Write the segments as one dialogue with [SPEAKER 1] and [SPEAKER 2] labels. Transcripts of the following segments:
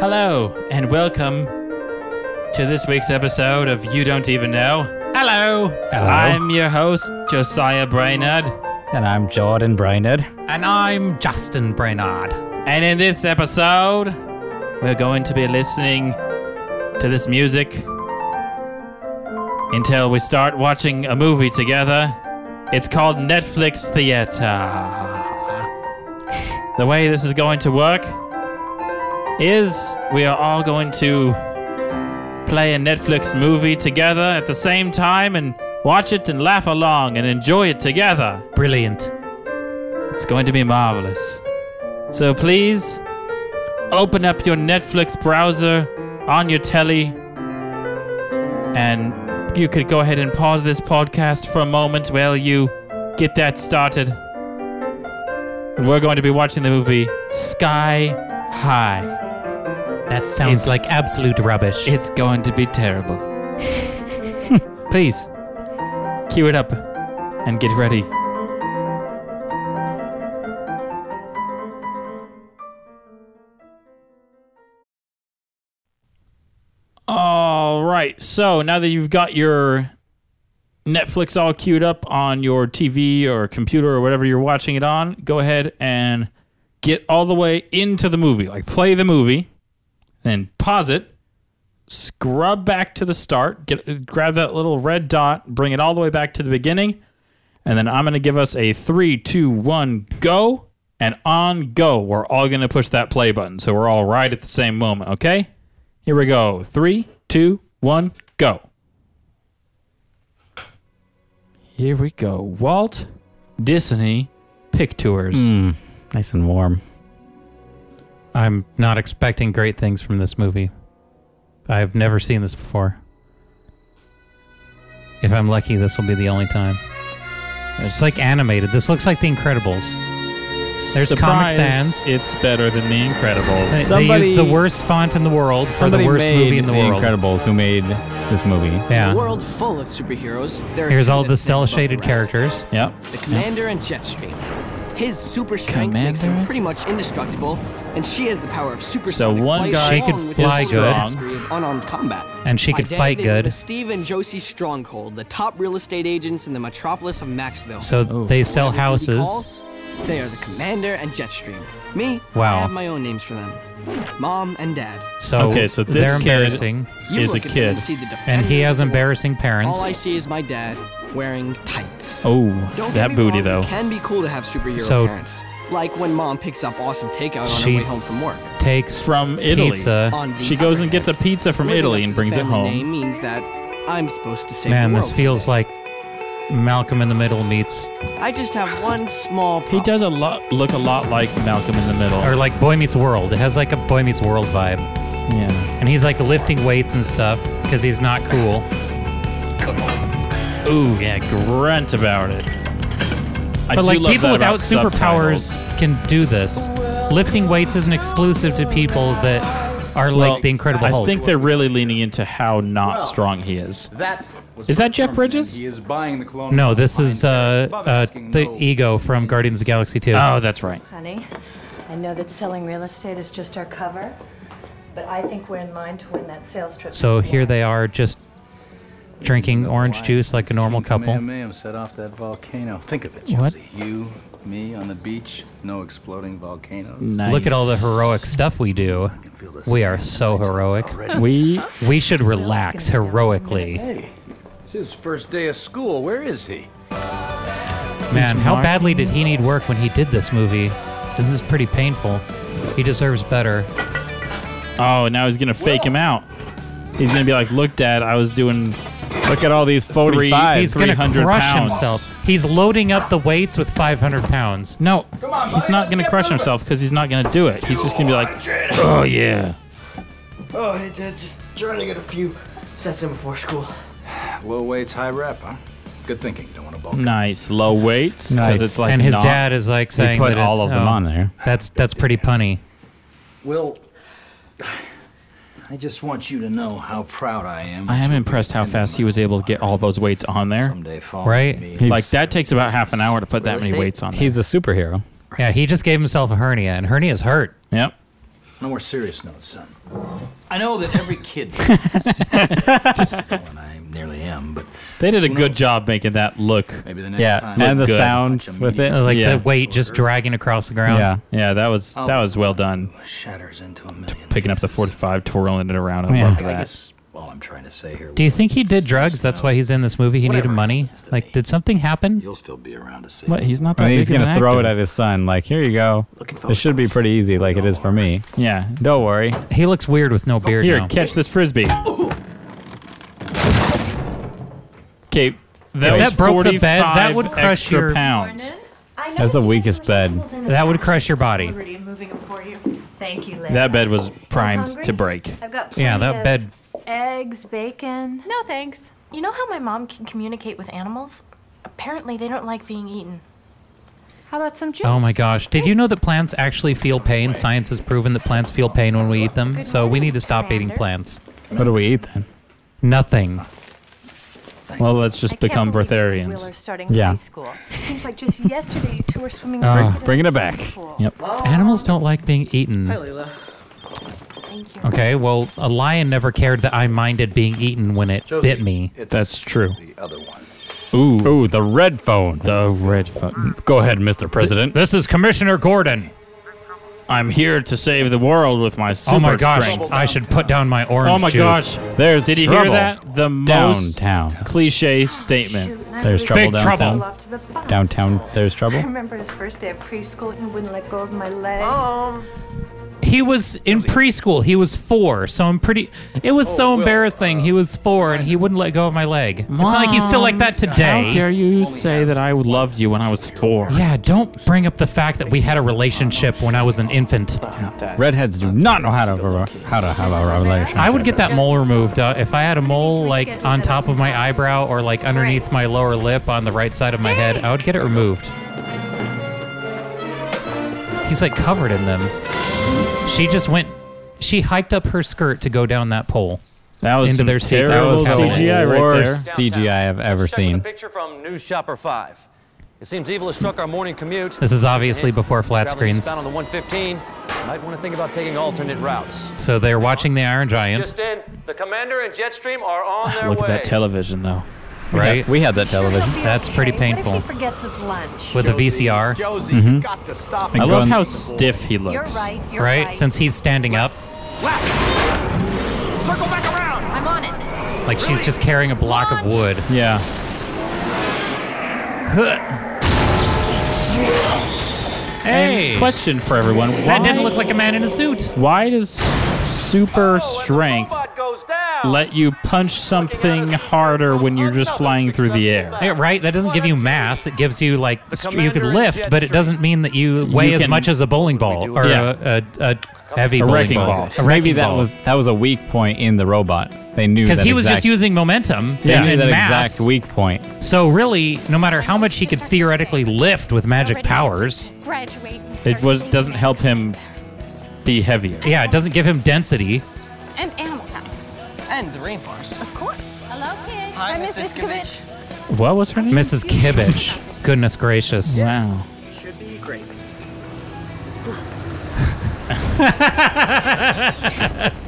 [SPEAKER 1] Hello, and welcome to this week's episode of You Don't Even Know. Hello.
[SPEAKER 2] Hello.
[SPEAKER 1] I'm your host, Josiah Brainerd.
[SPEAKER 2] And I'm Jordan Brainerd.
[SPEAKER 1] And I'm Justin Brainerd. And in this episode, we're going to be listening to this music until we start watching a movie together. It's called Netflix Theater. the way this is going to work is we are all going to play a Netflix movie together at the same time and watch it and laugh along and enjoy it together.
[SPEAKER 3] Brilliant.
[SPEAKER 1] It's going to be marvelous. So please open up your Netflix browser on your telly and you could go ahead and pause this podcast for a moment while you get that started. And we're going to be watching the movie Sky High.
[SPEAKER 3] That sounds
[SPEAKER 1] It's-
[SPEAKER 3] like absolute rubbish.
[SPEAKER 1] It's going to be terrible. please cue it up and get ready. All right. So now that you've got your Netflix all queued up on your TV or computer or whatever you're watching it on, go ahead and get all the way into the movie. Like play the movie, then pause it, scrub back to the start, get grab that little red dot, bring it all the way back to the beginning, and then I'm gonna give us a three, two, one, go, and on go. We're all gonna push that play button, so we're all right at the same moment. Okay, here we go. Three, two, one, go. Here we go. Walt Disney Pick Tours.
[SPEAKER 3] Hmm.
[SPEAKER 2] Nice and warm.
[SPEAKER 3] I'm not expecting great things from this movie. I've never seen this before. If I'm lucky, this will be the only time. It's like animated. This looks like The Incredibles. there's Comic Sans.
[SPEAKER 1] It's better than The Incredibles.
[SPEAKER 3] They- they
[SPEAKER 2] Somebody-
[SPEAKER 3] use the worst font in the world for the
[SPEAKER 2] Somebody
[SPEAKER 3] worst
[SPEAKER 2] made
[SPEAKER 3] movie in the, world.
[SPEAKER 2] Incredibles who made this movie.
[SPEAKER 4] A
[SPEAKER 3] Yeah.
[SPEAKER 4] world full of superheroes. There are
[SPEAKER 3] Here's
[SPEAKER 4] two
[SPEAKER 3] all
[SPEAKER 4] that
[SPEAKER 3] the
[SPEAKER 4] stand
[SPEAKER 3] cell
[SPEAKER 4] above the
[SPEAKER 3] shaded
[SPEAKER 4] rest.
[SPEAKER 3] characters.
[SPEAKER 1] Yep.
[SPEAKER 4] The Commander and Jetstream. His super strength makes
[SPEAKER 1] Commander?
[SPEAKER 4] him pretty much indestructible, and she has the power of super.
[SPEAKER 1] one
[SPEAKER 3] She
[SPEAKER 1] guy
[SPEAKER 3] could fly good.
[SPEAKER 4] unarmed combat.
[SPEAKER 3] And she
[SPEAKER 4] By
[SPEAKER 3] could
[SPEAKER 4] day,
[SPEAKER 3] fight
[SPEAKER 4] they live
[SPEAKER 3] good.
[SPEAKER 4] at Steve and Josie Stronghold, the top real estate agents in the metropolis of Maxville.
[SPEAKER 3] So
[SPEAKER 1] Oh.
[SPEAKER 3] they sell
[SPEAKER 4] Whatever duty
[SPEAKER 3] houses.
[SPEAKER 4] calls, They are the Commander and Jetstream. Me,
[SPEAKER 3] Wow.
[SPEAKER 4] I have my own names for them. Mom and Dad.
[SPEAKER 3] So,
[SPEAKER 1] Okay, so this
[SPEAKER 3] they're
[SPEAKER 1] kid-
[SPEAKER 3] embarrassing.
[SPEAKER 4] You
[SPEAKER 1] He's a
[SPEAKER 4] look at them
[SPEAKER 1] kid.
[SPEAKER 4] see the
[SPEAKER 3] And he
[SPEAKER 4] defenders of
[SPEAKER 3] has
[SPEAKER 4] the world.
[SPEAKER 3] embarrassing
[SPEAKER 4] All I
[SPEAKER 3] parents.
[SPEAKER 4] see is my dad wearing tights.
[SPEAKER 1] Oh,
[SPEAKER 4] Don't get
[SPEAKER 1] that
[SPEAKER 4] me
[SPEAKER 1] booty
[SPEAKER 4] wrong,
[SPEAKER 1] though.
[SPEAKER 4] It can be cool to have superhero
[SPEAKER 3] So-
[SPEAKER 4] parents. Like when mom picks up awesome takeout on her
[SPEAKER 3] She-
[SPEAKER 4] way home from work.
[SPEAKER 3] Takes
[SPEAKER 1] From Italy.
[SPEAKER 3] pizza.
[SPEAKER 4] On the
[SPEAKER 1] uh, She goes
[SPEAKER 4] other
[SPEAKER 1] and gets a
[SPEAKER 4] hand,
[SPEAKER 1] pizza from
[SPEAKER 4] living
[SPEAKER 1] Italy
[SPEAKER 4] up to
[SPEAKER 1] and
[SPEAKER 4] the
[SPEAKER 1] brings it
[SPEAKER 4] family
[SPEAKER 1] home.
[SPEAKER 4] Name means that I'm supposed to save
[SPEAKER 3] Man,
[SPEAKER 4] the world.
[SPEAKER 3] this feels like Malcolm in the Middle meets,
[SPEAKER 4] I just have one small.
[SPEAKER 1] He
[SPEAKER 4] Problem.
[SPEAKER 1] does a lot look a lot like Malcolm in the Middle.
[SPEAKER 3] or like Boy Meets World. It has like a Boy Meets World vibe.
[SPEAKER 1] yeah.
[SPEAKER 3] And he's like lifting weights and stuff because he's not cool.
[SPEAKER 1] Ooh, yeah, grunt about it. I
[SPEAKER 3] But
[SPEAKER 1] do
[SPEAKER 3] like
[SPEAKER 1] love
[SPEAKER 3] people
[SPEAKER 1] that
[SPEAKER 3] without
[SPEAKER 1] about subtitles.
[SPEAKER 3] superpowers can do this. Lifting weights isn't exclusive to people that are
[SPEAKER 1] Well,
[SPEAKER 3] like the Incredible
[SPEAKER 1] I
[SPEAKER 3] Hulk.
[SPEAKER 1] think they're really leaning into how not strong he is.
[SPEAKER 5] That was
[SPEAKER 1] Is that Jeff Bridges?
[SPEAKER 5] He is buying the colonial
[SPEAKER 3] no, this is uh,
[SPEAKER 5] empires above
[SPEAKER 3] uh,
[SPEAKER 5] asking
[SPEAKER 3] the
[SPEAKER 5] no.
[SPEAKER 3] ego from Guardians of the Galaxy 2.
[SPEAKER 1] Oh, that's right.
[SPEAKER 6] Honey, I know that selling real estate is just our cover, but I think we're in line to win that sales trip.
[SPEAKER 3] so here they are just drinking orange juice like a normal
[SPEAKER 5] King
[SPEAKER 3] couple.
[SPEAKER 5] Kamehameha set off that volcano. Think of it, Josie.
[SPEAKER 3] What?
[SPEAKER 5] You, me on the beach, no exploding volcanoes.
[SPEAKER 1] Nice.
[SPEAKER 3] Look at all the heroic stuff we do.
[SPEAKER 5] I can feel the
[SPEAKER 3] We are
[SPEAKER 5] sand
[SPEAKER 3] so
[SPEAKER 5] in my toes
[SPEAKER 3] heroic.
[SPEAKER 5] already.
[SPEAKER 1] We
[SPEAKER 3] We should relax heroically.
[SPEAKER 5] Hey, it's his first day of school. Where is he?
[SPEAKER 3] Man,
[SPEAKER 1] He's
[SPEAKER 3] how
[SPEAKER 1] Mark-
[SPEAKER 3] badly did he need work when he did this movie? This is pretty painful. He deserves better.
[SPEAKER 1] Oh, now he's gonna fake him out. He's gonna be like, "Look, Dad, I was doing. Look at all these
[SPEAKER 2] 45.
[SPEAKER 3] He's gonna crush himself. He's loading up the weights with 500 pounds.
[SPEAKER 1] No, he's not gonna crush himself because he's not gonna do it. He's just gonna be like, "Oh yeah."
[SPEAKER 4] Oh, hey, Dad, just trying to get a few sets in before school.
[SPEAKER 5] Low weights, high rep, huh? Good thinking. You don't want to
[SPEAKER 3] Mm.
[SPEAKER 5] bulk.
[SPEAKER 1] Nice low weights because it's like
[SPEAKER 3] and his
[SPEAKER 1] not-
[SPEAKER 3] dad is like saying
[SPEAKER 2] put
[SPEAKER 3] that
[SPEAKER 2] all
[SPEAKER 3] it's-
[SPEAKER 2] of them
[SPEAKER 3] oh,
[SPEAKER 2] on there.
[SPEAKER 3] That's that's pretty punny.
[SPEAKER 5] Will, I just want you to know how proud I am.
[SPEAKER 1] I am impressed how fast he was able to get all those weights on there.
[SPEAKER 5] Someday fall
[SPEAKER 3] Right?
[SPEAKER 5] Me.
[SPEAKER 2] He's-
[SPEAKER 1] Like that takes about half an hour to put that many
[SPEAKER 4] estate?
[SPEAKER 1] weights on. there.
[SPEAKER 2] He's a superhero.
[SPEAKER 3] Yeah, he just gave himself a hernia, and hernias hurt.
[SPEAKER 1] yep.
[SPEAKER 5] On a more serious note, son. I know that every kid. Just, and I nearly am, but
[SPEAKER 1] They did a good job making that look.
[SPEAKER 5] maybe the next
[SPEAKER 2] Yeah,
[SPEAKER 5] time.
[SPEAKER 2] and the
[SPEAKER 1] good.
[SPEAKER 2] sounds with it.
[SPEAKER 3] Uh, Like
[SPEAKER 1] Yeah.
[SPEAKER 3] the weight just dragging across the ground.
[SPEAKER 2] Yeah,
[SPEAKER 1] Yeah, that was that was well done.
[SPEAKER 5] shatters into a million.
[SPEAKER 1] Picking up the 45, twirling it around. I
[SPEAKER 2] Yeah.
[SPEAKER 1] loved
[SPEAKER 5] I
[SPEAKER 1] that.
[SPEAKER 5] guess all I'm trying to say here.
[SPEAKER 3] Do you think he did drugs? That's why he's in this movie. He needed
[SPEAKER 5] Whatever
[SPEAKER 3] money.
[SPEAKER 5] happens to
[SPEAKER 3] Like,
[SPEAKER 5] me.
[SPEAKER 3] did something happen?
[SPEAKER 5] You'll still be around to see.
[SPEAKER 1] What? He's not that
[SPEAKER 2] and
[SPEAKER 1] big
[SPEAKER 2] he's
[SPEAKER 1] of an
[SPEAKER 2] gonna throw it
[SPEAKER 1] actor.
[SPEAKER 2] at his son. Like, here you go.
[SPEAKER 5] Looking for
[SPEAKER 2] This should be pretty easy, like it is for me.
[SPEAKER 1] Yeah.
[SPEAKER 2] Don't worry.
[SPEAKER 3] He looks weird with no beard
[SPEAKER 1] Here,
[SPEAKER 3] now.
[SPEAKER 1] catch this frisbee. Okay, that,
[SPEAKER 3] If
[SPEAKER 1] was
[SPEAKER 3] that broke the bed,
[SPEAKER 1] 45
[SPEAKER 3] that would crush
[SPEAKER 1] extra
[SPEAKER 3] your-
[SPEAKER 1] pounds.
[SPEAKER 6] I know
[SPEAKER 2] That's the
[SPEAKER 6] that you
[SPEAKER 2] weakest
[SPEAKER 6] were
[SPEAKER 2] bed.
[SPEAKER 6] staples in the
[SPEAKER 3] That would
[SPEAKER 6] past.
[SPEAKER 3] crush your body.
[SPEAKER 6] Liberty, I'm moving them for you. Thank you, Liz.
[SPEAKER 1] That bed was primed
[SPEAKER 6] hungry?
[SPEAKER 1] to break.
[SPEAKER 6] I've got
[SPEAKER 3] Yeah,
[SPEAKER 6] plenty
[SPEAKER 3] that
[SPEAKER 6] of
[SPEAKER 3] bed-
[SPEAKER 6] Eggs, bacon. No, thanks. You know how my mom can communicate with animals? Apparently, they don't like being eaten. How about some chips?
[SPEAKER 3] Oh my gosh. Did you know that plants actually feel pain? Science has proven that plants feel pain when we eat them. So we need to stop eating plants.
[SPEAKER 2] What do we eat then?
[SPEAKER 3] Nothing.
[SPEAKER 1] Well, let's just become breatharians.
[SPEAKER 6] starting
[SPEAKER 2] Yeah.
[SPEAKER 6] high school. Seems like just yesterday you two were swimming.
[SPEAKER 3] Ah,
[SPEAKER 6] naked in
[SPEAKER 2] bringing
[SPEAKER 6] the
[SPEAKER 2] it back.
[SPEAKER 6] swimming pool.
[SPEAKER 1] Yep.
[SPEAKER 3] Animals don't like being eaten.
[SPEAKER 4] Layla.
[SPEAKER 6] Thank you.
[SPEAKER 3] Okay, well, a lion never cared that I minded being eaten when it bit me.
[SPEAKER 1] That's true.
[SPEAKER 5] The other one.
[SPEAKER 1] Ooh,
[SPEAKER 2] Ooh, the red phone.
[SPEAKER 1] the red phone.
[SPEAKER 2] Go ahead, Mr. President.
[SPEAKER 3] This is Commissioner Gordon.
[SPEAKER 1] I'm here to save the world with my super
[SPEAKER 3] oh my gosh,
[SPEAKER 1] strength.
[SPEAKER 3] I should put down my orange
[SPEAKER 1] Oh my
[SPEAKER 3] juice.
[SPEAKER 1] gosh.
[SPEAKER 2] There's
[SPEAKER 1] Did you hear
[SPEAKER 2] trouble
[SPEAKER 1] that? The most
[SPEAKER 2] Downtown.
[SPEAKER 1] cliche statement.
[SPEAKER 2] There's trouble
[SPEAKER 3] Big trouble.
[SPEAKER 2] downtown.
[SPEAKER 6] Off to the box.
[SPEAKER 2] Downtown, there's
[SPEAKER 6] I
[SPEAKER 2] trouble.
[SPEAKER 6] remember his first day of preschool and he wouldn't let go of my leg.
[SPEAKER 3] He was in preschool. He was four, so I'm pretty. It was so embarrassing. he was four, and he wouldn't let go of my leg. it's not like he's still like that
[SPEAKER 1] How dare
[SPEAKER 3] today.
[SPEAKER 1] you say that I loved you when I was four?
[SPEAKER 3] Yeah, don't bring up the fact that we had a relationship when I was an infant.
[SPEAKER 2] Redheads do not know how to how to have a relationship.
[SPEAKER 3] I would get that mole removed uh, if I had a mole like on top of my eyebrow or like underneath my lower lip on the right side of my head. I would get it removed. He's like covered in them. She just went. She hiked up her skirt to go down that pole.
[SPEAKER 1] That was
[SPEAKER 3] Into
[SPEAKER 1] some
[SPEAKER 3] their seat. That
[SPEAKER 1] terrible
[SPEAKER 3] was how
[SPEAKER 1] CGI right there.
[SPEAKER 2] worst CGI I've ever
[SPEAKER 7] Let's check with
[SPEAKER 2] seen.
[SPEAKER 7] a picture from News Shopper 5. It seems evil has struck our morning commute.
[SPEAKER 3] This is obviously
[SPEAKER 7] Hint,
[SPEAKER 3] before flat
[SPEAKER 7] traveling
[SPEAKER 3] screens.
[SPEAKER 7] eastbound on the 115, might want to think about taking alternate routes.
[SPEAKER 3] So they're watching the Iron Giant,
[SPEAKER 7] Just in, the commander and Jetstream are on their
[SPEAKER 1] Look
[SPEAKER 7] way.
[SPEAKER 1] at that television, though.
[SPEAKER 3] right?
[SPEAKER 2] We had that television.
[SPEAKER 3] That's pretty painful.
[SPEAKER 6] What if he forgets his lunch?
[SPEAKER 3] With the VCR,
[SPEAKER 8] Josie, you've got to stop.
[SPEAKER 2] I Go
[SPEAKER 1] I love
[SPEAKER 2] on-
[SPEAKER 1] how stiff he
[SPEAKER 6] You're
[SPEAKER 1] looks.
[SPEAKER 6] right. You're right.
[SPEAKER 3] right? Since he's standing up,
[SPEAKER 8] Circle back around.
[SPEAKER 6] I'm on it.
[SPEAKER 3] like she's just carrying a block of wood.
[SPEAKER 1] Yeah.
[SPEAKER 3] Hey,
[SPEAKER 1] Question for everyone.
[SPEAKER 3] that
[SPEAKER 1] why-
[SPEAKER 3] didn't look like a man in a suit.
[SPEAKER 1] Why does
[SPEAKER 6] Oh,
[SPEAKER 1] super
[SPEAKER 7] Oh,
[SPEAKER 1] strength
[SPEAKER 8] Robot goes down.
[SPEAKER 1] let you punch something harder when you're just flying through the air?
[SPEAKER 3] Yeah, right. That doesn't give you mass. It gives you like st- you
[SPEAKER 7] commander
[SPEAKER 3] could
[SPEAKER 7] in
[SPEAKER 3] lift,
[SPEAKER 7] jet
[SPEAKER 3] but it
[SPEAKER 7] stream.
[SPEAKER 3] doesn't mean that you weigh as
[SPEAKER 1] can-
[SPEAKER 3] much as a bowling ball or
[SPEAKER 1] Yeah.
[SPEAKER 3] a, a, a heavy
[SPEAKER 1] A
[SPEAKER 3] bowling
[SPEAKER 1] wrecking ball.
[SPEAKER 3] ball.
[SPEAKER 2] Maybe
[SPEAKER 3] A wrecking
[SPEAKER 2] that
[SPEAKER 3] ball.
[SPEAKER 2] was that was a weak point in the robot. They knew
[SPEAKER 3] because
[SPEAKER 2] that
[SPEAKER 3] he was
[SPEAKER 2] exact-
[SPEAKER 3] just using momentum
[SPEAKER 2] They
[SPEAKER 3] and,
[SPEAKER 2] knew
[SPEAKER 3] and
[SPEAKER 2] that
[SPEAKER 3] mass.
[SPEAKER 2] exact weak point.
[SPEAKER 3] So really, no matter how much he could theoretically lift with magic powers,
[SPEAKER 9] graduate. and
[SPEAKER 1] It
[SPEAKER 9] start
[SPEAKER 1] was
[SPEAKER 9] thinking
[SPEAKER 1] doesn't help him be heavier.
[SPEAKER 3] yeah, it doesn't give him density.
[SPEAKER 9] And animal power.
[SPEAKER 4] And the rain bars.
[SPEAKER 9] Of course. Hello, kids.
[SPEAKER 4] Hi,
[SPEAKER 9] I'm
[SPEAKER 4] Mrs.
[SPEAKER 9] Mrs. Kavich.
[SPEAKER 1] What was her name?
[SPEAKER 3] Mrs. Kibbich. Goodness gracious.
[SPEAKER 1] Wow.
[SPEAKER 4] Should be great.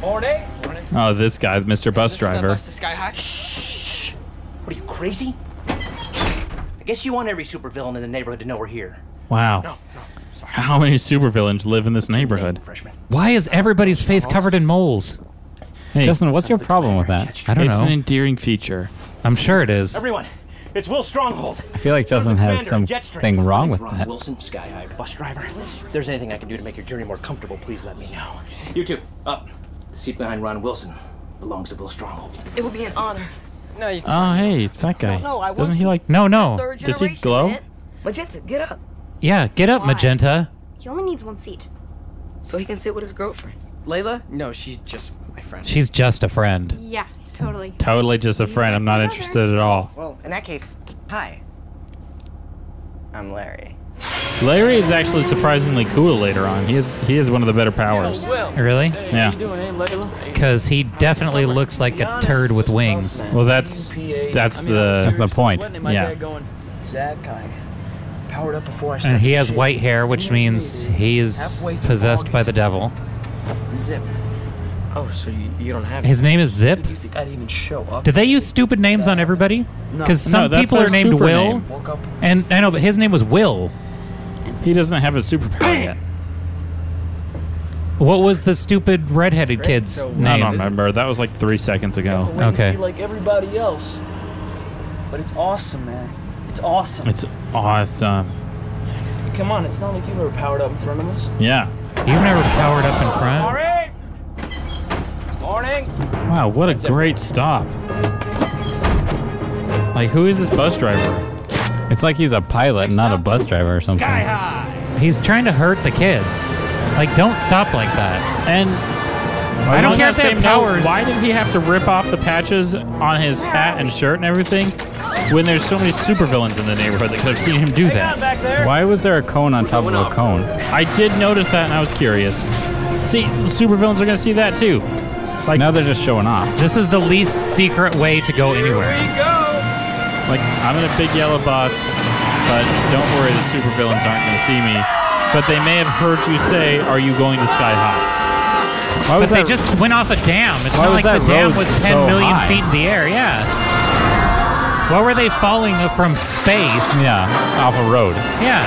[SPEAKER 8] Morning.
[SPEAKER 1] Oh, this guy, Mr. Bus Driver.
[SPEAKER 4] Bust the sky high.
[SPEAKER 10] Shh! What are you crazy? I guess you want every supervillain in the neighborhood to know we're here.
[SPEAKER 1] Wow. How many supervillains live in this neighborhood?
[SPEAKER 10] Freshman.
[SPEAKER 3] Why is everybody's face covered in moles?
[SPEAKER 1] Hey,
[SPEAKER 2] Justin, what's your problem with that?
[SPEAKER 3] I don't
[SPEAKER 1] it's
[SPEAKER 3] know.
[SPEAKER 1] an endearing feature.
[SPEAKER 3] I'm sure it is.
[SPEAKER 10] Everyone, it's Will Stronghold.
[SPEAKER 2] I feel like Justin has something wrong with
[SPEAKER 10] Ron
[SPEAKER 2] that.
[SPEAKER 10] Wilson, Sky High bus driver. If there's anything I can do to make your journey more comfortable, please let me know. You two, up. The seat behind Ron Wilson belongs to Will Stronghold.
[SPEAKER 6] It will be an honor.
[SPEAKER 4] No, it's
[SPEAKER 1] Oh, hey, it's that guy.
[SPEAKER 11] No, I
[SPEAKER 1] Doesn't he
[SPEAKER 11] wasn't.
[SPEAKER 1] like?
[SPEAKER 3] No, no.
[SPEAKER 11] Third
[SPEAKER 1] Does he
[SPEAKER 11] generation,
[SPEAKER 1] glow?
[SPEAKER 11] man. Magenta, get up.
[SPEAKER 3] Yeah, get up, Magenta.
[SPEAKER 9] He only needs one seat.
[SPEAKER 11] So he can sit with his girlfriend.
[SPEAKER 4] Layla. No, she's just my friend.
[SPEAKER 3] She's just a friend.
[SPEAKER 9] Yeah, totally.
[SPEAKER 1] Totally just a friend. I'm not interested at all.
[SPEAKER 11] Well, in that case, hi. I'm Larry.
[SPEAKER 1] Larry is actually surprisingly cool later on. He is he is one of the better powers.
[SPEAKER 3] Really?
[SPEAKER 1] Yeah.
[SPEAKER 3] Because he definitely looks like a turd with wings.
[SPEAKER 1] Well, that's
[SPEAKER 2] That's
[SPEAKER 1] that's the
[SPEAKER 2] the point.
[SPEAKER 1] yeah.
[SPEAKER 10] Zach, I powered up before I
[SPEAKER 3] And he has white hair, which means he is possessed by the devil.
[SPEAKER 10] Zip. Oh, so you, you don't have
[SPEAKER 3] His name is Zip?
[SPEAKER 10] You think I'd even show up?
[SPEAKER 3] Did they use stupid names on everybody?
[SPEAKER 10] No.
[SPEAKER 3] Because
[SPEAKER 10] No,
[SPEAKER 3] some
[SPEAKER 10] that's
[SPEAKER 3] people
[SPEAKER 10] their
[SPEAKER 3] are named
[SPEAKER 10] super
[SPEAKER 3] Will,
[SPEAKER 10] name. Woke up-
[SPEAKER 3] and I know, but his name was Will.
[SPEAKER 1] He doesn't have a superpower yet.
[SPEAKER 3] What was the stupid redheaded kid's
[SPEAKER 1] I
[SPEAKER 3] name?
[SPEAKER 1] don't remember. That was like three seconds ago.
[SPEAKER 10] Wait and See like everybody else. But it's awesome, man. It's awesome.
[SPEAKER 1] It's awesome.
[SPEAKER 10] Come on, it's not like you've ever powered up in front of us.
[SPEAKER 1] Yeah.
[SPEAKER 3] You've never powered up in front.
[SPEAKER 8] Morning.
[SPEAKER 1] Wow, what a great stop.
[SPEAKER 2] Like, who is this bus driver? It's like he's a pilot, not a bus driver or something.
[SPEAKER 3] He's trying to hurt the kids. Like, don't stop like that.
[SPEAKER 1] And
[SPEAKER 3] I don't
[SPEAKER 1] On
[SPEAKER 3] care
[SPEAKER 1] that
[SPEAKER 3] if they
[SPEAKER 1] same
[SPEAKER 3] have
[SPEAKER 1] note,
[SPEAKER 3] powers.
[SPEAKER 1] why did he have to rip off the patches on his hat and shirt and everything when there's so many supervillains in the neighborhood that could have seen him do that?
[SPEAKER 2] Why was there a cone on top of a cone?
[SPEAKER 1] I did notice that and I was curious. See, supervillains are going to see that too. Like
[SPEAKER 2] now they're just showing off.
[SPEAKER 3] This is the least secret way to go anywhere.
[SPEAKER 1] Like I'm in a big yellow bus, but don't worry, the supervillains aren't going to see me. But they may have heard you say, "Are you going to Sky High?"
[SPEAKER 3] but they just went off a dam. It's
[SPEAKER 1] Why
[SPEAKER 3] not
[SPEAKER 1] was
[SPEAKER 3] like
[SPEAKER 1] that
[SPEAKER 3] the dam
[SPEAKER 1] road
[SPEAKER 3] was
[SPEAKER 1] so
[SPEAKER 3] 10 million
[SPEAKER 1] high?
[SPEAKER 3] feet in the air. Yeah. Why were they falling from space?
[SPEAKER 2] Yeah, off a road.
[SPEAKER 3] Yeah.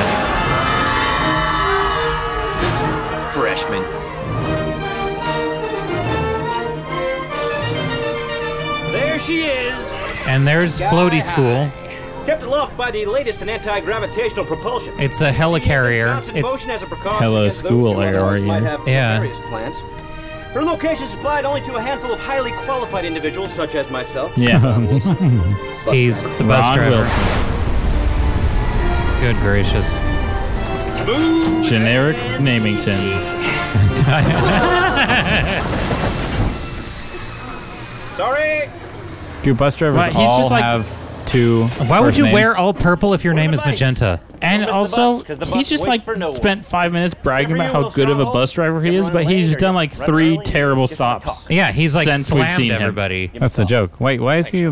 [SPEAKER 11] Freshman.
[SPEAKER 12] There she is.
[SPEAKER 3] And there's Floaty School.
[SPEAKER 12] Kept aloft by the latest in anti-gravitational propulsion.
[SPEAKER 3] It's a helicarrier.
[SPEAKER 12] Constant
[SPEAKER 3] It's
[SPEAKER 12] motion as a precaution
[SPEAKER 3] Hello,
[SPEAKER 12] against those
[SPEAKER 3] school,
[SPEAKER 12] who
[SPEAKER 3] I
[SPEAKER 12] otherwise
[SPEAKER 3] argue.
[SPEAKER 12] might have
[SPEAKER 3] Yeah.
[SPEAKER 12] nefarious plans. Her location is supplied only to a handful of highly qualified individuals such as myself.
[SPEAKER 3] he's the bus
[SPEAKER 1] Ron
[SPEAKER 3] driver.
[SPEAKER 1] Wilson.
[SPEAKER 3] Good gracious.
[SPEAKER 1] Generic Namington.
[SPEAKER 12] Sorry.
[SPEAKER 2] Do bus drivers
[SPEAKER 1] Right, he's
[SPEAKER 2] all
[SPEAKER 1] just like-
[SPEAKER 2] have two?
[SPEAKER 3] Why would
[SPEAKER 2] first
[SPEAKER 3] you
[SPEAKER 2] names?
[SPEAKER 3] wear all purple if your name is magenta?
[SPEAKER 1] And also, he's just like spent five minutes bragging about how good of a bus driver he is, but he's done like three terrible stops.
[SPEAKER 3] Yeah, he's like
[SPEAKER 1] since we've
[SPEAKER 3] slammed
[SPEAKER 1] seen
[SPEAKER 3] everybody.
[SPEAKER 1] him.
[SPEAKER 2] That's the joke. Wait, why is he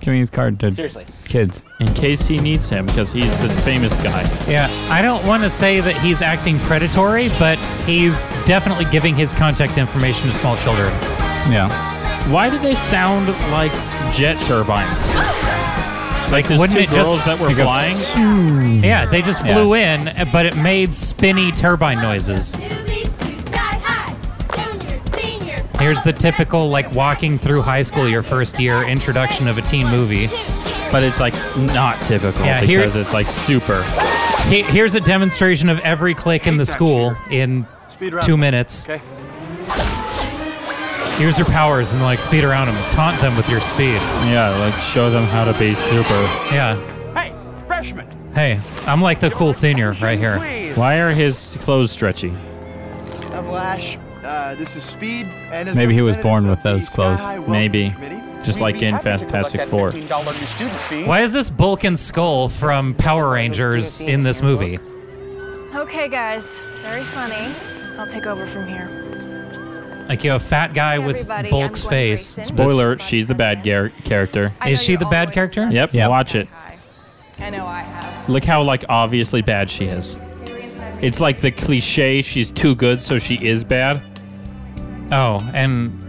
[SPEAKER 2] giving his card to
[SPEAKER 3] Seriously.
[SPEAKER 2] kids?
[SPEAKER 1] In case he needs him, because he's the famous guy.
[SPEAKER 3] Yeah, I don't want to say that he's acting predatory, but he's definitely giving his contact information to small children.
[SPEAKER 2] Yeah.
[SPEAKER 1] Why do they sound like jet turbines? Like there's
[SPEAKER 3] Wouldn't
[SPEAKER 1] two
[SPEAKER 3] it just-
[SPEAKER 1] girls that were
[SPEAKER 3] They go,
[SPEAKER 1] flying. Mm-hmm.
[SPEAKER 3] Yeah, they just flew in, but it made spinny turbine noises. Here's the typical like walking through high school your first year introduction of a teen movie.
[SPEAKER 1] But it's like not typical
[SPEAKER 3] Yeah, here-
[SPEAKER 1] because it's like super.
[SPEAKER 3] He- here's a demonstration of every click in the school in two minutes. Here's your powers and like speed around them, taunt them with your speed.
[SPEAKER 1] Yeah, like show them how to be super.
[SPEAKER 3] Yeah.
[SPEAKER 8] Hey, freshman.
[SPEAKER 3] Hey, I'm like the cool senior right here.
[SPEAKER 1] Why are his clothes stretchy?
[SPEAKER 13] I'm Lash. Uh, this is Speed, and as
[SPEAKER 2] Maybe he was
[SPEAKER 13] representative
[SPEAKER 2] born
[SPEAKER 13] of
[SPEAKER 2] with
[SPEAKER 13] the
[SPEAKER 2] those clothes.
[SPEAKER 13] Sky High Welcome
[SPEAKER 1] Maybe.
[SPEAKER 13] Committee,
[SPEAKER 1] Just like in Fantastic Four.
[SPEAKER 3] Why is this Bulk and Skull from Power Rangers in this movie?
[SPEAKER 6] Okay, guys. Very funny. I'll take over from here.
[SPEAKER 3] Like you have a fat guy with
[SPEAKER 6] Everybody,
[SPEAKER 3] Bulk's
[SPEAKER 6] I'm Gwen
[SPEAKER 3] face.
[SPEAKER 6] Grayson.
[SPEAKER 1] Spoiler: She's the bad gar- character.
[SPEAKER 3] Is she the bad character?
[SPEAKER 1] Yep, Watch it.
[SPEAKER 9] I know I have.
[SPEAKER 1] Look how like obviously bad she is. It's like the cliche: she's too good, so she is bad.
[SPEAKER 3] Oh, and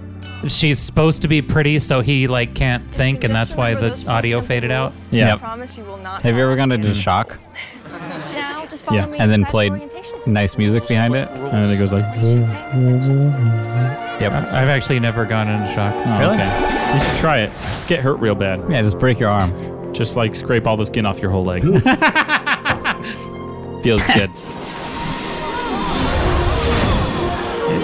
[SPEAKER 3] she's supposed to be pretty, so he like can't think, and that's why the audio faded out.
[SPEAKER 2] Yeah. Yep.
[SPEAKER 9] Promise you will not.
[SPEAKER 2] Have you ever gone to the shock
[SPEAKER 9] Now, just follow
[SPEAKER 2] yeah.
[SPEAKER 9] me
[SPEAKER 2] and then
[SPEAKER 9] inside for
[SPEAKER 2] played
[SPEAKER 9] orientation.
[SPEAKER 2] nice music behind it? And
[SPEAKER 1] then it goes like. "Hmm,
[SPEAKER 2] Yep.
[SPEAKER 3] I've actually never gone into shock.
[SPEAKER 1] Oh,
[SPEAKER 2] really?
[SPEAKER 1] Okay. You should try it. Just get hurt real bad.
[SPEAKER 2] Yeah, just break your arm.
[SPEAKER 1] Just like scrape all the skin off your whole leg. Feels good.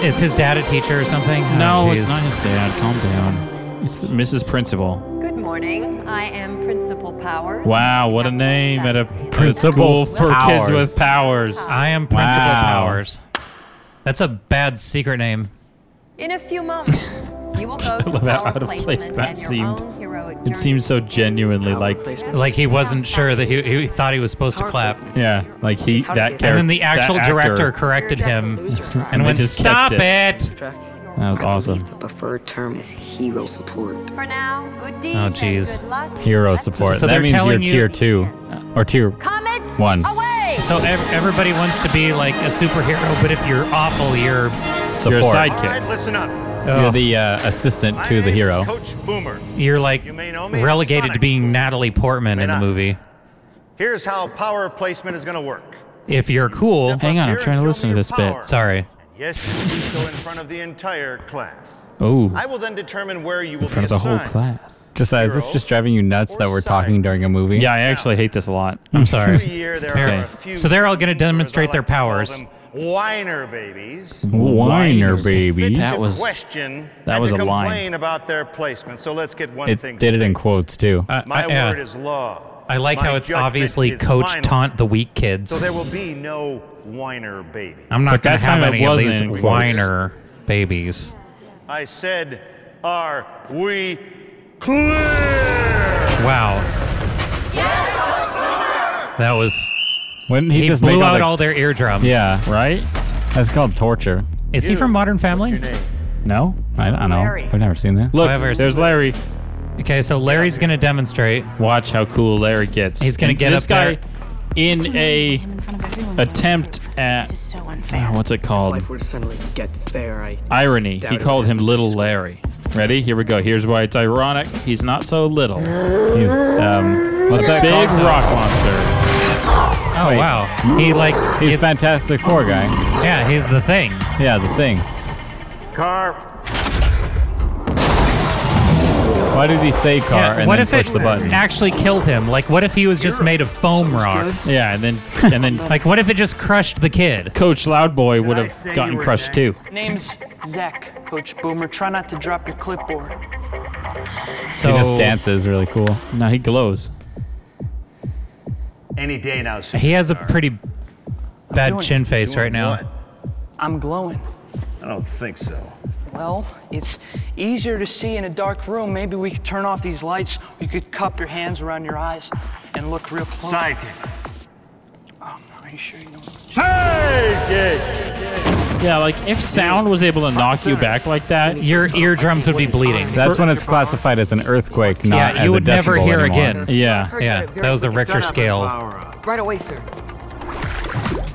[SPEAKER 3] Is his dad a teacher or something? Oh,
[SPEAKER 1] No, it's
[SPEAKER 3] jeez.
[SPEAKER 1] not his dad. Calm down. It's the Mrs. Principal.
[SPEAKER 14] Good morning. I am Principal Powers.
[SPEAKER 1] Wow, what a name at a principal for kids with powers.
[SPEAKER 3] I am Principal
[SPEAKER 1] Wow.
[SPEAKER 3] Powers. That's a bad secret name.
[SPEAKER 14] In a few moments, you will go
[SPEAKER 1] I
[SPEAKER 14] through
[SPEAKER 1] love how
[SPEAKER 14] our
[SPEAKER 1] out of place
[SPEAKER 14] placement
[SPEAKER 1] that
[SPEAKER 14] and your
[SPEAKER 1] seemed.
[SPEAKER 14] own heroic
[SPEAKER 1] It seemed so genuinely like,
[SPEAKER 3] Like he wasn't sure that he, he thought he was supposed to clap.
[SPEAKER 1] yeah, like he that character.
[SPEAKER 3] And then the actual
[SPEAKER 1] that
[SPEAKER 3] director
[SPEAKER 1] actor-
[SPEAKER 3] corrected him and
[SPEAKER 1] they
[SPEAKER 3] went,
[SPEAKER 1] just kept
[SPEAKER 3] "Stop
[SPEAKER 1] it."
[SPEAKER 3] it!"
[SPEAKER 1] That was awesome.
[SPEAKER 15] The preferred term is hero support.
[SPEAKER 14] For now, good deeds
[SPEAKER 2] Oh,
[SPEAKER 14] and
[SPEAKER 2] jeez.
[SPEAKER 14] good luck.
[SPEAKER 2] Hero support.
[SPEAKER 3] So
[SPEAKER 2] that
[SPEAKER 3] they're
[SPEAKER 2] means you're
[SPEAKER 3] telling you-
[SPEAKER 2] tier two or tier
[SPEAKER 14] Comets
[SPEAKER 2] one.
[SPEAKER 14] away!
[SPEAKER 3] So ev- everybody wants to be like a Oh. superhero, but if you're awful, you're
[SPEAKER 2] Support.
[SPEAKER 1] You're a
[SPEAKER 16] All right,
[SPEAKER 1] sidekick.
[SPEAKER 16] listen up.
[SPEAKER 2] You're the uh, assistant to the hero.
[SPEAKER 16] Coach Boomer.
[SPEAKER 3] You're like relegated to being Natalie Portman in the movie.
[SPEAKER 16] Here's how power placement is going to work.
[SPEAKER 3] If you're cool.
[SPEAKER 1] Hang on, I'm trying to listen to this bit.
[SPEAKER 3] Sorry.
[SPEAKER 16] Yes, you do so in front of the entire class.
[SPEAKER 2] Ooh.
[SPEAKER 16] I will then determine where you
[SPEAKER 2] Oh. in
[SPEAKER 16] will
[SPEAKER 2] front of
[SPEAKER 16] be
[SPEAKER 2] the whole
[SPEAKER 16] assigned.
[SPEAKER 2] class. Josiah, is this just driving you nuts that we're talking during a movie?
[SPEAKER 1] Yeah, I actually hate this a lot.
[SPEAKER 2] I'm
[SPEAKER 1] sorry.
[SPEAKER 16] Every year there are a few
[SPEAKER 3] So they're all going to demonstrate their powers.
[SPEAKER 16] whiner babies.
[SPEAKER 2] Whiner baby.
[SPEAKER 16] That question
[SPEAKER 2] that
[SPEAKER 16] and
[SPEAKER 2] was
[SPEAKER 16] to
[SPEAKER 2] a line.
[SPEAKER 16] complain about their placement. So let's get one
[SPEAKER 2] It
[SPEAKER 16] thing.
[SPEAKER 2] did it in quotes too.
[SPEAKER 3] Uh,
[SPEAKER 16] My word is law.
[SPEAKER 3] I like
[SPEAKER 16] My
[SPEAKER 3] how it's
[SPEAKER 16] judgment
[SPEAKER 3] obviously
[SPEAKER 16] is
[SPEAKER 3] coach
[SPEAKER 16] final.
[SPEAKER 3] taunt the weak kids.
[SPEAKER 16] So there will be no whiner babies.
[SPEAKER 3] I'm
[SPEAKER 2] But
[SPEAKER 3] not going
[SPEAKER 2] that
[SPEAKER 3] to have
[SPEAKER 2] time it
[SPEAKER 3] any of
[SPEAKER 2] was
[SPEAKER 3] these
[SPEAKER 2] in quotes.
[SPEAKER 3] whiner babies.
[SPEAKER 16] I said, are we clear?
[SPEAKER 3] Wow. That was.
[SPEAKER 2] When
[SPEAKER 3] He,
[SPEAKER 2] he, just
[SPEAKER 3] blew
[SPEAKER 2] made
[SPEAKER 3] out
[SPEAKER 2] the-
[SPEAKER 3] all their eardrums.
[SPEAKER 2] Yeah, right. That's called torture.
[SPEAKER 3] Is he from Modern Family?
[SPEAKER 2] No, I, I don't know.
[SPEAKER 3] Larry.
[SPEAKER 2] I've never seen that.
[SPEAKER 1] Look, there's Larry.
[SPEAKER 3] Okay, so Larry's going to demonstrate.
[SPEAKER 1] Watch how cool Larry gets.
[SPEAKER 3] He's gonna
[SPEAKER 1] And
[SPEAKER 3] get
[SPEAKER 1] this
[SPEAKER 3] up
[SPEAKER 1] guy
[SPEAKER 3] there.
[SPEAKER 1] in a attempt at Ah, what's it called?
[SPEAKER 4] If we're to suddenly get there,
[SPEAKER 17] Uh,
[SPEAKER 4] I
[SPEAKER 1] Irony.
[SPEAKER 4] Doubt
[SPEAKER 1] He
[SPEAKER 4] it.
[SPEAKER 1] called him Little Larry. Ready? Here we go. Here's why it's ironic. He's not so little. He's um,
[SPEAKER 2] What's that
[SPEAKER 1] big
[SPEAKER 2] called?
[SPEAKER 1] rock monster.
[SPEAKER 3] Oh wow. He like
[SPEAKER 2] he's Fantastic Four guy.
[SPEAKER 3] Yeah, he's the thing.
[SPEAKER 2] Yeah, the thing.
[SPEAKER 16] Car.
[SPEAKER 2] Why did he say car
[SPEAKER 3] Yeah,
[SPEAKER 2] and
[SPEAKER 3] what
[SPEAKER 2] then
[SPEAKER 3] if
[SPEAKER 2] push
[SPEAKER 3] it
[SPEAKER 2] the button?
[SPEAKER 3] actually killed him? Like, what if he was just made of foam rocks?
[SPEAKER 1] Yeah, and then and then
[SPEAKER 3] like, what if it just crushed the kid?
[SPEAKER 1] Coach Loudboy would have gotten crushed too.
[SPEAKER 17] Name's Zach, Coach Boomer. Try not to drop your clipboard.
[SPEAKER 1] So-
[SPEAKER 2] he just dances really cool.
[SPEAKER 1] No, he glows.
[SPEAKER 16] Any day now.
[SPEAKER 3] He has a pretty bad
[SPEAKER 17] Doing-
[SPEAKER 3] chin face
[SPEAKER 17] doing
[SPEAKER 3] right now.
[SPEAKER 17] what? I'm glowing.
[SPEAKER 16] I don't think so.
[SPEAKER 17] Well, it's easier to see in a dark room. Maybe we could turn off these lights. You could cup your hands around your eyes and look real close. Oh,
[SPEAKER 16] Sidekick.
[SPEAKER 17] Are you sure you know?
[SPEAKER 1] Yeah, like if sound was able to knock you back like that,
[SPEAKER 3] your eardrums would be bleeding.
[SPEAKER 2] That's when it's classified as an earthquake, not
[SPEAKER 3] Yeah,
[SPEAKER 2] as
[SPEAKER 3] you
[SPEAKER 2] a
[SPEAKER 3] would never
[SPEAKER 2] decibel
[SPEAKER 3] hear
[SPEAKER 2] anymore.
[SPEAKER 3] again.
[SPEAKER 1] Yeah.
[SPEAKER 3] Yeah, that was a Richter scale.
[SPEAKER 15] Right away, sir.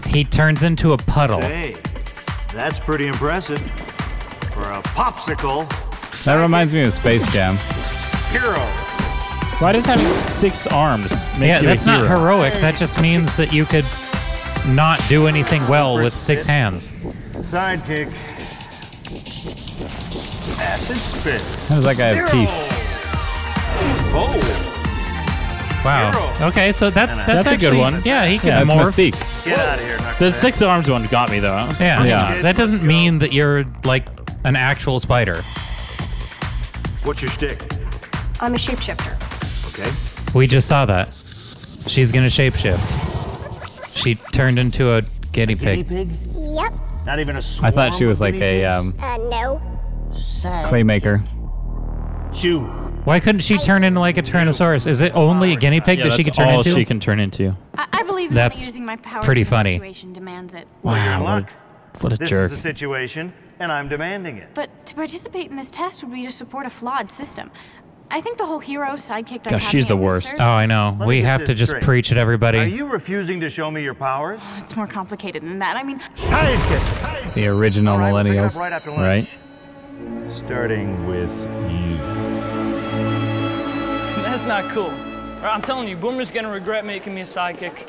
[SPEAKER 3] He turns into a puddle.
[SPEAKER 16] Hey, that's pretty impressive. For a popsicle
[SPEAKER 2] That reminds me of Space Jam.
[SPEAKER 16] hero.
[SPEAKER 1] Why does having six arms make
[SPEAKER 3] Yeah,
[SPEAKER 1] you
[SPEAKER 3] that's
[SPEAKER 1] a
[SPEAKER 3] not
[SPEAKER 1] hero?
[SPEAKER 3] heroic. That just means that you could not do anything well with six hands.
[SPEAKER 16] Sidekick. Acid spit.
[SPEAKER 2] How does that guy have teeth?
[SPEAKER 16] Oh.
[SPEAKER 3] Wow. Okay, so that's that's,
[SPEAKER 1] That's a good
[SPEAKER 3] actually-
[SPEAKER 1] one.
[SPEAKER 3] Yeah, he can
[SPEAKER 1] Yeah, that's
[SPEAKER 3] morph.
[SPEAKER 1] Mystique.
[SPEAKER 16] Get out of here. Knuckles.
[SPEAKER 1] The six arms one got me though. I was like,
[SPEAKER 3] Yeah,
[SPEAKER 1] "Oh,
[SPEAKER 3] That doesn't mean that you're like an actual spider.
[SPEAKER 16] What's your stick?
[SPEAKER 6] I'm a shapeshifter.
[SPEAKER 16] Okay.
[SPEAKER 3] We just saw that. She's gonna shapeshift. She turned into a guinea pig.
[SPEAKER 16] pig?
[SPEAKER 18] Yep.
[SPEAKER 16] Not even a
[SPEAKER 2] I
[SPEAKER 16] swarm
[SPEAKER 2] thought she
[SPEAKER 16] of
[SPEAKER 2] was like
[SPEAKER 16] guinea
[SPEAKER 2] a
[SPEAKER 16] pigs?
[SPEAKER 2] um,
[SPEAKER 18] Uh, no.
[SPEAKER 2] claymaker.
[SPEAKER 16] Shoo.
[SPEAKER 3] Why couldn't she turn into like a tyrannosaurus? Is it only a guinea pig
[SPEAKER 1] Yeah,
[SPEAKER 3] that she
[SPEAKER 1] that's
[SPEAKER 3] could turn
[SPEAKER 1] all
[SPEAKER 3] into?
[SPEAKER 1] she can turn into.
[SPEAKER 6] I, I believe that
[SPEAKER 3] That's
[SPEAKER 6] using my power
[SPEAKER 3] pretty
[SPEAKER 6] in the
[SPEAKER 3] funny.
[SPEAKER 6] Situation demands it.
[SPEAKER 1] Wow,
[SPEAKER 16] Well, you're
[SPEAKER 1] what a, what a
[SPEAKER 16] this
[SPEAKER 1] jerk.
[SPEAKER 16] is the situation, and I'm demanding it.
[SPEAKER 6] But to participate in this test would be to support a flawed system. I think the whole hero sidekick.
[SPEAKER 3] Gosh, she's the worst. Oh, I know.
[SPEAKER 16] Let me
[SPEAKER 3] we
[SPEAKER 16] get
[SPEAKER 3] have to
[SPEAKER 16] this
[SPEAKER 3] just
[SPEAKER 16] straight.
[SPEAKER 3] preach at
[SPEAKER 16] Are
[SPEAKER 3] everybody.
[SPEAKER 16] you refusing to show me your powers?
[SPEAKER 6] It's more complicated than that. I mean,
[SPEAKER 16] Sidekick.
[SPEAKER 2] The original millennials,
[SPEAKER 16] right after
[SPEAKER 2] right?
[SPEAKER 16] lunch. Starting with you.
[SPEAKER 17] That's not cool. All right, I'm telling you, Boomer's gonna regret making me a sidekick.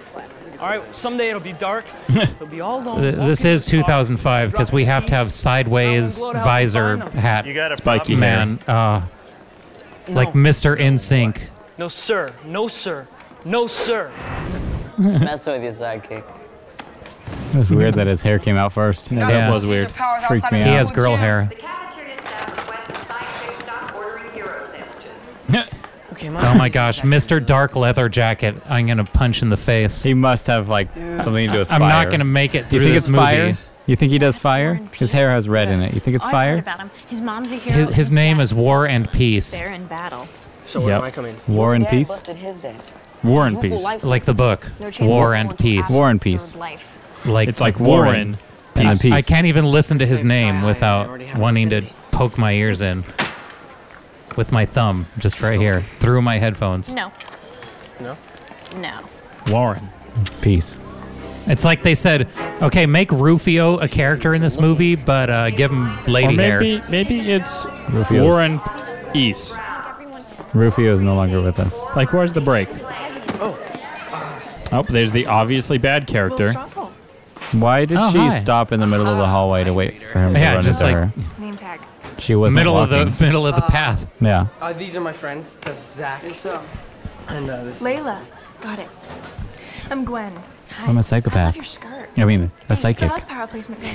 [SPEAKER 17] All right, someday it'll be dark. It'll be all alone.
[SPEAKER 3] Th- This is 2005 because we have to have sideways visor hat.
[SPEAKER 17] You got a
[SPEAKER 1] Spiky problem? hair.
[SPEAKER 3] man. Uh,
[SPEAKER 17] No.
[SPEAKER 3] like Mr. NSYNC.
[SPEAKER 17] No sir, no sir, no sir.
[SPEAKER 11] Mess with you, sidekick.
[SPEAKER 2] It was weird that his hair came out first.
[SPEAKER 11] Yeah,
[SPEAKER 3] that was
[SPEAKER 11] weird.
[SPEAKER 2] Freaked me
[SPEAKER 3] He
[SPEAKER 2] out.
[SPEAKER 3] has girl hair.
[SPEAKER 17] Okay,
[SPEAKER 3] Oh my gosh, Mr. Dark Leather Jacket. I'm gonna punch in the face.
[SPEAKER 2] He must have like something to do with
[SPEAKER 3] I'm
[SPEAKER 2] fire.
[SPEAKER 3] not gonna make it
[SPEAKER 2] You
[SPEAKER 3] through
[SPEAKER 2] think
[SPEAKER 3] this
[SPEAKER 2] it's fire?
[SPEAKER 3] movie.
[SPEAKER 2] You think he does fire? His hair has red in it. You think it's
[SPEAKER 6] all I've heard
[SPEAKER 2] fire?
[SPEAKER 6] about him. His mom's a hero.
[SPEAKER 3] His, his name is War and Peace.
[SPEAKER 6] There in battle.
[SPEAKER 11] So
[SPEAKER 2] where Yep. do I come in? War and
[SPEAKER 15] Dad
[SPEAKER 2] peace?
[SPEAKER 15] busted his dad.
[SPEAKER 2] War and
[SPEAKER 15] Quadruple
[SPEAKER 2] peace.
[SPEAKER 15] life
[SPEAKER 3] Like the
[SPEAKER 15] sentence.
[SPEAKER 3] book.
[SPEAKER 15] No chance
[SPEAKER 3] War
[SPEAKER 15] of
[SPEAKER 3] and
[SPEAKER 15] going to
[SPEAKER 3] Peace.
[SPEAKER 15] Adam's
[SPEAKER 2] and peace.
[SPEAKER 15] third life.
[SPEAKER 3] Like
[SPEAKER 1] It's like War and
[SPEAKER 3] and
[SPEAKER 2] Peace.
[SPEAKER 3] I can't even listen to his name without wanting to poke my ears in with my thumb, just right here, through my headphones.
[SPEAKER 6] No.
[SPEAKER 11] No?
[SPEAKER 6] No.
[SPEAKER 2] Warren. Peace.
[SPEAKER 3] It's like they said, okay, make Rufio a character in this movie, but uh, give him lady
[SPEAKER 1] or maybe
[SPEAKER 3] hair.
[SPEAKER 1] maybe it's
[SPEAKER 2] Rufio's-
[SPEAKER 1] Warren East.
[SPEAKER 2] Rufio is no longer with us.
[SPEAKER 1] Like, where's the break? Oh, there's the obviously bad character.
[SPEAKER 2] Why did
[SPEAKER 1] Oh,
[SPEAKER 2] she
[SPEAKER 1] hi.
[SPEAKER 2] stop in the middle of the hallway to wait for him
[SPEAKER 3] Yeah,
[SPEAKER 2] to run
[SPEAKER 3] just
[SPEAKER 2] into
[SPEAKER 3] like-
[SPEAKER 2] her?
[SPEAKER 11] Name tag.
[SPEAKER 2] She wasn't
[SPEAKER 3] middle
[SPEAKER 2] walking.
[SPEAKER 3] of the middle of the path.
[SPEAKER 2] Yeah.
[SPEAKER 11] Uh, these are my friends. That's Zach. And uh, this
[SPEAKER 6] Layla. Got it. I'm Gwen. Hi.
[SPEAKER 2] I'm a psychopath.
[SPEAKER 6] I love your skirt.
[SPEAKER 2] I mean, a psychic.
[SPEAKER 6] So how's power placement going?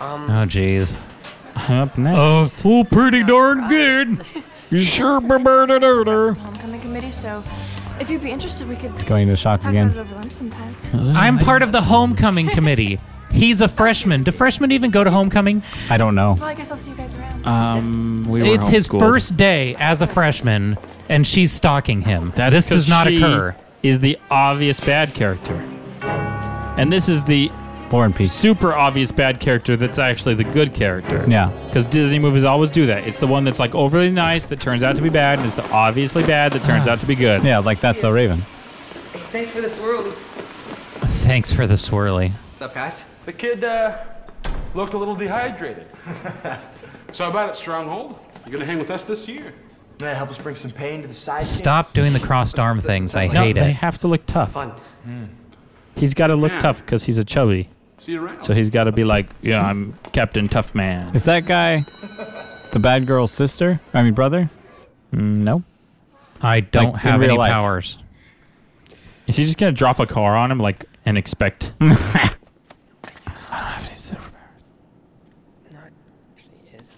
[SPEAKER 2] Oh, jeez.
[SPEAKER 1] Up
[SPEAKER 2] Oh,
[SPEAKER 3] oh, pretty darn good.
[SPEAKER 1] sure,
[SPEAKER 6] Homecoming committee, so if you'd be interested, we could
[SPEAKER 2] Going to shock
[SPEAKER 6] talk
[SPEAKER 2] again.
[SPEAKER 6] about it over lunch sometime.
[SPEAKER 3] I'm part of the homecoming committee. He's a freshman. Do freshmen even go to homecoming?
[SPEAKER 2] I don't know.
[SPEAKER 6] Well, I guess I'll see you guys around.
[SPEAKER 19] Uh,
[SPEAKER 1] Um, we were
[SPEAKER 3] it's his
[SPEAKER 1] homeschooled.
[SPEAKER 3] first day as a freshman, and she's stalking him.
[SPEAKER 1] That's
[SPEAKER 3] this does
[SPEAKER 1] 'cause
[SPEAKER 3] not
[SPEAKER 1] she
[SPEAKER 3] occur.
[SPEAKER 1] Is the obvious bad character, and this is the
[SPEAKER 2] Born Peace
[SPEAKER 1] super obvious bad character that's actually the good character.
[SPEAKER 2] Yeah.
[SPEAKER 1] because Disney movies always do that. It's the one that's like overly nice that turns out to be bad, and it's the obviously bad that turns out to be good.
[SPEAKER 2] Ah. Yeah, like that's a Raven.
[SPEAKER 11] Thanks for the swirly.
[SPEAKER 3] Thanks for the swirly.
[SPEAKER 11] What's up, guys?
[SPEAKER 18] The kid uh, looked a little dehydrated. so how about it, Stronghold? You're gonna hang with us this year.
[SPEAKER 13] Can I help us bring some pain to the side?
[SPEAKER 3] Stop doing the crossed arm things. I
[SPEAKER 1] No,
[SPEAKER 3] hate
[SPEAKER 1] they
[SPEAKER 3] it.
[SPEAKER 1] have to look tough. He's got to look
[SPEAKER 18] Yeah.
[SPEAKER 1] tough because he's a chubby.
[SPEAKER 18] See you around.
[SPEAKER 1] So he's got to be like, yeah, I'm Captain Tough Man.
[SPEAKER 2] Is that guy the bad girl's sister? I mean, brother?
[SPEAKER 1] no.
[SPEAKER 3] I don't
[SPEAKER 2] in
[SPEAKER 3] have
[SPEAKER 2] real
[SPEAKER 3] any
[SPEAKER 2] life.
[SPEAKER 3] powers.
[SPEAKER 1] Is he just gonna drop a car on him like and expect? I don't have any silver.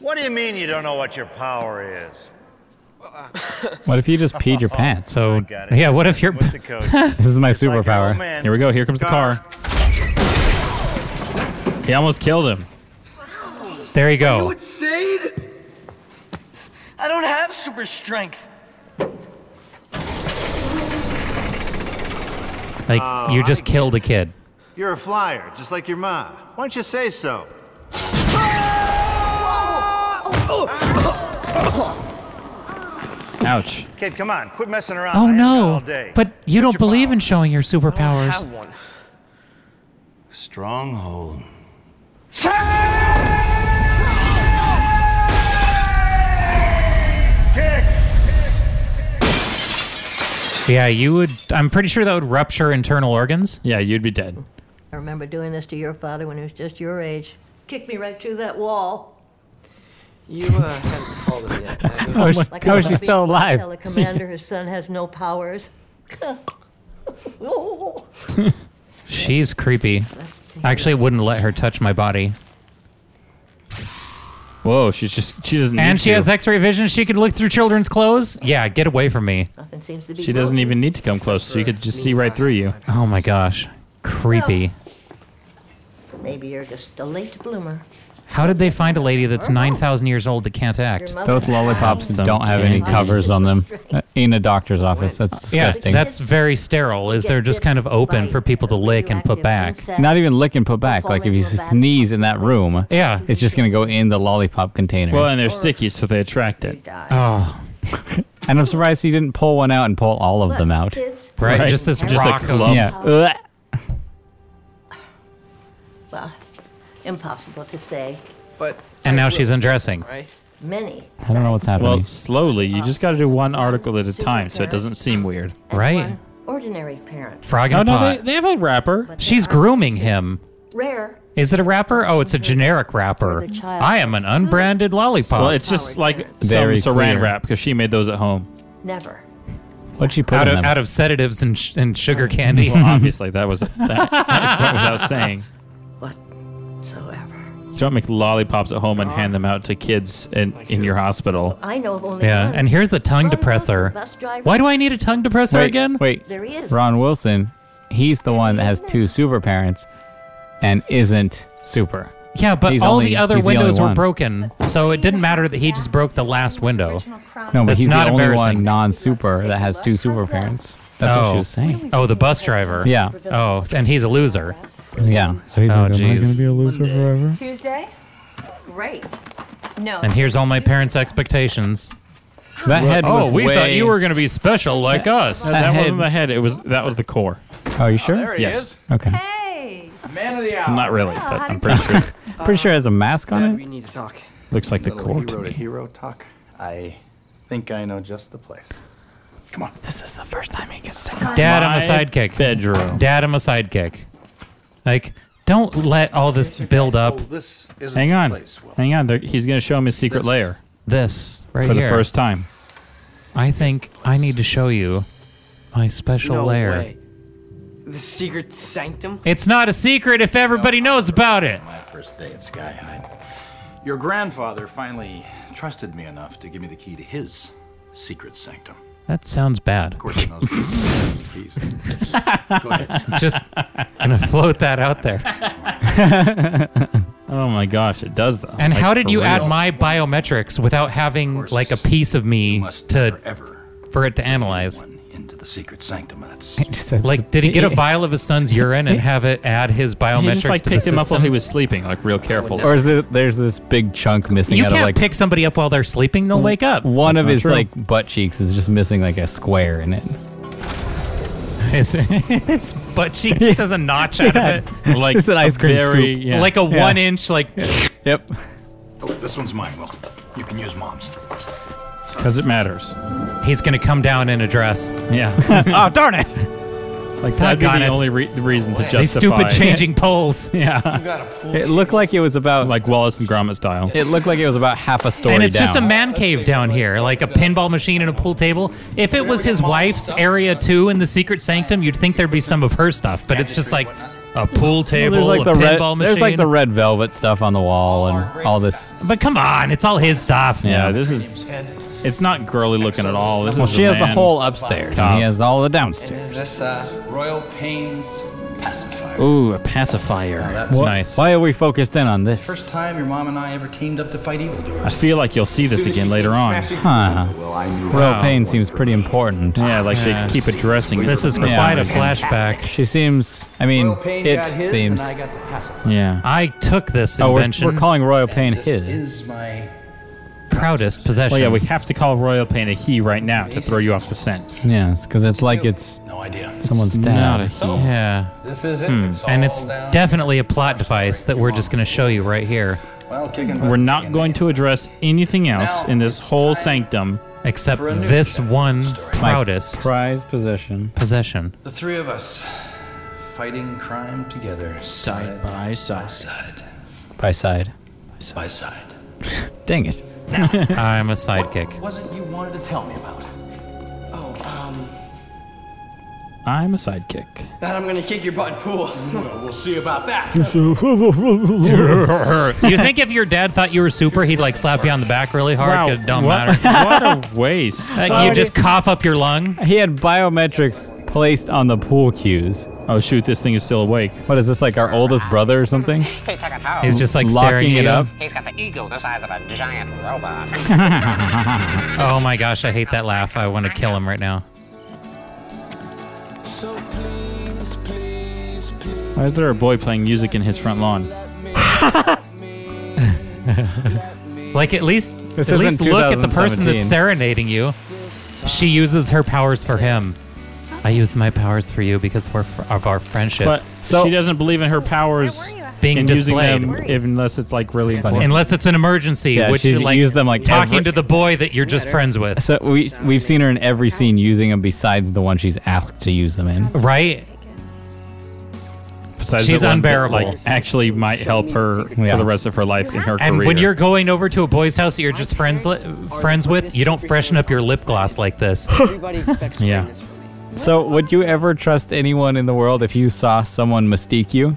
[SPEAKER 16] What do you mean you don't know what your power is?
[SPEAKER 2] What if you just peed your pants?
[SPEAKER 3] So,
[SPEAKER 16] it.
[SPEAKER 3] yeah, what if you're.
[SPEAKER 16] With the coach.
[SPEAKER 2] this is my
[SPEAKER 16] old
[SPEAKER 2] superpower.
[SPEAKER 16] man. Here we
[SPEAKER 1] go. Here comes the car. He almost killed him.
[SPEAKER 3] There you
[SPEAKER 11] You
[SPEAKER 3] go.
[SPEAKER 11] insane? I don't have super strength.
[SPEAKER 3] Like,
[SPEAKER 16] Oh,
[SPEAKER 3] you
[SPEAKER 16] I
[SPEAKER 3] just killed a kid.
[SPEAKER 16] You're a flyer, just like your mom. Why don't you say so?
[SPEAKER 1] Ouch.
[SPEAKER 16] Kid, come on, quit messing around. I
[SPEAKER 3] Oh,
[SPEAKER 16] ain't got
[SPEAKER 3] no.
[SPEAKER 16] all day.
[SPEAKER 3] But you don't believe in showing your superpowers.
[SPEAKER 16] one. Stronghold.
[SPEAKER 3] Yeah, you would. I'm pretty sure that would rupture internal organs.
[SPEAKER 1] Yeah, you'd be dead.
[SPEAKER 19] I remember doing this to your father when he was just your age. Kicked me right through that wall.
[SPEAKER 11] You uh, haven't called it yet. have you?
[SPEAKER 2] How is she- how is she still alive?
[SPEAKER 19] Tell the commander his son has no powers.
[SPEAKER 3] She's creepy. I actually wouldn't let her touch my body.
[SPEAKER 1] Whoa, she's just she doesn't.
[SPEAKER 3] And
[SPEAKER 1] need
[SPEAKER 3] she
[SPEAKER 1] to.
[SPEAKER 3] has X-ray vision. She could look through children's clothes. Yeah, get away from me.
[SPEAKER 19] Nothing seems to be.
[SPEAKER 1] She doesn't even need to come close. So you could just see right through you.
[SPEAKER 3] Oh my gosh, creepy.
[SPEAKER 19] Maybe you're just a late bloomer.
[SPEAKER 3] How did they find a lady that's nine thousand years old that can't act?
[SPEAKER 2] Those lollipops don't have any covers on them. Uh, In a doctor's office. That's disgusting.
[SPEAKER 3] Yeah, that's very sterile. Is they're just kind of open for people to lick and put back?
[SPEAKER 2] not even lick and put back. Like if you sneeze in that room,
[SPEAKER 3] Yeah.
[SPEAKER 2] it's just gonna go in the lollipop container.
[SPEAKER 1] Well, and they're sticky, so they attract it.
[SPEAKER 3] Oh.
[SPEAKER 2] and I'm surprised he didn't pull one out and pull all of them out.
[SPEAKER 3] Right, just this
[SPEAKER 1] just
[SPEAKER 3] rock
[SPEAKER 1] a
[SPEAKER 3] of-
[SPEAKER 1] clump.
[SPEAKER 2] Yeah. Ugh.
[SPEAKER 19] Well, impossible to say.
[SPEAKER 11] But
[SPEAKER 3] And now she's undressing.
[SPEAKER 19] many.
[SPEAKER 2] I don't know what's happening.
[SPEAKER 1] Well, slowly. You just got to do one article at a time, so it doesn't seem weird.
[SPEAKER 3] Right.
[SPEAKER 19] Ordinary parent.
[SPEAKER 3] Frog in
[SPEAKER 1] Oh
[SPEAKER 3] a
[SPEAKER 1] no,
[SPEAKER 3] pot.
[SPEAKER 1] they, they have a wrapper.
[SPEAKER 3] She's grooming him.
[SPEAKER 19] Rare.
[SPEAKER 3] Is it a wrapper? Oh, it's a generic wrapper. I am an unbranded lollipop.
[SPEAKER 1] Well, it's just like
[SPEAKER 3] Very
[SPEAKER 1] some saran
[SPEAKER 3] clear.
[SPEAKER 1] wrap because she made those at home.
[SPEAKER 3] Mm-hmm.
[SPEAKER 19] Never.
[SPEAKER 2] What'd she put
[SPEAKER 3] out
[SPEAKER 2] in
[SPEAKER 3] of,
[SPEAKER 2] them?
[SPEAKER 3] out of sedatives and, sh- and sugar candy.
[SPEAKER 1] Well, obviously, that was that, that went without saying.
[SPEAKER 19] Whatsoever.
[SPEAKER 1] You don't make lollipops at home and hand them out to kids in, in your hospital.
[SPEAKER 19] I know of only
[SPEAKER 3] Yeah,
[SPEAKER 19] one.
[SPEAKER 3] and here's the tongue
[SPEAKER 19] bus
[SPEAKER 3] depressor.
[SPEAKER 19] driver.
[SPEAKER 3] Why do I need a tongue depressor
[SPEAKER 2] wait,
[SPEAKER 3] again?
[SPEAKER 2] Wait.
[SPEAKER 19] There he is.
[SPEAKER 2] Ron Wilson, he's the one that has two super parents and isn't super.
[SPEAKER 3] Yeah, but
[SPEAKER 2] He's
[SPEAKER 3] all
[SPEAKER 2] only-
[SPEAKER 3] the other
[SPEAKER 2] he's only
[SPEAKER 3] windows were
[SPEAKER 2] one.
[SPEAKER 3] broken, so it didn't matter that he just broke the last window.
[SPEAKER 2] No, but
[SPEAKER 3] That's
[SPEAKER 2] he's
[SPEAKER 3] not
[SPEAKER 2] the only
[SPEAKER 3] embarrassing.
[SPEAKER 2] one non-super that has two super parents. That's what
[SPEAKER 3] Oh.
[SPEAKER 2] she was saying.
[SPEAKER 3] Oh, the bus driver.
[SPEAKER 2] Yeah.
[SPEAKER 3] Oh, and he's a loser.
[SPEAKER 2] Yeah. So he's
[SPEAKER 3] Oh,
[SPEAKER 2] like, am I gonna
[SPEAKER 3] jeez.
[SPEAKER 2] be a loser forever?
[SPEAKER 9] Tuesday? Great. No.
[SPEAKER 3] And here's all my parents' expectations.
[SPEAKER 2] That head
[SPEAKER 3] oh,
[SPEAKER 2] was
[SPEAKER 3] we thought
[SPEAKER 2] way-
[SPEAKER 3] you were going to be special like us.
[SPEAKER 1] That, wasn't the head. It was that was the core.
[SPEAKER 2] Oh, you sure?
[SPEAKER 1] he Yes. is.
[SPEAKER 2] Okay.
[SPEAKER 9] Hey!
[SPEAKER 13] Man of the hour.
[SPEAKER 1] Not really,
[SPEAKER 13] Oh,
[SPEAKER 1] but
[SPEAKER 13] how
[SPEAKER 1] I'm
[SPEAKER 13] do you-
[SPEAKER 1] pretty sure. pretty sure it has a mask on
[SPEAKER 20] Dad,
[SPEAKER 1] it.
[SPEAKER 20] we need to talk.
[SPEAKER 1] Looks like the
[SPEAKER 20] Little
[SPEAKER 1] core to
[SPEAKER 20] hero
[SPEAKER 1] me.
[SPEAKER 20] hero talk. I think I know just the place. Come on. This is the first time he gets to come.
[SPEAKER 3] Dad,
[SPEAKER 1] My
[SPEAKER 3] I'm a sidekick.
[SPEAKER 1] Bedroom.
[SPEAKER 3] Dad, I'm a sidekick. Like, don't let all this build up.
[SPEAKER 1] this Hang on. Hang on. There, he's going to show him his secret layer.
[SPEAKER 3] This right
[SPEAKER 1] For the
[SPEAKER 3] here.
[SPEAKER 1] first time.
[SPEAKER 3] I think I need to show you my special
[SPEAKER 4] No
[SPEAKER 3] lair.
[SPEAKER 4] way. The secret sanctum?
[SPEAKER 3] It's not a secret if everybody knows about it.
[SPEAKER 20] My first day at Sky High. Your grandfather finally trusted me enough to give me the key to his secret sanctum.
[SPEAKER 3] That sounds bad.
[SPEAKER 20] Of course, he knows where the keys. Go ahead. Sam.
[SPEAKER 3] Just gonna float that out there.
[SPEAKER 1] oh my gosh, it does though.
[SPEAKER 3] And
[SPEAKER 1] Like,
[SPEAKER 3] how did
[SPEAKER 1] for
[SPEAKER 3] you add
[SPEAKER 1] real.
[SPEAKER 3] my biometrics without having like a piece of me to for it to analyze?
[SPEAKER 20] into the secret sanctum. That's
[SPEAKER 3] Like, did he get a vial of his son's urine and have it add his biometrics
[SPEAKER 1] He just like
[SPEAKER 3] to
[SPEAKER 1] picked
[SPEAKER 3] the
[SPEAKER 1] him up while
[SPEAKER 3] system?
[SPEAKER 1] he was sleeping, like real careful.
[SPEAKER 2] Or is it there's this big chunk missing
[SPEAKER 3] You
[SPEAKER 2] out of
[SPEAKER 3] can't
[SPEAKER 2] like
[SPEAKER 3] pick somebody up while they're sleeping; they'll wake up.
[SPEAKER 2] One of his like butt cheeks is just missing like a square in it.
[SPEAKER 3] his, his butt cheek just has a notch out
[SPEAKER 2] Yeah.
[SPEAKER 3] of it,
[SPEAKER 2] Like It's an ice cream very- scoop. yeah.
[SPEAKER 3] like a
[SPEAKER 2] Yeah.
[SPEAKER 3] one inch, like
[SPEAKER 2] Yep.
[SPEAKER 20] Oh, this one's mine. Well, you can use mom's.
[SPEAKER 1] Because it matters.
[SPEAKER 3] He's gonna come down in a dress.
[SPEAKER 1] Yeah.
[SPEAKER 3] oh darn it!
[SPEAKER 1] Like that'd be
[SPEAKER 3] Doggone
[SPEAKER 1] the
[SPEAKER 3] it.
[SPEAKER 1] only re- reason to justify.
[SPEAKER 3] These stupid changing poles.
[SPEAKER 1] yeah.
[SPEAKER 2] It looked like it was about
[SPEAKER 1] like Wallace and Gromit style.
[SPEAKER 2] It looked like it was about half a story
[SPEAKER 3] And it's just a
[SPEAKER 2] down.
[SPEAKER 3] man cave down here, like a pinball machine and a pool table. If it was his wife's area too in the secret sanctum, you'd think there'd be some of her stuff, but it's just like a pool
[SPEAKER 2] Well,
[SPEAKER 3] table,
[SPEAKER 2] there's like
[SPEAKER 3] a
[SPEAKER 2] the red,
[SPEAKER 3] pinball machine.
[SPEAKER 2] there's like the red velvet stuff on the wall and all this.
[SPEAKER 3] But come on, it's all his stuff.
[SPEAKER 1] Yeah, this is. It's not girly looking at all. This
[SPEAKER 2] Well,
[SPEAKER 1] is
[SPEAKER 2] she
[SPEAKER 1] a
[SPEAKER 2] has the
[SPEAKER 1] man
[SPEAKER 2] whole upstairs.
[SPEAKER 1] cop.
[SPEAKER 2] And he has all the downstairs.
[SPEAKER 20] Is this uh, Royal Pains pacifier?
[SPEAKER 1] Ooh, a pacifier.
[SPEAKER 20] that's
[SPEAKER 2] Wha-
[SPEAKER 1] nice.
[SPEAKER 2] Why are we focused in on this?
[SPEAKER 20] First time your mom and I ever teamed up to fight evildoers.
[SPEAKER 1] I feel like you'll see this again later on.
[SPEAKER 2] Huh. Royal Pain seems pretty important.
[SPEAKER 1] Yeah, like they keep addressing This it. is quite a flashback.
[SPEAKER 2] She seems. I mean,
[SPEAKER 20] Pain
[SPEAKER 2] it
[SPEAKER 20] got his,
[SPEAKER 2] seems.
[SPEAKER 20] and I got the pacifier.
[SPEAKER 1] Yeah.
[SPEAKER 3] I took this
[SPEAKER 2] Oh, we're,
[SPEAKER 3] Ah, invention.
[SPEAKER 2] we're calling Royal Pain
[SPEAKER 20] This
[SPEAKER 2] his.
[SPEAKER 20] is my
[SPEAKER 3] proudest possession.
[SPEAKER 1] Well, Oh, yeah, we have to call Royal Pain a he right now to throw you off the scent.
[SPEAKER 2] Yeah, because it's like it's
[SPEAKER 20] no idea.
[SPEAKER 2] someone's
[SPEAKER 1] It's
[SPEAKER 2] dad.
[SPEAKER 1] not a he. So,
[SPEAKER 3] Yeah.
[SPEAKER 20] This is
[SPEAKER 3] Hmm. And it's definitely a plot device that we're just going to show you right here.
[SPEAKER 20] Well, kicking
[SPEAKER 1] We're not going to address anything else in this whole sanctum
[SPEAKER 3] except this one proudest
[SPEAKER 2] prize possession.
[SPEAKER 3] Possession.
[SPEAKER 20] The three of us fighting crime together, side by side, side
[SPEAKER 2] by side.
[SPEAKER 20] by side.
[SPEAKER 2] Dang it.
[SPEAKER 3] I'm a sidekick.
[SPEAKER 20] Was it you wanted to tell me about?
[SPEAKER 4] Oh, um,
[SPEAKER 1] I'm a sidekick.
[SPEAKER 4] that I'm gonna kick your butt in pool.
[SPEAKER 20] Hmm.
[SPEAKER 4] well, we'll see about that.
[SPEAKER 3] you think if your dad thought you were super, he'd like slap you on the back really hard?
[SPEAKER 2] Wow,
[SPEAKER 3] 'Cause It don't
[SPEAKER 2] what-
[SPEAKER 3] matter.
[SPEAKER 1] What a waste. Oh,
[SPEAKER 3] Uh, you just cough up your lung.
[SPEAKER 2] He had biometrics placed on the pool cues.
[SPEAKER 1] Oh shoot, this thing is still awake.
[SPEAKER 2] What is this like our oldest brother or something?
[SPEAKER 3] He's just like
[SPEAKER 2] locking
[SPEAKER 3] staring at
[SPEAKER 2] it
[SPEAKER 3] you.
[SPEAKER 2] up.
[SPEAKER 21] He's got the ego the size of a giant robot.
[SPEAKER 3] Oh my gosh, I hate that laugh. I want to kill him right now.
[SPEAKER 22] So please, please, please.
[SPEAKER 1] Why is there a boy playing music in his front lawn?
[SPEAKER 3] Like at least,
[SPEAKER 1] This
[SPEAKER 3] at
[SPEAKER 1] isn't
[SPEAKER 3] least look at the person that's
[SPEAKER 1] 2017.
[SPEAKER 3] serenading you. She uses her powers for him. I used my powers for you because we're fr- of our friendship.
[SPEAKER 1] But she doesn't believe in her powers
[SPEAKER 3] Being
[SPEAKER 1] and
[SPEAKER 3] displayed.
[SPEAKER 1] using them unless it's like really important.
[SPEAKER 3] Unless it's an emergency,
[SPEAKER 2] Yeah,
[SPEAKER 3] which
[SPEAKER 2] she's
[SPEAKER 3] is like
[SPEAKER 2] used them, like,
[SPEAKER 3] talking
[SPEAKER 2] every-
[SPEAKER 3] to the boy that you're just friends with,
[SPEAKER 2] So we we've seen her in every scene using them besides the one she's asked to use them in.
[SPEAKER 3] right?
[SPEAKER 1] Besides
[SPEAKER 3] she's
[SPEAKER 1] that one that,
[SPEAKER 3] unbearable.
[SPEAKER 1] like, actually might help her
[SPEAKER 3] Yeah.
[SPEAKER 1] for the rest of her life in her
[SPEAKER 3] And
[SPEAKER 1] career.
[SPEAKER 3] when you're going over to a boy's house that you're just friends li- friends with, you don't freshen up your lip gloss like this.
[SPEAKER 2] Yeah. So would you ever trust anyone in the world if you saw someone mystique you?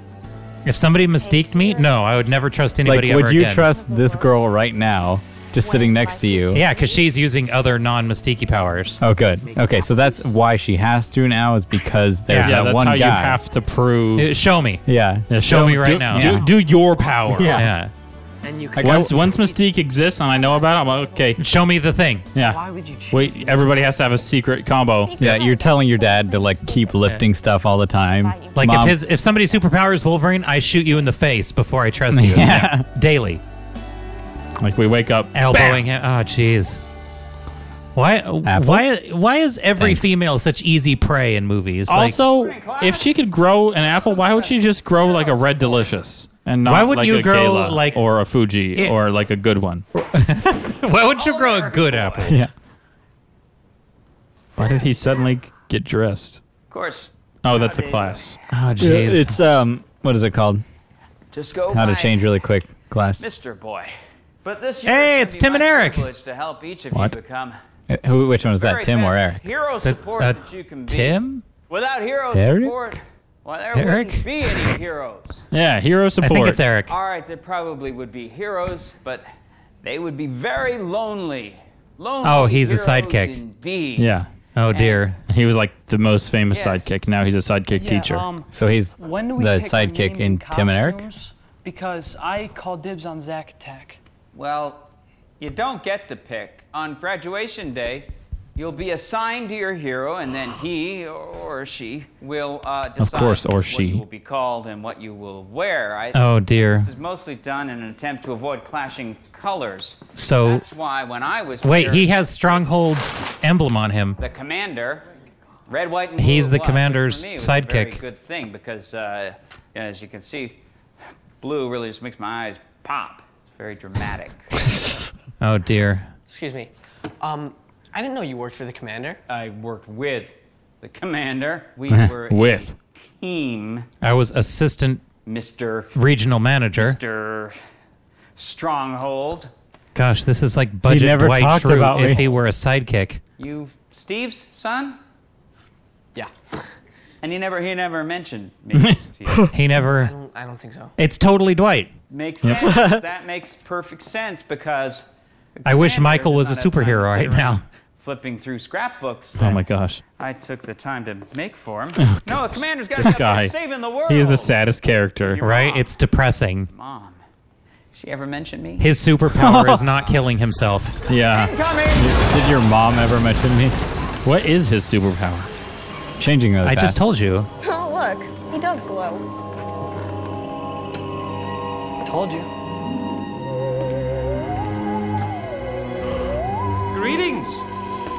[SPEAKER 3] If somebody mystique me, no, I would never trust anybody
[SPEAKER 2] like,
[SPEAKER 3] ever
[SPEAKER 2] would you
[SPEAKER 3] again.
[SPEAKER 2] trust this girl right now, just sitting next to you?
[SPEAKER 3] Yeah, because she's using other non-mystiquey powers.
[SPEAKER 2] Oh, good. Okay, so that's why she has to now is because there's
[SPEAKER 1] yeah,
[SPEAKER 2] that
[SPEAKER 1] that's
[SPEAKER 2] one
[SPEAKER 1] how
[SPEAKER 2] guy.
[SPEAKER 1] you have to
[SPEAKER 2] Oh.
[SPEAKER 1] prove.
[SPEAKER 3] Uh, show me.
[SPEAKER 2] Yeah.
[SPEAKER 1] Yeah,
[SPEAKER 3] Show me right
[SPEAKER 1] do-
[SPEAKER 3] now.
[SPEAKER 1] Do,
[SPEAKER 3] Yeah.
[SPEAKER 1] do your power.
[SPEAKER 3] Yeah. Yeah.
[SPEAKER 1] And you
[SPEAKER 2] can-
[SPEAKER 1] once, once Mystique exists and I know about it, I'm like, okay.
[SPEAKER 3] Show me the thing.
[SPEAKER 1] Yeah. Why would you Wait, everybody has to have a secret combo.
[SPEAKER 2] Yeah, you're telling your dad to like keep lifting stuff all the time.
[SPEAKER 3] Like
[SPEAKER 2] Mom-
[SPEAKER 3] if his if somebody's superpower is Wolverine, I shoot you in the face before I trust you.
[SPEAKER 2] Yeah.
[SPEAKER 3] Daily.
[SPEAKER 1] Like we wake up
[SPEAKER 3] elbowing him. Oh jeez. Why? Why? Why is every female such easy prey in movies? Like-
[SPEAKER 1] also, if she could grow an apple, why would she just grow like a red delicious and not
[SPEAKER 3] Why would
[SPEAKER 1] like
[SPEAKER 3] you
[SPEAKER 1] a
[SPEAKER 3] grow,
[SPEAKER 1] Gala
[SPEAKER 3] like-
[SPEAKER 1] or a Fuji
[SPEAKER 3] It-
[SPEAKER 1] or like a good one?
[SPEAKER 3] why would you grow a good apple?
[SPEAKER 1] Yeah. Why did he suddenly get dressed?
[SPEAKER 17] Of course.
[SPEAKER 1] Oh, that's the class.
[SPEAKER 2] Oh,
[SPEAKER 1] jeez.
[SPEAKER 2] It's um, what is it called?
[SPEAKER 17] Just go
[SPEAKER 2] How to
[SPEAKER 17] by
[SPEAKER 2] change really quick class.
[SPEAKER 17] Mr. Boy. But this year
[SPEAKER 3] Hey,
[SPEAKER 17] gonna
[SPEAKER 3] it's
[SPEAKER 17] be
[SPEAKER 3] Tim
[SPEAKER 17] my
[SPEAKER 3] and Eric.
[SPEAKER 17] privilege to help each of
[SPEAKER 2] What?
[SPEAKER 17] you become
[SPEAKER 2] Uh, Who? Which one was that?
[SPEAKER 17] very
[SPEAKER 2] Tim or
[SPEAKER 17] best
[SPEAKER 2] Eric?
[SPEAKER 17] Hero
[SPEAKER 2] That-
[SPEAKER 17] support
[SPEAKER 2] uh,
[SPEAKER 17] that you can be.
[SPEAKER 2] Tim?
[SPEAKER 17] Without hero
[SPEAKER 2] Eric?
[SPEAKER 17] support, well, there
[SPEAKER 2] Eric?
[SPEAKER 17] wouldn't be any heroes.
[SPEAKER 1] Yeah, hero support.
[SPEAKER 17] All right, there probably would be heroes, but they would be very lonely. Lonely.
[SPEAKER 1] Oh, he's a
[SPEAKER 17] heroes
[SPEAKER 1] sidekick.
[SPEAKER 17] Indeed.
[SPEAKER 1] Yeah.
[SPEAKER 3] Oh dear.
[SPEAKER 1] He was like the most famous sidekick. Now he's a sidekick
[SPEAKER 17] Yeah,
[SPEAKER 1] teacher.
[SPEAKER 17] um,
[SPEAKER 2] So he's
[SPEAKER 17] when do
[SPEAKER 2] we the pick our sidekick names in and Tim and Eric?
[SPEAKER 17] Because I call dibs on Zack Attack. Well, you don't get the pick. On graduation day, you'll be assigned to your hero, and then he or she will uh, decide
[SPEAKER 1] course, or
[SPEAKER 17] what
[SPEAKER 1] she.
[SPEAKER 17] you will be called and what you will wear. I,
[SPEAKER 3] Oh, dear.
[SPEAKER 17] This is mostly done in an attempt to avoid clashing colors.
[SPEAKER 3] So-
[SPEAKER 17] that's why when I was
[SPEAKER 3] Wait,
[SPEAKER 17] here,
[SPEAKER 3] he has Stronghold's emblem on him.
[SPEAKER 17] the commander, red, white, and
[SPEAKER 3] He's
[SPEAKER 17] blue
[SPEAKER 3] the
[SPEAKER 17] was,
[SPEAKER 3] commander's
[SPEAKER 17] which for me was a very
[SPEAKER 3] sidekick.
[SPEAKER 17] good thing because, uh, as you can see, blue really just makes my eyes pop. It's very dramatic.
[SPEAKER 3] Oh dear.
[SPEAKER 4] Excuse me. Um, I didn't know you worked for the commander.
[SPEAKER 17] I worked with the commander. We were
[SPEAKER 3] With.
[SPEAKER 17] a team,
[SPEAKER 3] I was assistant
[SPEAKER 17] Mr.
[SPEAKER 3] regional manager.
[SPEAKER 17] Mr. Stronghold.
[SPEAKER 3] Gosh, this is like budget
[SPEAKER 2] never
[SPEAKER 3] Dwight
[SPEAKER 2] talked
[SPEAKER 3] Schrute
[SPEAKER 2] about
[SPEAKER 3] if
[SPEAKER 2] me.
[SPEAKER 3] he were a sidekick.
[SPEAKER 17] You Steve's son? Yeah. And he never he never mentioned me. to you.
[SPEAKER 3] He never.
[SPEAKER 4] I don't think so.
[SPEAKER 3] It's totally Dwight.
[SPEAKER 17] Makes
[SPEAKER 3] Yep.
[SPEAKER 17] sense. that makes perfect sense because
[SPEAKER 3] I wish
[SPEAKER 17] Commander
[SPEAKER 3] Michael was a
[SPEAKER 17] does not have time to
[SPEAKER 3] superhero
[SPEAKER 17] sit
[SPEAKER 3] right
[SPEAKER 17] around
[SPEAKER 3] now.
[SPEAKER 17] Flipping through scrapbooks.
[SPEAKER 1] Oh my gosh.
[SPEAKER 17] I took the time to make for him.
[SPEAKER 1] Oh,
[SPEAKER 17] no, the commander's got to
[SPEAKER 1] This
[SPEAKER 17] be up
[SPEAKER 1] guy.
[SPEAKER 17] there saving the world.
[SPEAKER 1] He is the saddest character.
[SPEAKER 3] Right? It's depressing.
[SPEAKER 17] Mom, she ever mentioned me?
[SPEAKER 3] His superpower is not killing himself.
[SPEAKER 1] Yeah. Did, did your mom ever mention me? What is his superpower?
[SPEAKER 2] Changing really
[SPEAKER 3] I just
[SPEAKER 2] fast.
[SPEAKER 3] told you.
[SPEAKER 5] Oh, look. He does glow.
[SPEAKER 17] Told you.
[SPEAKER 7] Greetings!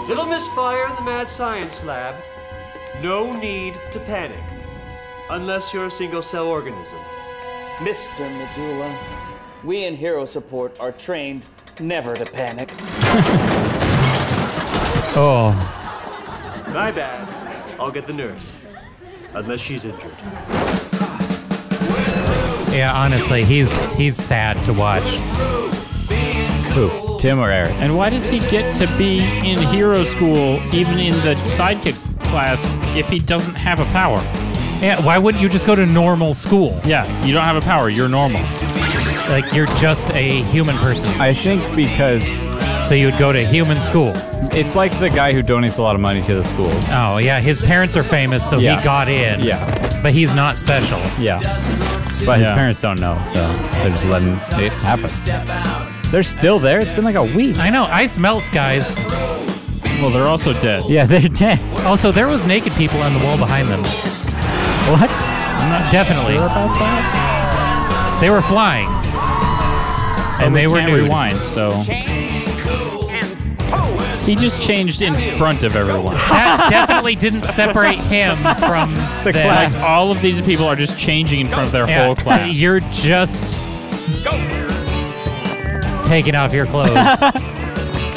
[SPEAKER 7] Little misfire in the Mad Science Lab. No need to panic. Unless you're a single cell organism.
[SPEAKER 12] Mr. Medulla, we in Hero Support are trained never to panic.
[SPEAKER 3] Oh,
[SPEAKER 7] My bad. I'll get the nurse. Unless she's injured.
[SPEAKER 3] yeah. Honestly, he's he's sad to watch.
[SPEAKER 2] Who? Tim or Eric?
[SPEAKER 1] And why does he get to be in hero school, even in the sidekick class, if he doesn't have a power?
[SPEAKER 3] Yeah. Why wouldn't you just go to normal school?
[SPEAKER 1] Yeah. You don't have a power. You're normal.
[SPEAKER 3] Like you're just a human person.
[SPEAKER 2] I think because.
[SPEAKER 3] So you would go to human school.
[SPEAKER 2] It's like the guy who donates a lot of money to the schools.
[SPEAKER 3] Oh yeah, his parents are famous, so
[SPEAKER 2] Yeah.
[SPEAKER 3] he got in.
[SPEAKER 2] Yeah.
[SPEAKER 3] But he's not special.
[SPEAKER 2] Yeah. But his
[SPEAKER 3] Yeah.
[SPEAKER 2] parents don't know, so they're just letting it happen. They're still there. It's been like a week.
[SPEAKER 3] I know. Ice melts, guys.
[SPEAKER 1] Well, they're also dead.
[SPEAKER 2] Yeah, they're dead.
[SPEAKER 3] Also, there was naked people on the wall behind them.
[SPEAKER 2] What?
[SPEAKER 3] I'm not definitely. They were flying,
[SPEAKER 1] Oh,
[SPEAKER 3] and
[SPEAKER 1] we
[SPEAKER 3] they were
[SPEAKER 1] can't
[SPEAKER 3] nude.
[SPEAKER 1] rewind, so- He just changed in front of everyone.
[SPEAKER 3] that definitely didn't separate him from
[SPEAKER 1] The
[SPEAKER 3] them.
[SPEAKER 1] class. all of these people are just changing in front of their
[SPEAKER 3] Yeah,
[SPEAKER 1] whole class.
[SPEAKER 3] You're just taking off your clothes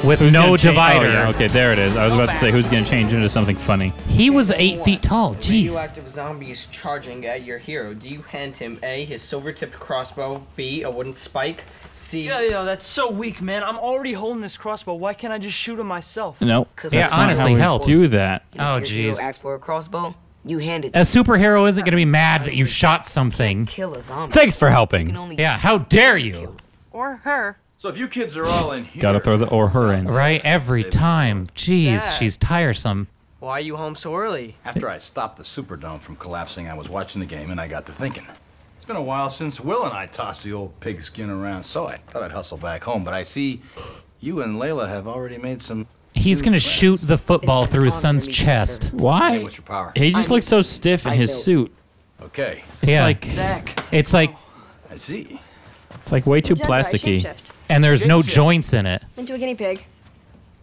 [SPEAKER 3] with
[SPEAKER 1] Who's
[SPEAKER 3] no
[SPEAKER 1] gonna change- oh,
[SPEAKER 3] divider.
[SPEAKER 1] yeah, okay, there it is. I was about to say who's going to change into something funny.
[SPEAKER 3] He was eight feet tall. Jeez.
[SPEAKER 4] Radioactive zombies charging at your hero. Do you hand him A, his silver tipped crossbow, B, a wooden spike, C.
[SPEAKER 7] Yeah, yeah, that's so weak, man. I'm already holding this crossbow. Why can't I just shoot him myself?
[SPEAKER 1] No,
[SPEAKER 7] Cause
[SPEAKER 3] Yeah,
[SPEAKER 1] that's not
[SPEAKER 3] honestly,
[SPEAKER 1] how we
[SPEAKER 3] help.
[SPEAKER 1] do that.
[SPEAKER 3] Oh,
[SPEAKER 15] If you
[SPEAKER 3] jeez.
[SPEAKER 15] ask for a crossbow, you hand it
[SPEAKER 3] A superhero isn't going to be mad that you shot something.
[SPEAKER 15] kill a zombie.
[SPEAKER 3] Yeah, how dare you?
[SPEAKER 6] Or her.
[SPEAKER 20] So if you kids are all in here,
[SPEAKER 1] Gotta throw the or her in.
[SPEAKER 3] Right? Every time. Jeez,
[SPEAKER 4] Yeah.
[SPEAKER 3] she's tiresome.
[SPEAKER 4] Why are you home so early?
[SPEAKER 20] After I stopped the Superdome from collapsing, I was watching the game and I got to thinking. It's been a while since Will and I tossed the old pigskin around, so I thought I'd hustle back home. But I see you and Layla have already made some.
[SPEAKER 3] He's going to shoot the football through his son's chest.
[SPEAKER 20] Hey,
[SPEAKER 1] Why?
[SPEAKER 20] what's your power?
[SPEAKER 1] He just looks so stiff in
[SPEAKER 20] I
[SPEAKER 1] his
[SPEAKER 20] built.
[SPEAKER 1] suit.
[SPEAKER 20] Okay.
[SPEAKER 1] It's
[SPEAKER 3] Yeah.
[SPEAKER 1] like
[SPEAKER 3] It's like,
[SPEAKER 20] I see.
[SPEAKER 1] it's like way too
[SPEAKER 5] Jedi,
[SPEAKER 1] plasticky.
[SPEAKER 5] shapeshift.
[SPEAKER 3] and there's no joints in it.
[SPEAKER 5] Into a guinea pig.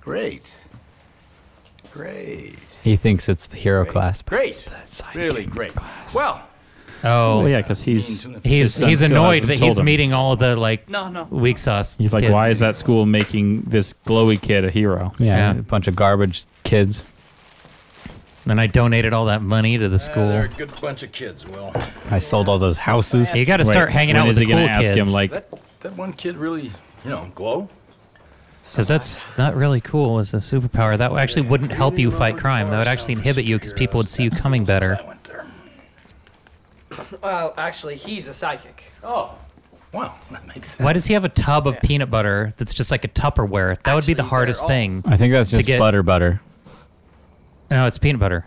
[SPEAKER 20] Great. Great.
[SPEAKER 2] He thinks it's the hero class. but
[SPEAKER 20] Great. Really great. Well,
[SPEAKER 1] Oh,
[SPEAKER 2] uh,
[SPEAKER 1] yeah, because he's
[SPEAKER 3] he's he's annoyed that he's meeting all the like
[SPEAKER 1] No, no.
[SPEAKER 3] weak sauce.
[SPEAKER 1] He's like,
[SPEAKER 3] kids.
[SPEAKER 1] why is that school making this glowy kid a hero?
[SPEAKER 3] Yeah.
[SPEAKER 2] a bunch of garbage kids.
[SPEAKER 3] And I donated all that money to the
[SPEAKER 20] uh,
[SPEAKER 3] school.
[SPEAKER 20] they're a good bunch of kids, Will.
[SPEAKER 2] I sold all those houses.
[SPEAKER 3] You gotta start hanging out with the cool kids.
[SPEAKER 20] that, that one kid really, you know, glow?
[SPEAKER 3] Because that's not really cool as a superpower. That actually wouldn't help you fight crime. That would actually inhibit you because people would see you coming better.
[SPEAKER 4] Well, actually, he's a psychic. Oh.
[SPEAKER 20] Wow, that makes sense.
[SPEAKER 3] Why does he have a tub of peanut butter that's just like a Tupperware? That would be the hardest thing.
[SPEAKER 2] I think that's
[SPEAKER 3] to
[SPEAKER 2] just
[SPEAKER 3] get-
[SPEAKER 2] butter butter.
[SPEAKER 3] No, it's peanut butter.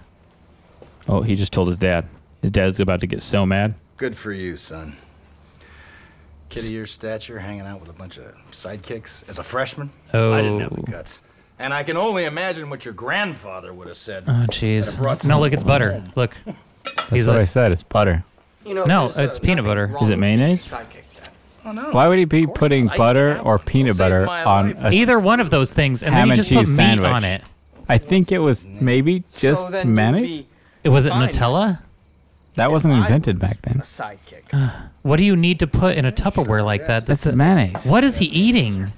[SPEAKER 1] Oh, he just told his dad. His dad's about to get so mad.
[SPEAKER 20] Good for you, son. Kid of your stature, hanging out with a bunch of sidekicks as a freshman. I didn't have the
[SPEAKER 3] Oh.
[SPEAKER 20] guts. And I can only imagine what your grandfather would have said.
[SPEAKER 1] Uh,
[SPEAKER 3] Oh,
[SPEAKER 20] That it brought
[SPEAKER 3] jeez. No,
[SPEAKER 20] some
[SPEAKER 3] look, it's butter.
[SPEAKER 20] home.
[SPEAKER 3] Look.
[SPEAKER 2] That's what I said. It's butter.
[SPEAKER 4] You know,
[SPEAKER 3] No,
[SPEAKER 4] there's, uh,
[SPEAKER 3] it's peanut
[SPEAKER 4] nothing
[SPEAKER 3] butter.
[SPEAKER 4] wrong
[SPEAKER 2] Is it
[SPEAKER 4] with
[SPEAKER 2] mayonnaise?
[SPEAKER 4] Psychic.
[SPEAKER 20] Oh, no.
[SPEAKER 2] Why would he be putting
[SPEAKER 20] I used to
[SPEAKER 2] butter or peanut butter on a
[SPEAKER 3] Either one of those things, and then
[SPEAKER 2] ham
[SPEAKER 3] you
[SPEAKER 2] and
[SPEAKER 3] just put meat
[SPEAKER 2] cheese sandwich
[SPEAKER 3] on it.
[SPEAKER 2] I think it was maybe just
[SPEAKER 4] then you'd
[SPEAKER 2] mayonnaise.
[SPEAKER 4] be
[SPEAKER 3] It was it
[SPEAKER 4] fine.
[SPEAKER 3] Nutella?
[SPEAKER 2] That wasn't invented back then.
[SPEAKER 4] Psychic.
[SPEAKER 3] What do you need to put in a Tupperware like that?
[SPEAKER 2] That's mayonnaise.
[SPEAKER 3] What is he eating?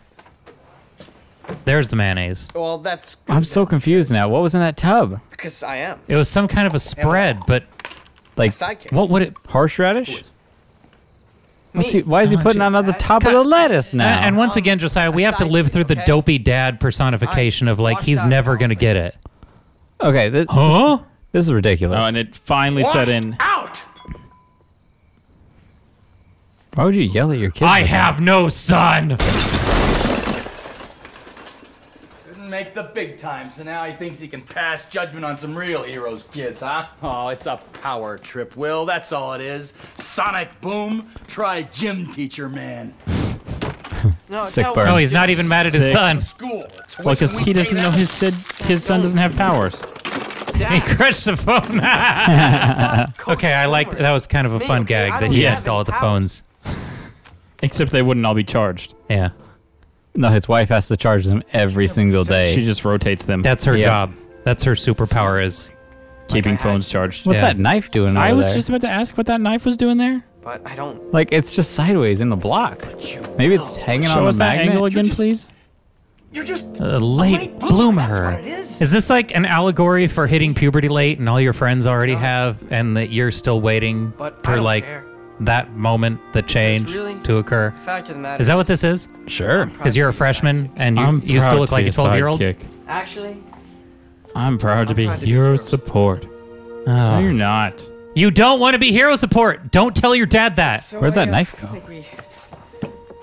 [SPEAKER 3] There's the mayonnaise.
[SPEAKER 4] Well, that's
[SPEAKER 2] I'm so confused now. What was in that tub?
[SPEAKER 4] because I am.
[SPEAKER 3] It was some kind of a spread, but
[SPEAKER 2] Like
[SPEAKER 4] Sidekick.
[SPEAKER 3] what would it?
[SPEAKER 2] horseradish? What's he,
[SPEAKER 3] Meat.
[SPEAKER 2] why is he
[SPEAKER 3] Oh,
[SPEAKER 2] putting
[SPEAKER 3] gee.
[SPEAKER 2] on the top of the lettuce
[SPEAKER 3] A-
[SPEAKER 2] now?
[SPEAKER 3] And once again, Josiah, we have to live through the dopey dad personification of like he's never gonna get it.
[SPEAKER 2] okay, this,
[SPEAKER 3] Huh?
[SPEAKER 2] this, this is ridiculous.
[SPEAKER 1] Oh, and it finally set in.
[SPEAKER 7] Out!
[SPEAKER 2] Why would you yell at your kid?
[SPEAKER 3] I
[SPEAKER 2] like that?
[SPEAKER 3] have no son.
[SPEAKER 20] Didn't make the big time, so now he thinks he can pass judgment on some real heroes, kids, huh? Oh, it's a power trip, Will. That's all it is. Sonic boom. Try gym teacher, man.
[SPEAKER 2] Sick
[SPEAKER 20] no,
[SPEAKER 2] burn.
[SPEAKER 3] No, Oh, he's not even mad at his
[SPEAKER 1] Sick.
[SPEAKER 3] son.
[SPEAKER 20] School. It's
[SPEAKER 1] Well, because he doesn't know his, sid, his son doesn't have powers.
[SPEAKER 3] He crushed the phone. okay, I like that was kind of a fun gag that he
[SPEAKER 1] Yeah.
[SPEAKER 3] had all the phones.
[SPEAKER 1] Except they wouldn't all be charged.
[SPEAKER 3] Yeah.
[SPEAKER 2] No, his wife has to charge them every single day.
[SPEAKER 1] She just rotates them.
[SPEAKER 3] That's her
[SPEAKER 2] Yeah.
[SPEAKER 3] job. That's her superpower is
[SPEAKER 1] keeping phones charged.
[SPEAKER 2] What's
[SPEAKER 3] Yeah.
[SPEAKER 2] that knife doing over
[SPEAKER 1] I was
[SPEAKER 2] there?
[SPEAKER 1] just about to ask what that knife was doing there.
[SPEAKER 4] But I don't.
[SPEAKER 2] like it's just sideways in the block. Maybe it's hanging
[SPEAKER 1] Show
[SPEAKER 2] on a
[SPEAKER 1] us that
[SPEAKER 2] magnet.
[SPEAKER 1] angle again, please.
[SPEAKER 20] You're just
[SPEAKER 3] a
[SPEAKER 4] Oh,
[SPEAKER 3] late bloomer. Is. this like an allegory for hitting puberty late and all your friends already have, and that you're still waiting
[SPEAKER 4] But I
[SPEAKER 3] for
[SPEAKER 4] don't
[SPEAKER 3] like
[SPEAKER 4] care.
[SPEAKER 3] that moment, the change
[SPEAKER 4] really-
[SPEAKER 3] to occur?
[SPEAKER 4] Fact of the matter
[SPEAKER 3] Is that what this is?
[SPEAKER 2] Sure.
[SPEAKER 3] Because you're a freshman and you,
[SPEAKER 1] I'm
[SPEAKER 3] you
[SPEAKER 1] proud
[SPEAKER 3] still look
[SPEAKER 1] to
[SPEAKER 3] like
[SPEAKER 1] be
[SPEAKER 3] a 12 year old?
[SPEAKER 1] sidekick.
[SPEAKER 4] Actually,
[SPEAKER 1] I'm proud to be
[SPEAKER 4] proud to be
[SPEAKER 1] hero support.
[SPEAKER 2] Oh.
[SPEAKER 1] No, you're not.
[SPEAKER 3] You don't want to be hero support. Don't tell your dad that.
[SPEAKER 4] so
[SPEAKER 2] Where'd
[SPEAKER 4] I,
[SPEAKER 2] that
[SPEAKER 4] uh,
[SPEAKER 2] knife
[SPEAKER 4] I
[SPEAKER 2] go?
[SPEAKER 4] think we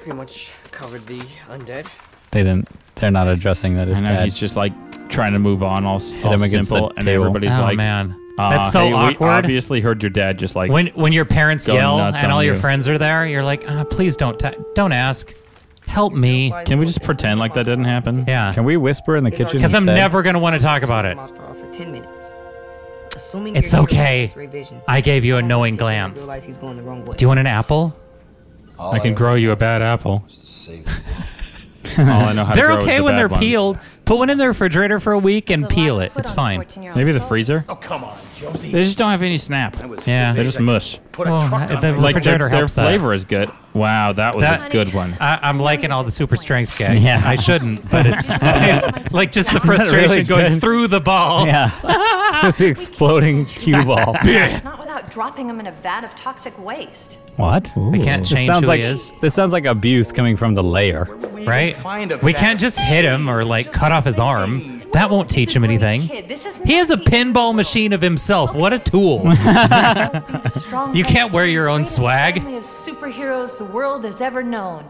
[SPEAKER 4] pretty much covered the undead.
[SPEAKER 2] They didn't. They're not addressing that as
[SPEAKER 1] I know
[SPEAKER 2] bad.
[SPEAKER 1] he's just like trying to move on, all, all
[SPEAKER 2] him against the
[SPEAKER 1] simple, and
[SPEAKER 2] table.
[SPEAKER 1] everybody's
[SPEAKER 3] oh,
[SPEAKER 1] like,
[SPEAKER 3] man.
[SPEAKER 1] uh,
[SPEAKER 3] That's so
[SPEAKER 1] hey, we
[SPEAKER 3] awkward.
[SPEAKER 1] obviously heard your dad just like
[SPEAKER 3] when when your parents
[SPEAKER 1] Going
[SPEAKER 3] yell
[SPEAKER 1] nuts
[SPEAKER 3] and
[SPEAKER 1] on
[SPEAKER 3] all your
[SPEAKER 1] you.
[SPEAKER 3] friends are there, you're like, ah, please don't t- don't ask. Help me.
[SPEAKER 1] Can we just pretend like that didn't happen?
[SPEAKER 3] Yeah.
[SPEAKER 2] Can we whisper in the kitchen?
[SPEAKER 3] Because I'm
[SPEAKER 2] instead?
[SPEAKER 3] never going to want to talk about it.
[SPEAKER 15] Miles per hour for 10 minutes. Assuming
[SPEAKER 3] It's
[SPEAKER 15] your hero
[SPEAKER 3] okay.
[SPEAKER 15] has revision,
[SPEAKER 3] I gave you a
[SPEAKER 15] Take
[SPEAKER 3] knowing
[SPEAKER 15] him to
[SPEAKER 3] glance.
[SPEAKER 15] realize he's going the wrong way.
[SPEAKER 3] Do you want an apple?
[SPEAKER 1] I can grow you a bad apple. all I know how to
[SPEAKER 3] They're
[SPEAKER 1] grow is
[SPEAKER 3] okay
[SPEAKER 1] the
[SPEAKER 3] when
[SPEAKER 1] bad
[SPEAKER 3] they're
[SPEAKER 1] ones.
[SPEAKER 3] peeled. Put one in the refrigerator for a week and peel it. It's fine.
[SPEAKER 1] Maybe the freezer.
[SPEAKER 20] Oh, come on, Josie.
[SPEAKER 1] They just don't have any snap.
[SPEAKER 3] Yeah.
[SPEAKER 1] They're just mush.
[SPEAKER 20] Put a
[SPEAKER 3] Well,
[SPEAKER 20] truck
[SPEAKER 3] the
[SPEAKER 1] Like
[SPEAKER 20] on my-
[SPEAKER 1] their,
[SPEAKER 3] refrigerator
[SPEAKER 1] their
[SPEAKER 3] helps that.
[SPEAKER 1] flavor is good. Wow, that was a
[SPEAKER 3] That-
[SPEAKER 1] good one.
[SPEAKER 3] I, I'm liking all the super strength gags.
[SPEAKER 2] Yeah.
[SPEAKER 3] I shouldn't, but it's, it's like just the frustration
[SPEAKER 2] really
[SPEAKER 3] going
[SPEAKER 2] good?
[SPEAKER 3] through the ball.
[SPEAKER 2] Yeah. just the exploding cue ball.
[SPEAKER 5] Not without dropping him in a vat of toxic waste.
[SPEAKER 2] what?
[SPEAKER 3] I can't
[SPEAKER 2] This
[SPEAKER 3] change
[SPEAKER 2] sounds
[SPEAKER 3] who
[SPEAKER 2] like
[SPEAKER 3] he is.
[SPEAKER 2] this sounds like abuse coming from the layer.
[SPEAKER 3] Right?
[SPEAKER 20] Find a
[SPEAKER 3] We
[SPEAKER 20] fast-
[SPEAKER 3] can't just hit him or like cut off his arm. That won't teach him anything.
[SPEAKER 5] Kid, this is
[SPEAKER 3] He is a pinball machine of himself. What a tool.
[SPEAKER 5] the strong
[SPEAKER 3] You can't wear your own
[SPEAKER 5] greatest
[SPEAKER 3] swag.
[SPEAKER 5] family of superheroes the world has ever known.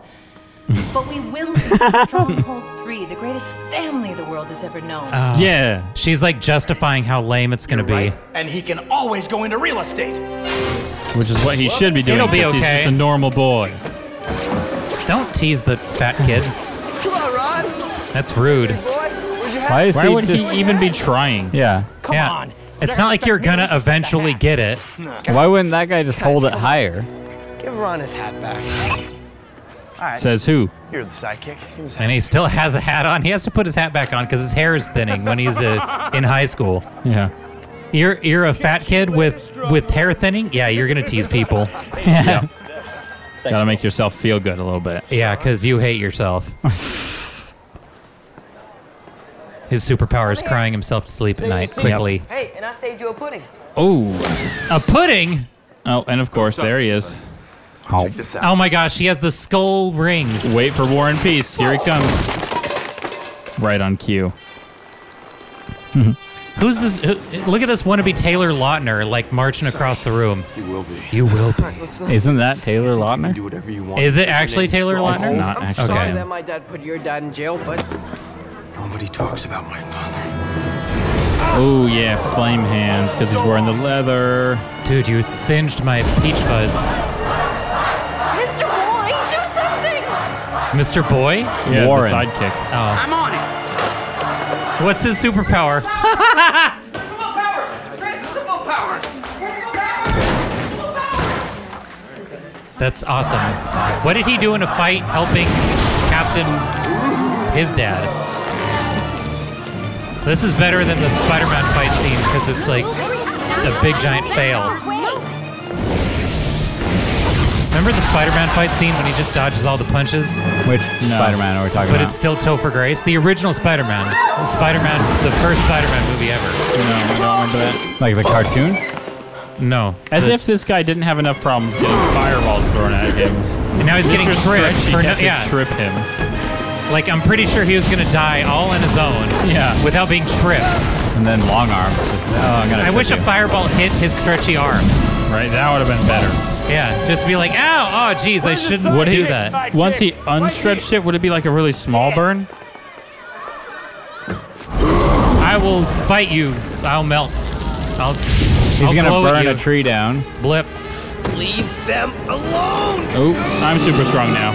[SPEAKER 5] But we will be Stronghold 3, the greatest family the world has ever known.
[SPEAKER 3] Uh.
[SPEAKER 1] yeah.
[SPEAKER 3] She's like justifying how lame it's going to be.
[SPEAKER 20] And he can always go into real estate.
[SPEAKER 1] Which is what he should be doing
[SPEAKER 3] It'll be
[SPEAKER 1] 'cause he's
[SPEAKER 3] okay.
[SPEAKER 1] just a normal boy.
[SPEAKER 3] Don't tease the fat kid.
[SPEAKER 11] Come on, Ron.
[SPEAKER 3] That's rude.
[SPEAKER 11] Boy, would you
[SPEAKER 2] Why is
[SPEAKER 1] Why
[SPEAKER 2] he
[SPEAKER 1] would
[SPEAKER 2] just?
[SPEAKER 1] he even be trying?
[SPEAKER 2] yeah.
[SPEAKER 3] yeah. It's not like you're going to eventually get it.
[SPEAKER 2] Why wouldn't that guy just hold it higher?
[SPEAKER 4] Give Ron his hat back.
[SPEAKER 8] right.
[SPEAKER 1] Says who?
[SPEAKER 8] You're the sidekick. He was
[SPEAKER 3] And he still has a hat on. He has to put his hat back on because his hair is thinning when he's uh in high school.
[SPEAKER 1] Yeah.
[SPEAKER 3] You're you're a fat kid with with hair thinning. Yeah, you're gonna tease people. yeah,
[SPEAKER 1] Gotta make yourself feel good a little bit.
[SPEAKER 3] yeah, because you hate yourself. His superpower is crying himself to sleep at night quickly.
[SPEAKER 9] Hey, and I saved you a pudding.
[SPEAKER 1] Oh,
[SPEAKER 3] a pudding.
[SPEAKER 1] Oh, and of course there he is. Oh.
[SPEAKER 3] Oh my gosh, he has the skull rings.
[SPEAKER 1] Wait for War and Peace. Here he comes. Right on cue.
[SPEAKER 3] Who's this? Who, look at this wannabe Taylor Lautner like marching across the room. You will be. You will be.
[SPEAKER 2] Isn't that Taylor Lautner?
[SPEAKER 8] Do whatever you want.
[SPEAKER 3] Is it actually Taylor Lautner?
[SPEAKER 2] It's not
[SPEAKER 8] I'm
[SPEAKER 2] actually.
[SPEAKER 11] Sorry
[SPEAKER 2] him.
[SPEAKER 11] that my dad put your dad in jail, but
[SPEAKER 8] Nobody talks about my father.
[SPEAKER 1] Oh yeah, flame hands because he's wearing the leather.
[SPEAKER 3] Dude, you singed my peach fuzz.
[SPEAKER 22] Mr. Boy, do something!
[SPEAKER 3] Mr. Boy?
[SPEAKER 1] Yeah, the Warren. sidekick.
[SPEAKER 3] Oh.
[SPEAKER 22] I'm on it.
[SPEAKER 3] What's his superpower?
[SPEAKER 22] Invisible powers! Invisible powers!
[SPEAKER 3] That's awesome. What did he do in a fight helping Captain his dad? This is better than the Spider-Man fight scene because it's like a big giant fail. Remember the Spider-Man fight scene when he just dodges all the punches?
[SPEAKER 2] Which Spider-Man are we talking
[SPEAKER 3] But
[SPEAKER 2] about?
[SPEAKER 3] it's still Topher Grace, the original Spider-Man, Spider-Man, the first Spider-Man movie ever.
[SPEAKER 1] No, I don't remember that.
[SPEAKER 2] Like the cartoon?
[SPEAKER 3] No.
[SPEAKER 1] As if this guy didn't have enough problems getting fireballs thrown at him.
[SPEAKER 3] And now he's getting
[SPEAKER 1] Mr.
[SPEAKER 3] tripped
[SPEAKER 1] Stretchy
[SPEAKER 3] for no-
[SPEAKER 1] had to
[SPEAKER 3] yeah.
[SPEAKER 1] trip him.
[SPEAKER 3] Like I'm pretty sure he was gonna die all on his own.
[SPEAKER 1] Yeah.
[SPEAKER 3] Without being tripped.
[SPEAKER 2] And then long arms. Just, oh, I'm gonna
[SPEAKER 3] I
[SPEAKER 2] trip
[SPEAKER 3] wish a
[SPEAKER 2] you.
[SPEAKER 3] fireball hit his stretchy arm.
[SPEAKER 1] Right, that would have been better.
[SPEAKER 3] Yeah, just be like, ow, oh, geez, I shouldn't
[SPEAKER 1] Would
[SPEAKER 3] do
[SPEAKER 1] he,
[SPEAKER 3] that.
[SPEAKER 1] Once he unstretched it, would it be like a really small burn?
[SPEAKER 3] I will fight you. I'll melt. I'll.
[SPEAKER 2] He's
[SPEAKER 3] I'll
[SPEAKER 2] gonna
[SPEAKER 3] blow at
[SPEAKER 2] burn
[SPEAKER 3] you.
[SPEAKER 2] a tree down.
[SPEAKER 3] Blip.
[SPEAKER 22] Leave them alone!
[SPEAKER 1] Oh, I'm super strong now.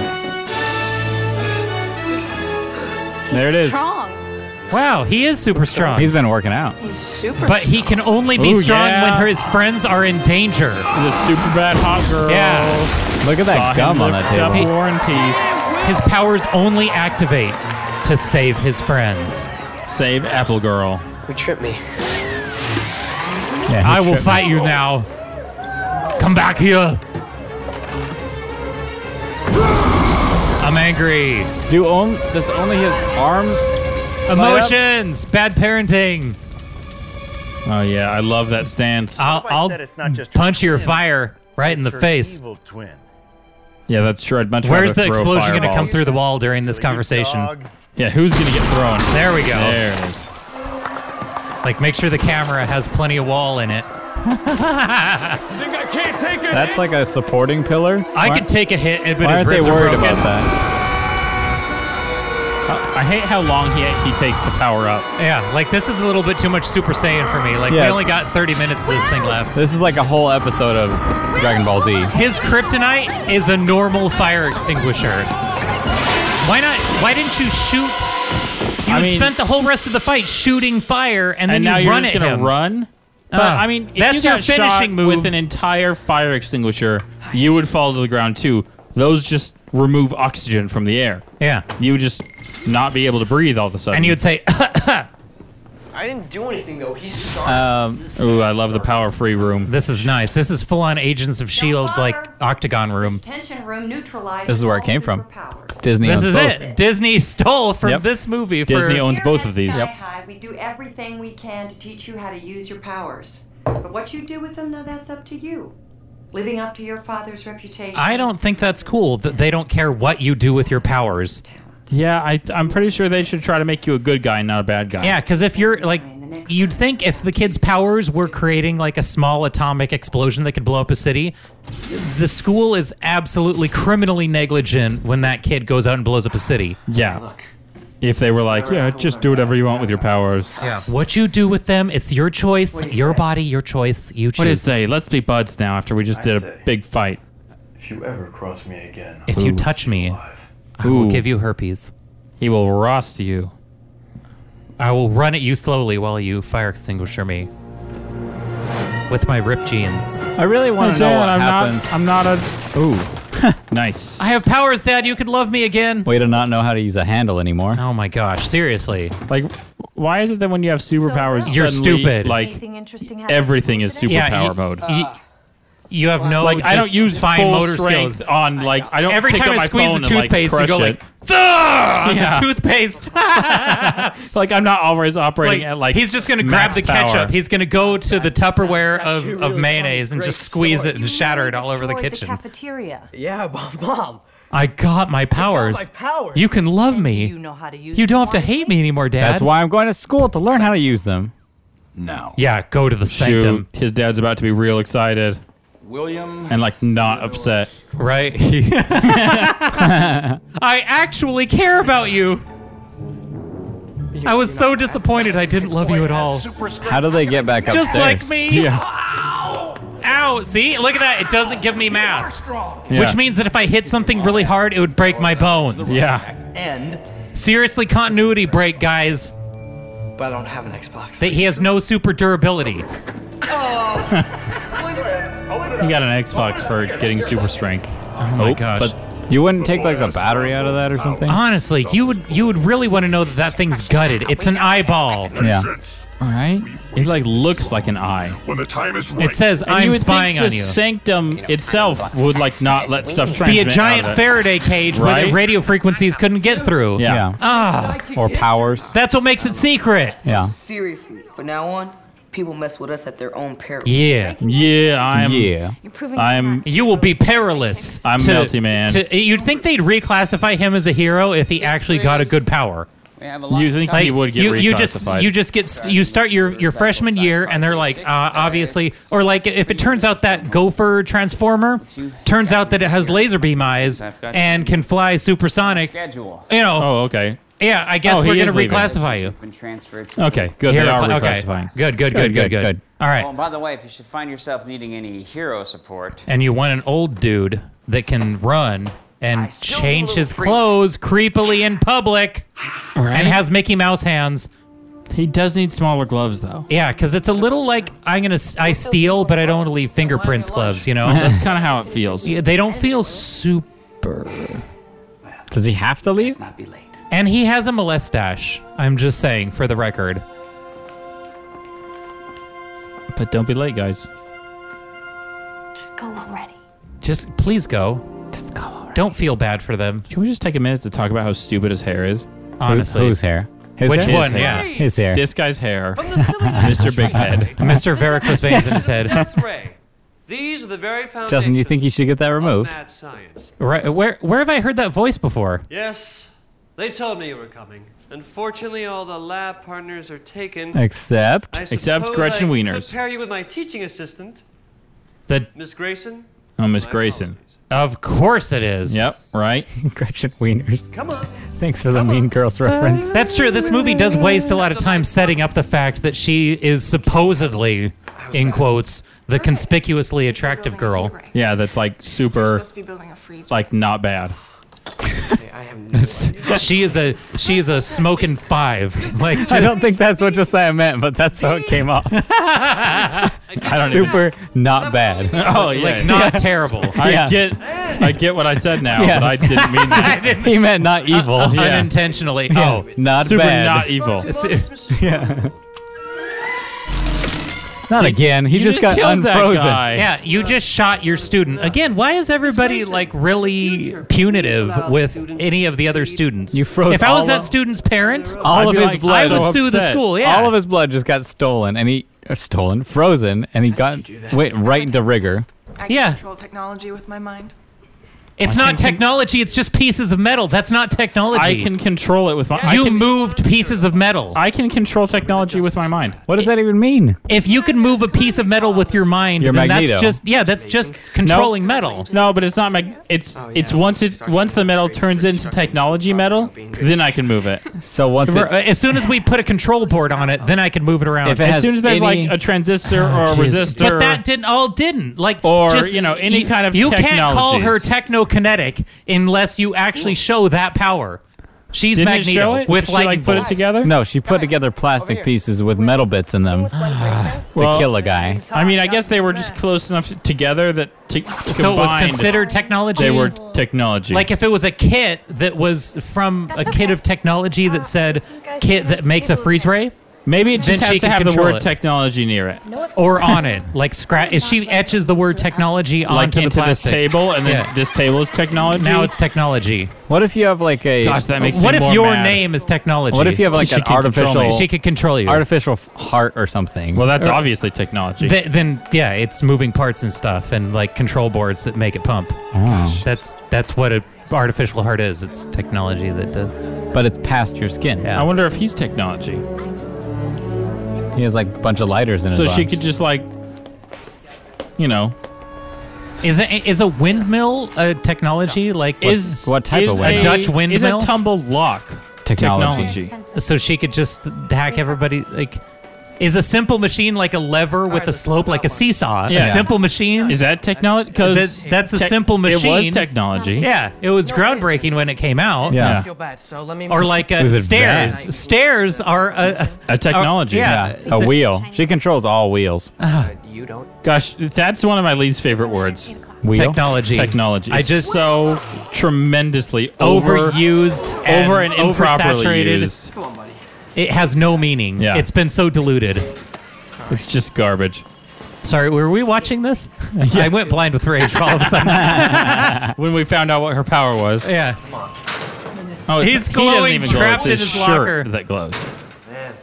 [SPEAKER 1] There it is.
[SPEAKER 3] Wow, he is super strong.
[SPEAKER 2] He's been working out.
[SPEAKER 22] He's super
[SPEAKER 3] But he can only be
[SPEAKER 2] Ooh,
[SPEAKER 3] strong
[SPEAKER 2] yeah.
[SPEAKER 3] when her, his friends are in danger.
[SPEAKER 1] The super bad hot girl.
[SPEAKER 3] Yeah.
[SPEAKER 2] Look at that
[SPEAKER 3] Saw him
[SPEAKER 2] gum on
[SPEAKER 3] lift
[SPEAKER 2] that table.
[SPEAKER 3] up He-
[SPEAKER 1] War and peace.
[SPEAKER 3] His powers only activate to save his friends.
[SPEAKER 1] Save Apple Girl.
[SPEAKER 11] who tripped me?
[SPEAKER 2] Yeah, he
[SPEAKER 3] I will
[SPEAKER 2] tripped
[SPEAKER 3] fight you now. Come back here. I'm angry.
[SPEAKER 2] Do on, does only his arms? light up?
[SPEAKER 3] Emotions, bad parenting.
[SPEAKER 1] Oh yeah, I love that stance.
[SPEAKER 3] I'll, I'll punch your fire right in the
[SPEAKER 1] her
[SPEAKER 3] face.
[SPEAKER 1] yeah, that's true. I'd much
[SPEAKER 3] Where's
[SPEAKER 1] rather
[SPEAKER 3] the
[SPEAKER 1] throw
[SPEAKER 3] explosion going to come
[SPEAKER 1] fireballs.
[SPEAKER 3] through the wall during this conversation?
[SPEAKER 1] Yeah, who's gonna get thrown?
[SPEAKER 3] There we go.
[SPEAKER 1] There it is.
[SPEAKER 3] Like, make sure the camera has plenty of wall in it.
[SPEAKER 22] Think I can't take it?
[SPEAKER 2] That's like a supporting pillar.
[SPEAKER 3] I could take a hit, but
[SPEAKER 2] Why
[SPEAKER 3] his
[SPEAKER 2] aren't they
[SPEAKER 3] ribs are
[SPEAKER 2] worried
[SPEAKER 3] broken.
[SPEAKER 2] about that?
[SPEAKER 1] Oh, I hate how long he he takes to power up.
[SPEAKER 3] Yeah, like this is a little bit too much Super Saiyan for me. Like,
[SPEAKER 2] Yeah.
[SPEAKER 3] we only got 30 minutes of this thing left.
[SPEAKER 2] This is like a whole episode of Dragon Ball Z.
[SPEAKER 3] His kryptonite is a normal fire extinguisher. Why not? Why didn't you shoot? You
[SPEAKER 1] I
[SPEAKER 3] had
[SPEAKER 1] mean-
[SPEAKER 3] spent the whole rest of the fight shooting fire, and then
[SPEAKER 1] and
[SPEAKER 3] you
[SPEAKER 1] now you're
[SPEAKER 3] run
[SPEAKER 1] just
[SPEAKER 3] at
[SPEAKER 1] gonna
[SPEAKER 3] him.
[SPEAKER 1] run. But
[SPEAKER 3] Ah,
[SPEAKER 1] I mean, if
[SPEAKER 3] that's
[SPEAKER 1] you
[SPEAKER 3] your
[SPEAKER 1] got
[SPEAKER 3] finishing
[SPEAKER 1] shot
[SPEAKER 3] move.
[SPEAKER 1] with an entire fire extinguisher, you would fall to the ground too. Those just remove oxygen from the air.
[SPEAKER 3] Yeah.
[SPEAKER 1] You would just not be able to breathe all of a sudden.
[SPEAKER 3] And you would say,
[SPEAKER 4] I didn't do anything though. He's
[SPEAKER 1] um, "Ooh, I love the power-free room."
[SPEAKER 3] "This is nice. This is full-on Agents of Shield E like octagon room."
[SPEAKER 9] Tension room neutralized.
[SPEAKER 2] This is where it came from. Disney.
[SPEAKER 3] This
[SPEAKER 2] owns
[SPEAKER 3] is
[SPEAKER 2] both.
[SPEAKER 3] it. Disney stole from
[SPEAKER 2] Yep.
[SPEAKER 3] this movie. For,
[SPEAKER 2] Disney owns both of these.
[SPEAKER 9] Sky High, we do everything we can to teach you how to use your powers. But what you do with them, now that's up to you. Living up to your father's reputation.
[SPEAKER 3] I don't think that's cool that they don't care what you do with your powers.
[SPEAKER 1] Yeah, I, I'm pretty sure they should try to make you a good guy, not a bad guy.
[SPEAKER 3] Yeah, because if you're like, you'd think if the kid's powers were creating like a small atomic explosion that could blow up a city, the school is absolutely criminally negligent when that kid goes out and blows up a city.
[SPEAKER 1] Yeah. If they were like, yeah, just do whatever you want with your powers.
[SPEAKER 3] Yeah. What you do with them, it's your choice, your body, your choice. You choose.
[SPEAKER 1] What is they? Let's be buds now after we just did a big fight.
[SPEAKER 8] If you ever cross me again,
[SPEAKER 3] If you touch me, I will give you herpes.
[SPEAKER 1] He will roast you.
[SPEAKER 3] I will run at you slowly while you fire extinguisher me with my ripped jeans.
[SPEAKER 2] I really want to know what
[SPEAKER 1] I'm
[SPEAKER 2] happens.
[SPEAKER 1] not. I'm not a. Ooh. nice.
[SPEAKER 3] I have powers, Dad. You could love me again.
[SPEAKER 2] Way to not know how to use a handle anymore.
[SPEAKER 3] Oh my gosh, seriously.
[SPEAKER 1] Like, why is it that when you have superpowers,
[SPEAKER 3] You're
[SPEAKER 1] suddenly,
[SPEAKER 3] stupid.
[SPEAKER 1] Like,
[SPEAKER 5] Anything interesting happen?
[SPEAKER 1] everything is superpower
[SPEAKER 3] Yeah, you-
[SPEAKER 1] mode.
[SPEAKER 3] you- You have no
[SPEAKER 1] like I don't
[SPEAKER 3] just
[SPEAKER 1] use
[SPEAKER 3] fine
[SPEAKER 1] full
[SPEAKER 3] motor
[SPEAKER 1] strength
[SPEAKER 3] skills.
[SPEAKER 1] on like I don't
[SPEAKER 3] Every
[SPEAKER 1] pick
[SPEAKER 3] time
[SPEAKER 1] up
[SPEAKER 3] I
[SPEAKER 1] my
[SPEAKER 3] squeeze the
[SPEAKER 1] phone and, like,
[SPEAKER 3] toothpaste, you
[SPEAKER 1] crush
[SPEAKER 3] go
[SPEAKER 1] it.
[SPEAKER 3] like, "Thugh!" on the
[SPEAKER 1] Yeah.
[SPEAKER 3] toothpaste.
[SPEAKER 1] like I'm not always operating
[SPEAKER 3] Like,
[SPEAKER 1] at like
[SPEAKER 3] he's just gonna grab
[SPEAKER 1] max
[SPEAKER 3] the
[SPEAKER 1] power.
[SPEAKER 3] ketchup. He's gonna go to the Tupperware of, of mayonnaise and just squeeze it and shatter it all over the
[SPEAKER 5] Destroyed
[SPEAKER 3] kitchen.
[SPEAKER 5] cafeteria.
[SPEAKER 4] Yeah, mom. mom.
[SPEAKER 3] I got my powers.
[SPEAKER 5] my powers.
[SPEAKER 3] You can love me.
[SPEAKER 5] You know how to use.
[SPEAKER 3] You don't have to hate me anymore, Dad.
[SPEAKER 2] That's why I'm going to school to learn how to use them.
[SPEAKER 20] No.
[SPEAKER 3] Yeah, go to the
[SPEAKER 1] Shoot,
[SPEAKER 3] sanctum.
[SPEAKER 1] his dad's about to be real excited
[SPEAKER 20] William.
[SPEAKER 1] and like not upset.
[SPEAKER 3] Right. I actually care about you. I was so disappointed I didn't love you at all.
[SPEAKER 2] How do they get back upstairs?
[SPEAKER 3] Just like me.
[SPEAKER 2] Yeah.
[SPEAKER 3] Ow! See, look at that. It doesn't give me mass,
[SPEAKER 2] Yeah.
[SPEAKER 3] which means that if I hit something really hard, it would break my bones.
[SPEAKER 1] Yeah.
[SPEAKER 4] And
[SPEAKER 3] Seriously, continuity break, guys.
[SPEAKER 4] but I don't have an Xbox.
[SPEAKER 3] That he has no super durability. Oh
[SPEAKER 1] He got an Xbox for getting super strength.
[SPEAKER 3] Oh my gosh.
[SPEAKER 2] But you wouldn't take like the battery out of that or something?
[SPEAKER 3] Honestly, you would you would really want to know that that thing's gutted. It's an eyeball.
[SPEAKER 2] Yeah.
[SPEAKER 1] All right. It like looks like an eye.
[SPEAKER 10] When the time is right.
[SPEAKER 3] It says
[SPEAKER 1] you
[SPEAKER 3] I'm
[SPEAKER 1] would think
[SPEAKER 3] spying on
[SPEAKER 1] the
[SPEAKER 3] you.
[SPEAKER 1] sanctum itself would like not let stuff
[SPEAKER 3] Be a
[SPEAKER 1] transmit.
[SPEAKER 3] giant
[SPEAKER 1] out of it.
[SPEAKER 3] Faraday cage where
[SPEAKER 1] Right?
[SPEAKER 3] the radio frequencies couldn't get through.
[SPEAKER 1] Yeah.
[SPEAKER 3] Ah.
[SPEAKER 2] Or powers.
[SPEAKER 3] That's what makes it secret.
[SPEAKER 2] Yeah.
[SPEAKER 15] Seriously, from now on, people mess with us at their own peril.
[SPEAKER 3] Yeah.
[SPEAKER 1] Yeah. I'm.
[SPEAKER 2] Yeah.
[SPEAKER 1] I'm.
[SPEAKER 3] You will be perilous.
[SPEAKER 1] I'm
[SPEAKER 3] to-
[SPEAKER 1] Melty Man.
[SPEAKER 3] to- you'd think they'd reclassify him as a hero if he actually got a good power.
[SPEAKER 1] You think he would get
[SPEAKER 3] you,
[SPEAKER 1] reclassified?
[SPEAKER 3] you just you just get st- you start your your freshman year and they're like uh, obviously or like if it turns out that gopher transformer turns out that it has laser beam eyes and can fly supersonic
[SPEAKER 17] Schedule.
[SPEAKER 3] you know
[SPEAKER 1] oh, okay.
[SPEAKER 3] yeah i guess
[SPEAKER 1] Oh, he
[SPEAKER 3] we're gonna
[SPEAKER 1] is leaving.
[SPEAKER 3] reclassify you
[SPEAKER 17] Been transferred. to-
[SPEAKER 1] Okay. Good.
[SPEAKER 3] Here,
[SPEAKER 1] they are
[SPEAKER 3] repli- okay.
[SPEAKER 1] reclassifying.
[SPEAKER 3] Good, good, good, good, good. All right.
[SPEAKER 17] Oh, and by the way, if you should find yourself needing any hero support,
[SPEAKER 3] and you want an old dude that can run and change his clothes creepily in public and has mickey mouse hands
[SPEAKER 1] He does need smaller gloves though.
[SPEAKER 3] Yeah, because it's a little like I'm gonna s- I steal, but I don't want to leave fingerprints gloves. You know,
[SPEAKER 1] That's kind of how it feels.
[SPEAKER 3] Yeah, they don't feel super.
[SPEAKER 2] Does he have to leave?
[SPEAKER 3] And he has a molestache. I'm just saying for the record.
[SPEAKER 1] But don't be late, guys.
[SPEAKER 6] Just go already.
[SPEAKER 3] Just please go. Just go. Don't feel bad for them.
[SPEAKER 1] Can we just take a minute to talk about how stupid his hair is?
[SPEAKER 3] Honestly.
[SPEAKER 2] Whose hair? His
[SPEAKER 3] Which
[SPEAKER 2] hair?
[SPEAKER 3] one? Yeah.
[SPEAKER 2] His hair.
[SPEAKER 1] This guy's hair. Mr. Big Head.
[SPEAKER 3] Mr. Varicose veins in his head.
[SPEAKER 7] These are the very
[SPEAKER 2] Justin,
[SPEAKER 7] foundations
[SPEAKER 2] do you think you should get that
[SPEAKER 7] of
[SPEAKER 2] removed?
[SPEAKER 7] mad science.
[SPEAKER 3] Right. Where Where have I heard that voice before?
[SPEAKER 7] Yes, they told me you were coming. Unfortunately, all the lab partners are taken.
[SPEAKER 2] Except-
[SPEAKER 7] I
[SPEAKER 1] Except
[SPEAKER 7] suppose
[SPEAKER 1] Gretchen
[SPEAKER 7] I
[SPEAKER 1] Wieners.
[SPEAKER 7] Could pair you with my teaching assistant,
[SPEAKER 3] The
[SPEAKER 7] Miss Grayson.
[SPEAKER 1] Oh, Miss Grayson.
[SPEAKER 3] Of course it is.
[SPEAKER 1] Yep. Right.
[SPEAKER 2] Gretchen Wieners.
[SPEAKER 7] Come on.
[SPEAKER 2] Thanks for the Mean Girls reference.
[SPEAKER 3] That's true. This movie does waste a lot of time setting up the fact that she is supposedly, in quotes, the conspicuously attractive girl.
[SPEAKER 1] Yeah, that's like super,
[SPEAKER 6] Supposed to be building a freezer.
[SPEAKER 1] like not bad.
[SPEAKER 3] she is a she is a smoking five. Like
[SPEAKER 2] I don't think that's what Josiah meant, but that's how it came off.
[SPEAKER 1] I don't even-
[SPEAKER 2] Super not bad.
[SPEAKER 1] Oh yeah,
[SPEAKER 3] like not terrible.
[SPEAKER 1] I
[SPEAKER 2] Yeah.
[SPEAKER 1] get, I get what I said now,
[SPEAKER 2] Yeah.
[SPEAKER 1] but I didn't mean that.
[SPEAKER 2] He meant not evil.
[SPEAKER 3] Unintentionally. Oh,
[SPEAKER 2] Not
[SPEAKER 1] super
[SPEAKER 2] bad.
[SPEAKER 1] not e- evil.
[SPEAKER 2] yeah. Not again. He
[SPEAKER 1] you
[SPEAKER 2] just,
[SPEAKER 1] just
[SPEAKER 2] got
[SPEAKER 1] killed that
[SPEAKER 2] unfrozen.
[SPEAKER 1] guy.
[SPEAKER 3] yeah, you just shot your student. Again, why is everybody like really punitive with any of the other students? You
[SPEAKER 2] froze
[SPEAKER 3] If I was
[SPEAKER 2] all
[SPEAKER 3] that
[SPEAKER 2] of-
[SPEAKER 3] student's parent,
[SPEAKER 2] All of
[SPEAKER 1] be
[SPEAKER 2] his
[SPEAKER 1] like
[SPEAKER 2] blood.
[SPEAKER 1] so
[SPEAKER 3] I would sue the
[SPEAKER 1] upset.
[SPEAKER 3] school. Yeah.
[SPEAKER 2] All of his blood just got stolen, and he uh, stolen, frozen, and he got wait right into rigor.
[SPEAKER 6] I can
[SPEAKER 3] yeah.
[SPEAKER 6] control technology with my mind.
[SPEAKER 3] it's not technology, it's just pieces of metal. That's not technology.
[SPEAKER 1] I can control it with my. I
[SPEAKER 3] you
[SPEAKER 1] can,
[SPEAKER 3] moved pieces of metal.
[SPEAKER 1] I can control technology with my mind.
[SPEAKER 2] What does that even mean?
[SPEAKER 3] If you can move a piece of metal with your mind,
[SPEAKER 2] Your
[SPEAKER 3] then
[SPEAKER 2] Magneto.
[SPEAKER 3] that's just yeah, that's just controlling metal.
[SPEAKER 1] No, but it's not. Mag- it's it's once it once the metal turns into technology metal, then I can move it.
[SPEAKER 2] So once
[SPEAKER 3] Remember,
[SPEAKER 2] it,
[SPEAKER 3] As soon as we put a control board on it, then I can move it around.
[SPEAKER 2] If it
[SPEAKER 1] As
[SPEAKER 2] has
[SPEAKER 1] soon as there's
[SPEAKER 2] any-
[SPEAKER 1] like a transistor or a
[SPEAKER 2] Jesus.
[SPEAKER 1] resistor,
[SPEAKER 3] Oh, but that didn't all didn't like
[SPEAKER 1] Or,
[SPEAKER 3] just-
[SPEAKER 1] you know, any
[SPEAKER 3] you-
[SPEAKER 1] kind of
[SPEAKER 3] you can't call her
[SPEAKER 1] technologies.
[SPEAKER 3] technokinetic unless you actually show that power. She's
[SPEAKER 1] Didn't it
[SPEAKER 3] Magneto
[SPEAKER 1] show it?
[SPEAKER 3] with
[SPEAKER 1] She,
[SPEAKER 3] lightning
[SPEAKER 1] like, put it
[SPEAKER 3] bolts.
[SPEAKER 1] together?
[SPEAKER 2] No, she put together plastic pieces with metal bits in
[SPEAKER 3] Ah.
[SPEAKER 2] them to
[SPEAKER 1] Well-
[SPEAKER 2] kill a guy.
[SPEAKER 1] I mean, I guess they were just close enough t- together that to,
[SPEAKER 3] So it was
[SPEAKER 1] combined,
[SPEAKER 3] considered technology?
[SPEAKER 1] They were technology.
[SPEAKER 3] Like if it was a kit that was from a kit of technology that said kit that makes a freeze ray.
[SPEAKER 1] Maybe it just has to have the word
[SPEAKER 3] technology
[SPEAKER 1] technology near it.
[SPEAKER 3] or on it. Like scratch if she etches the word technology onto
[SPEAKER 1] Like
[SPEAKER 3] the
[SPEAKER 1] into this
[SPEAKER 3] plastic.
[SPEAKER 1] table, and then this table is technology.
[SPEAKER 3] Now it's technology.
[SPEAKER 2] What if you have like a
[SPEAKER 1] Gosh, that makes
[SPEAKER 3] what
[SPEAKER 1] me
[SPEAKER 3] if
[SPEAKER 1] more
[SPEAKER 3] your
[SPEAKER 1] mad.
[SPEAKER 3] name is technology?
[SPEAKER 2] What if you have like
[SPEAKER 3] She
[SPEAKER 2] an
[SPEAKER 3] can control me.
[SPEAKER 2] artificial?
[SPEAKER 3] She could control you.
[SPEAKER 2] Artificial f- heart or something.
[SPEAKER 1] Well, that's
[SPEAKER 2] Or-
[SPEAKER 1] obviously technology.
[SPEAKER 3] Th- then yeah, it's moving parts and stuff, and like control boards that make it pump.
[SPEAKER 1] Oh,
[SPEAKER 3] That's that's what an artificial heart is. It's technology that does.
[SPEAKER 2] But it's past your skin.
[SPEAKER 1] I wonder if he's technology.
[SPEAKER 2] He has like a bunch of lighters in
[SPEAKER 1] So
[SPEAKER 2] his
[SPEAKER 1] she
[SPEAKER 2] arms.
[SPEAKER 1] could just like, you know,
[SPEAKER 3] Is it is a windmill a technology? Like
[SPEAKER 1] is is
[SPEAKER 3] A Dutch windmill.
[SPEAKER 1] Is a tumble lock
[SPEAKER 3] Technology. So she could just hack everybody. Like, is a simple machine like a lever with a slope, like a seesaw?
[SPEAKER 1] Yeah.
[SPEAKER 3] A simple machine.
[SPEAKER 1] Is that technology? Because
[SPEAKER 3] That- that's a simple machine.
[SPEAKER 1] It was technology.
[SPEAKER 3] Yeah, it was groundbreaking when it came out.
[SPEAKER 1] Yeah. Yeah.
[SPEAKER 11] feel bad, so let me.
[SPEAKER 3] Or like uh,
[SPEAKER 2] It was
[SPEAKER 3] stairs.
[SPEAKER 2] advanced.
[SPEAKER 3] Stairs are a,
[SPEAKER 1] A technology.
[SPEAKER 3] are- yeah.
[SPEAKER 2] a wheel. She controls all wheels.
[SPEAKER 11] You don't.
[SPEAKER 1] Gosh, uh, that's one of my least favorite words.
[SPEAKER 2] Wheel?
[SPEAKER 3] Technology.
[SPEAKER 1] Technology.
[SPEAKER 3] I
[SPEAKER 1] It's
[SPEAKER 3] just-
[SPEAKER 1] so tremendously over,
[SPEAKER 3] Overused, and
[SPEAKER 1] over and improperly
[SPEAKER 3] oversaturated.
[SPEAKER 1] used.
[SPEAKER 3] It has no meaning.
[SPEAKER 1] Yeah.
[SPEAKER 3] It's been so diluted.
[SPEAKER 1] It's just garbage.
[SPEAKER 3] Sorry, were we watching this? I went blind with rage all of a sudden.
[SPEAKER 1] when we found out what her power was.
[SPEAKER 3] Yeah.
[SPEAKER 1] Oh, it's-
[SPEAKER 3] He's
[SPEAKER 1] he doesn't
[SPEAKER 3] glowing,
[SPEAKER 1] even glow,
[SPEAKER 3] trapped
[SPEAKER 1] it's
[SPEAKER 3] in his
[SPEAKER 1] shirt
[SPEAKER 3] locker.
[SPEAKER 1] That glows.
[SPEAKER 8] Man.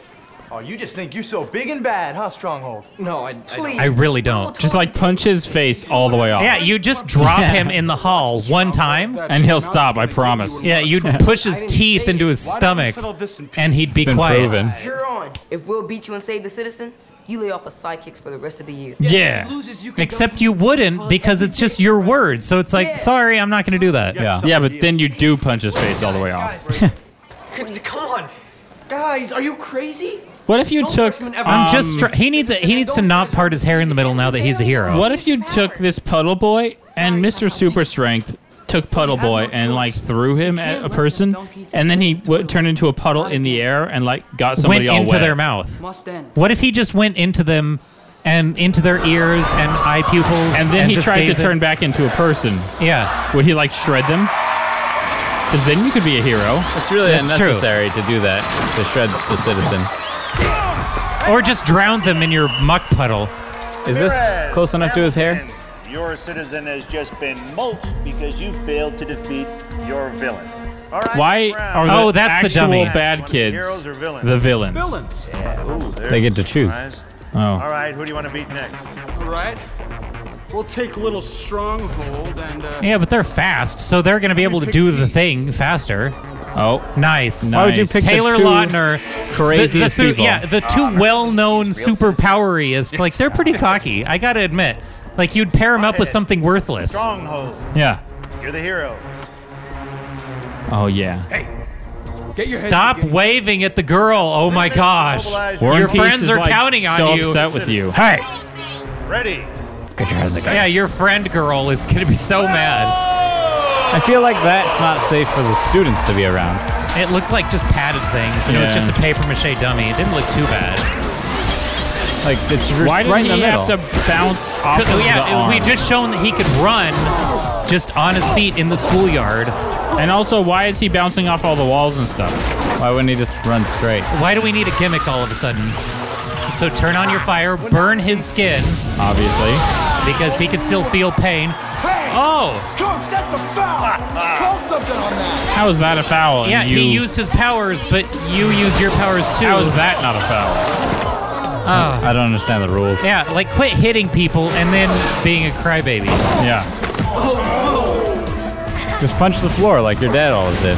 [SPEAKER 8] Oh, you just think you're so big and bad, huh, Stronghold? No, I.
[SPEAKER 3] I really don't.
[SPEAKER 1] Just like punch his face all the way off.
[SPEAKER 3] Yeah, you just drop him in the hall one time,
[SPEAKER 1] and he'll stop. I promise.
[SPEAKER 3] Yeah, you'd push his teeth into his stomach, and he'd be
[SPEAKER 1] been
[SPEAKER 3] quiet.
[SPEAKER 1] proven.
[SPEAKER 15] You're on. If we'll beat you and save the citizen, you lay off of sidekicks for the rest of the year.
[SPEAKER 3] Yeah. Except you wouldn't because it's just your word. So it's like, sorry, I'm not going to do that.
[SPEAKER 1] Yeah. Yeah, but then you do punch his face all the way off.
[SPEAKER 11] C- Come on, guys, are you crazy?
[SPEAKER 1] What if you took?
[SPEAKER 3] I'm just. Tr- he needs. A, he needs to not part his hair in the middle now that he's a hero.
[SPEAKER 1] What if you took this Puddle Boy and Mr. Super Strength took Puddle Boy and like threw him at a person, and then he w- turned into a puddle in the air and like got somebody
[SPEAKER 3] went
[SPEAKER 1] all
[SPEAKER 3] into
[SPEAKER 1] wet.
[SPEAKER 3] their mouth?
[SPEAKER 17] Must end.
[SPEAKER 3] What if he just went into them and into their ears and eye pupils?
[SPEAKER 1] And then he
[SPEAKER 3] just
[SPEAKER 1] tried to
[SPEAKER 3] gave them-
[SPEAKER 1] turn back into a person.
[SPEAKER 3] Yeah.
[SPEAKER 1] Would he like shred them? Because then you could be a hero.
[SPEAKER 2] It's really
[SPEAKER 1] That's true.
[SPEAKER 2] unnecessary to do that to shred the citizen.
[SPEAKER 3] Or just drown them in your muck puddle.
[SPEAKER 2] Is this close enough to his hair?
[SPEAKER 10] Your citizen has just been mulched because you failed to defeat your villains. All right,
[SPEAKER 1] Why
[SPEAKER 10] next
[SPEAKER 1] are
[SPEAKER 10] round.
[SPEAKER 1] the
[SPEAKER 2] Oh,
[SPEAKER 1] actual bad kids
[SPEAKER 10] Heroes or villains?
[SPEAKER 1] the villains?
[SPEAKER 10] Yeah. Ooh, there's
[SPEAKER 1] They get to
[SPEAKER 10] a
[SPEAKER 1] choose.
[SPEAKER 10] surprise.
[SPEAKER 1] Oh.
[SPEAKER 10] All right, who do you want to beat next?
[SPEAKER 18] All right. We'll take little stronghold and. Uh,
[SPEAKER 3] Yeah, but they're fast, so they're going to be able to do the thing faster.
[SPEAKER 1] Oh,
[SPEAKER 3] nice!
[SPEAKER 2] Why would you pick the
[SPEAKER 3] Taylor
[SPEAKER 2] two
[SPEAKER 3] Lautner?
[SPEAKER 2] craziest
[SPEAKER 3] the, the,
[SPEAKER 2] people?
[SPEAKER 3] Yeah, the two well-known super poweriest. Like they're pretty cocky. I gotta admit. Like you'd pair them up with something worthless.
[SPEAKER 10] Stronghold.
[SPEAKER 1] Yeah.
[SPEAKER 10] You're the hero.
[SPEAKER 1] Oh yeah.
[SPEAKER 3] Stop waving at the girl. Oh my gosh.
[SPEAKER 1] Warren
[SPEAKER 3] Your
[SPEAKER 1] Peace
[SPEAKER 3] friends
[SPEAKER 1] is,
[SPEAKER 3] are
[SPEAKER 1] like,
[SPEAKER 3] counting on
[SPEAKER 1] so
[SPEAKER 3] you.
[SPEAKER 1] upset with you.
[SPEAKER 3] Hey.
[SPEAKER 10] Ready.
[SPEAKER 2] Get your head in the
[SPEAKER 3] Yeah, your friend girl is going to be so mad.
[SPEAKER 2] I feel like that's not safe for the students to be around.
[SPEAKER 3] It looked like just padded things, and it
[SPEAKER 2] Yeah.
[SPEAKER 3] was just a paper mache dummy. It didn't look too bad.
[SPEAKER 2] Like it's just
[SPEAKER 3] Why did
[SPEAKER 2] right in
[SPEAKER 3] he
[SPEAKER 2] the middle.
[SPEAKER 3] have
[SPEAKER 1] to bounce off
[SPEAKER 3] Could-
[SPEAKER 1] of
[SPEAKER 3] Oh, yeah,
[SPEAKER 1] the arm.
[SPEAKER 3] we just shown that he could run just on his feet in the schoolyard.
[SPEAKER 1] And also, why is he bouncing off all the walls and stuff?
[SPEAKER 2] Why wouldn't he just run straight?
[SPEAKER 3] Why do we need a gimmick all of a sudden? So turn on your fire, burn his skin.
[SPEAKER 1] Obviously.
[SPEAKER 3] Because he can still feel pain. Oh!
[SPEAKER 13] Coach, that's a foul! Call something on that!
[SPEAKER 1] How is that a foul? and
[SPEAKER 3] Yeah,
[SPEAKER 1] you,
[SPEAKER 3] he used his powers, but you used your powers too.
[SPEAKER 1] How is that not a foul?
[SPEAKER 3] Oh.
[SPEAKER 2] I don't understand the rules.
[SPEAKER 3] Yeah, like quit hitting people and then being a crybaby.
[SPEAKER 1] Yeah.
[SPEAKER 2] Just punch the floor like your dad always did.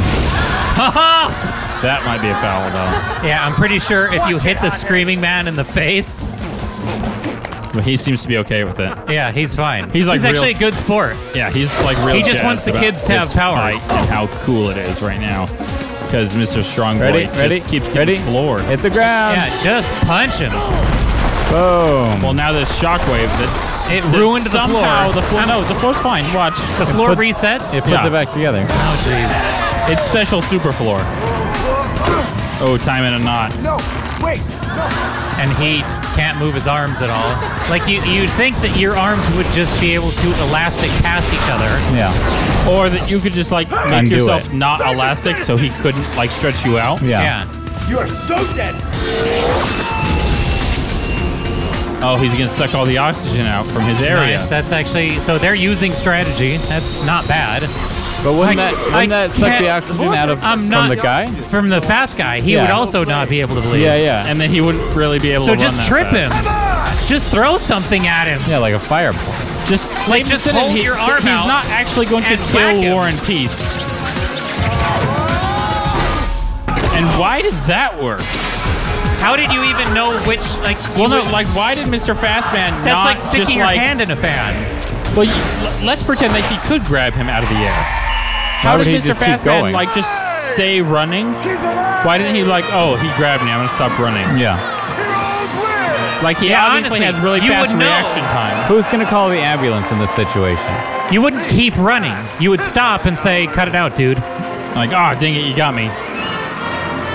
[SPEAKER 1] that might be a foul though.
[SPEAKER 3] Yeah, I'm pretty sure if you hit the screaming man in the face,
[SPEAKER 1] But he seems to be okay with it.
[SPEAKER 3] yeah, he's fine.
[SPEAKER 1] He's like real-
[SPEAKER 3] actually a good sport.
[SPEAKER 1] Yeah, he's like really.
[SPEAKER 3] He just wants
[SPEAKER 1] jazzed
[SPEAKER 3] the
[SPEAKER 1] about
[SPEAKER 3] kids to have
[SPEAKER 1] this
[SPEAKER 3] powers.
[SPEAKER 1] fight and how cool it is right now. Because Mr. Strong Boy
[SPEAKER 2] Ready?
[SPEAKER 1] just
[SPEAKER 2] Ready?
[SPEAKER 1] keeps getting floored.
[SPEAKER 2] Hit the ground.
[SPEAKER 3] Yeah, just punch him.
[SPEAKER 1] Boom. Well, now there's shockwave that
[SPEAKER 3] It
[SPEAKER 1] that
[SPEAKER 3] ruined the floor.
[SPEAKER 1] somehow the floor. No, the floor's fine. Watch. The
[SPEAKER 3] floor resets?
[SPEAKER 2] It puts it back together.
[SPEAKER 3] Oh jeez.
[SPEAKER 1] It's special super floor. Oh, time in a knot.
[SPEAKER 13] No, wait,
[SPEAKER 3] and he can't move his arms at all. Like you, you'd think that your arms would just be able to elastic past each other.
[SPEAKER 1] Yeah. Or that you could just like make
[SPEAKER 3] Undo
[SPEAKER 1] yourself
[SPEAKER 3] it.
[SPEAKER 1] not elastic so he couldn't like stretch you out.
[SPEAKER 3] Yeah.
[SPEAKER 13] You are so dead.
[SPEAKER 1] Oh, he's gonna suck all the oxygen out from his area.
[SPEAKER 3] Nice. That's actually so they're using strategy. That's not bad.
[SPEAKER 2] But wouldn't
[SPEAKER 3] I-
[SPEAKER 2] that- wouldn't
[SPEAKER 3] I
[SPEAKER 2] that suck the
[SPEAKER 3] can't-
[SPEAKER 2] oxygen out of-
[SPEAKER 3] I'm
[SPEAKER 2] from
[SPEAKER 3] not-
[SPEAKER 2] the guy?
[SPEAKER 3] From the fast guy, he
[SPEAKER 2] Yeah.
[SPEAKER 3] would also not be able to bleed.
[SPEAKER 2] Yeah, yeah.
[SPEAKER 1] And then he wouldn't really be able
[SPEAKER 3] So
[SPEAKER 1] to run
[SPEAKER 3] just
[SPEAKER 1] that
[SPEAKER 3] trip
[SPEAKER 1] fast.
[SPEAKER 3] him. Just throw something at him.
[SPEAKER 2] Yeah, like a fireball.
[SPEAKER 1] Just
[SPEAKER 3] like
[SPEAKER 1] save
[SPEAKER 3] just
[SPEAKER 1] it and
[SPEAKER 3] hold
[SPEAKER 1] he-
[SPEAKER 3] your
[SPEAKER 1] so
[SPEAKER 3] arm
[SPEAKER 1] he's
[SPEAKER 3] out
[SPEAKER 1] not actually going to
[SPEAKER 3] and whack
[SPEAKER 1] kill
[SPEAKER 3] him.
[SPEAKER 1] War and Peace. And why did that work?
[SPEAKER 3] How did you even know which like?
[SPEAKER 1] Well, no, like why did Mr. Fastman
[SPEAKER 3] That's
[SPEAKER 1] not
[SPEAKER 3] like sticking
[SPEAKER 1] just
[SPEAKER 3] your
[SPEAKER 1] like,
[SPEAKER 3] hand in a fan.
[SPEAKER 1] Well, you, l- let's pretend that he could grab him out of the air. How,
[SPEAKER 2] Why would
[SPEAKER 1] did
[SPEAKER 2] he
[SPEAKER 1] Mr.
[SPEAKER 2] just keep
[SPEAKER 1] Fastman
[SPEAKER 2] going?
[SPEAKER 1] like just stay running? Why didn't he like? Oh, he grabbed me. I'm gonna stop running.
[SPEAKER 2] Yeah.
[SPEAKER 1] Like he
[SPEAKER 3] Yeah, honestly,
[SPEAKER 1] obviously has really
[SPEAKER 3] you
[SPEAKER 1] fast
[SPEAKER 3] would know.
[SPEAKER 1] reaction time.
[SPEAKER 2] Who's gonna call the ambulance in this situation?
[SPEAKER 3] You wouldn't keep running. You would stop and say, "Cut it out, dude."
[SPEAKER 1] Like, ah, dang it, you got me.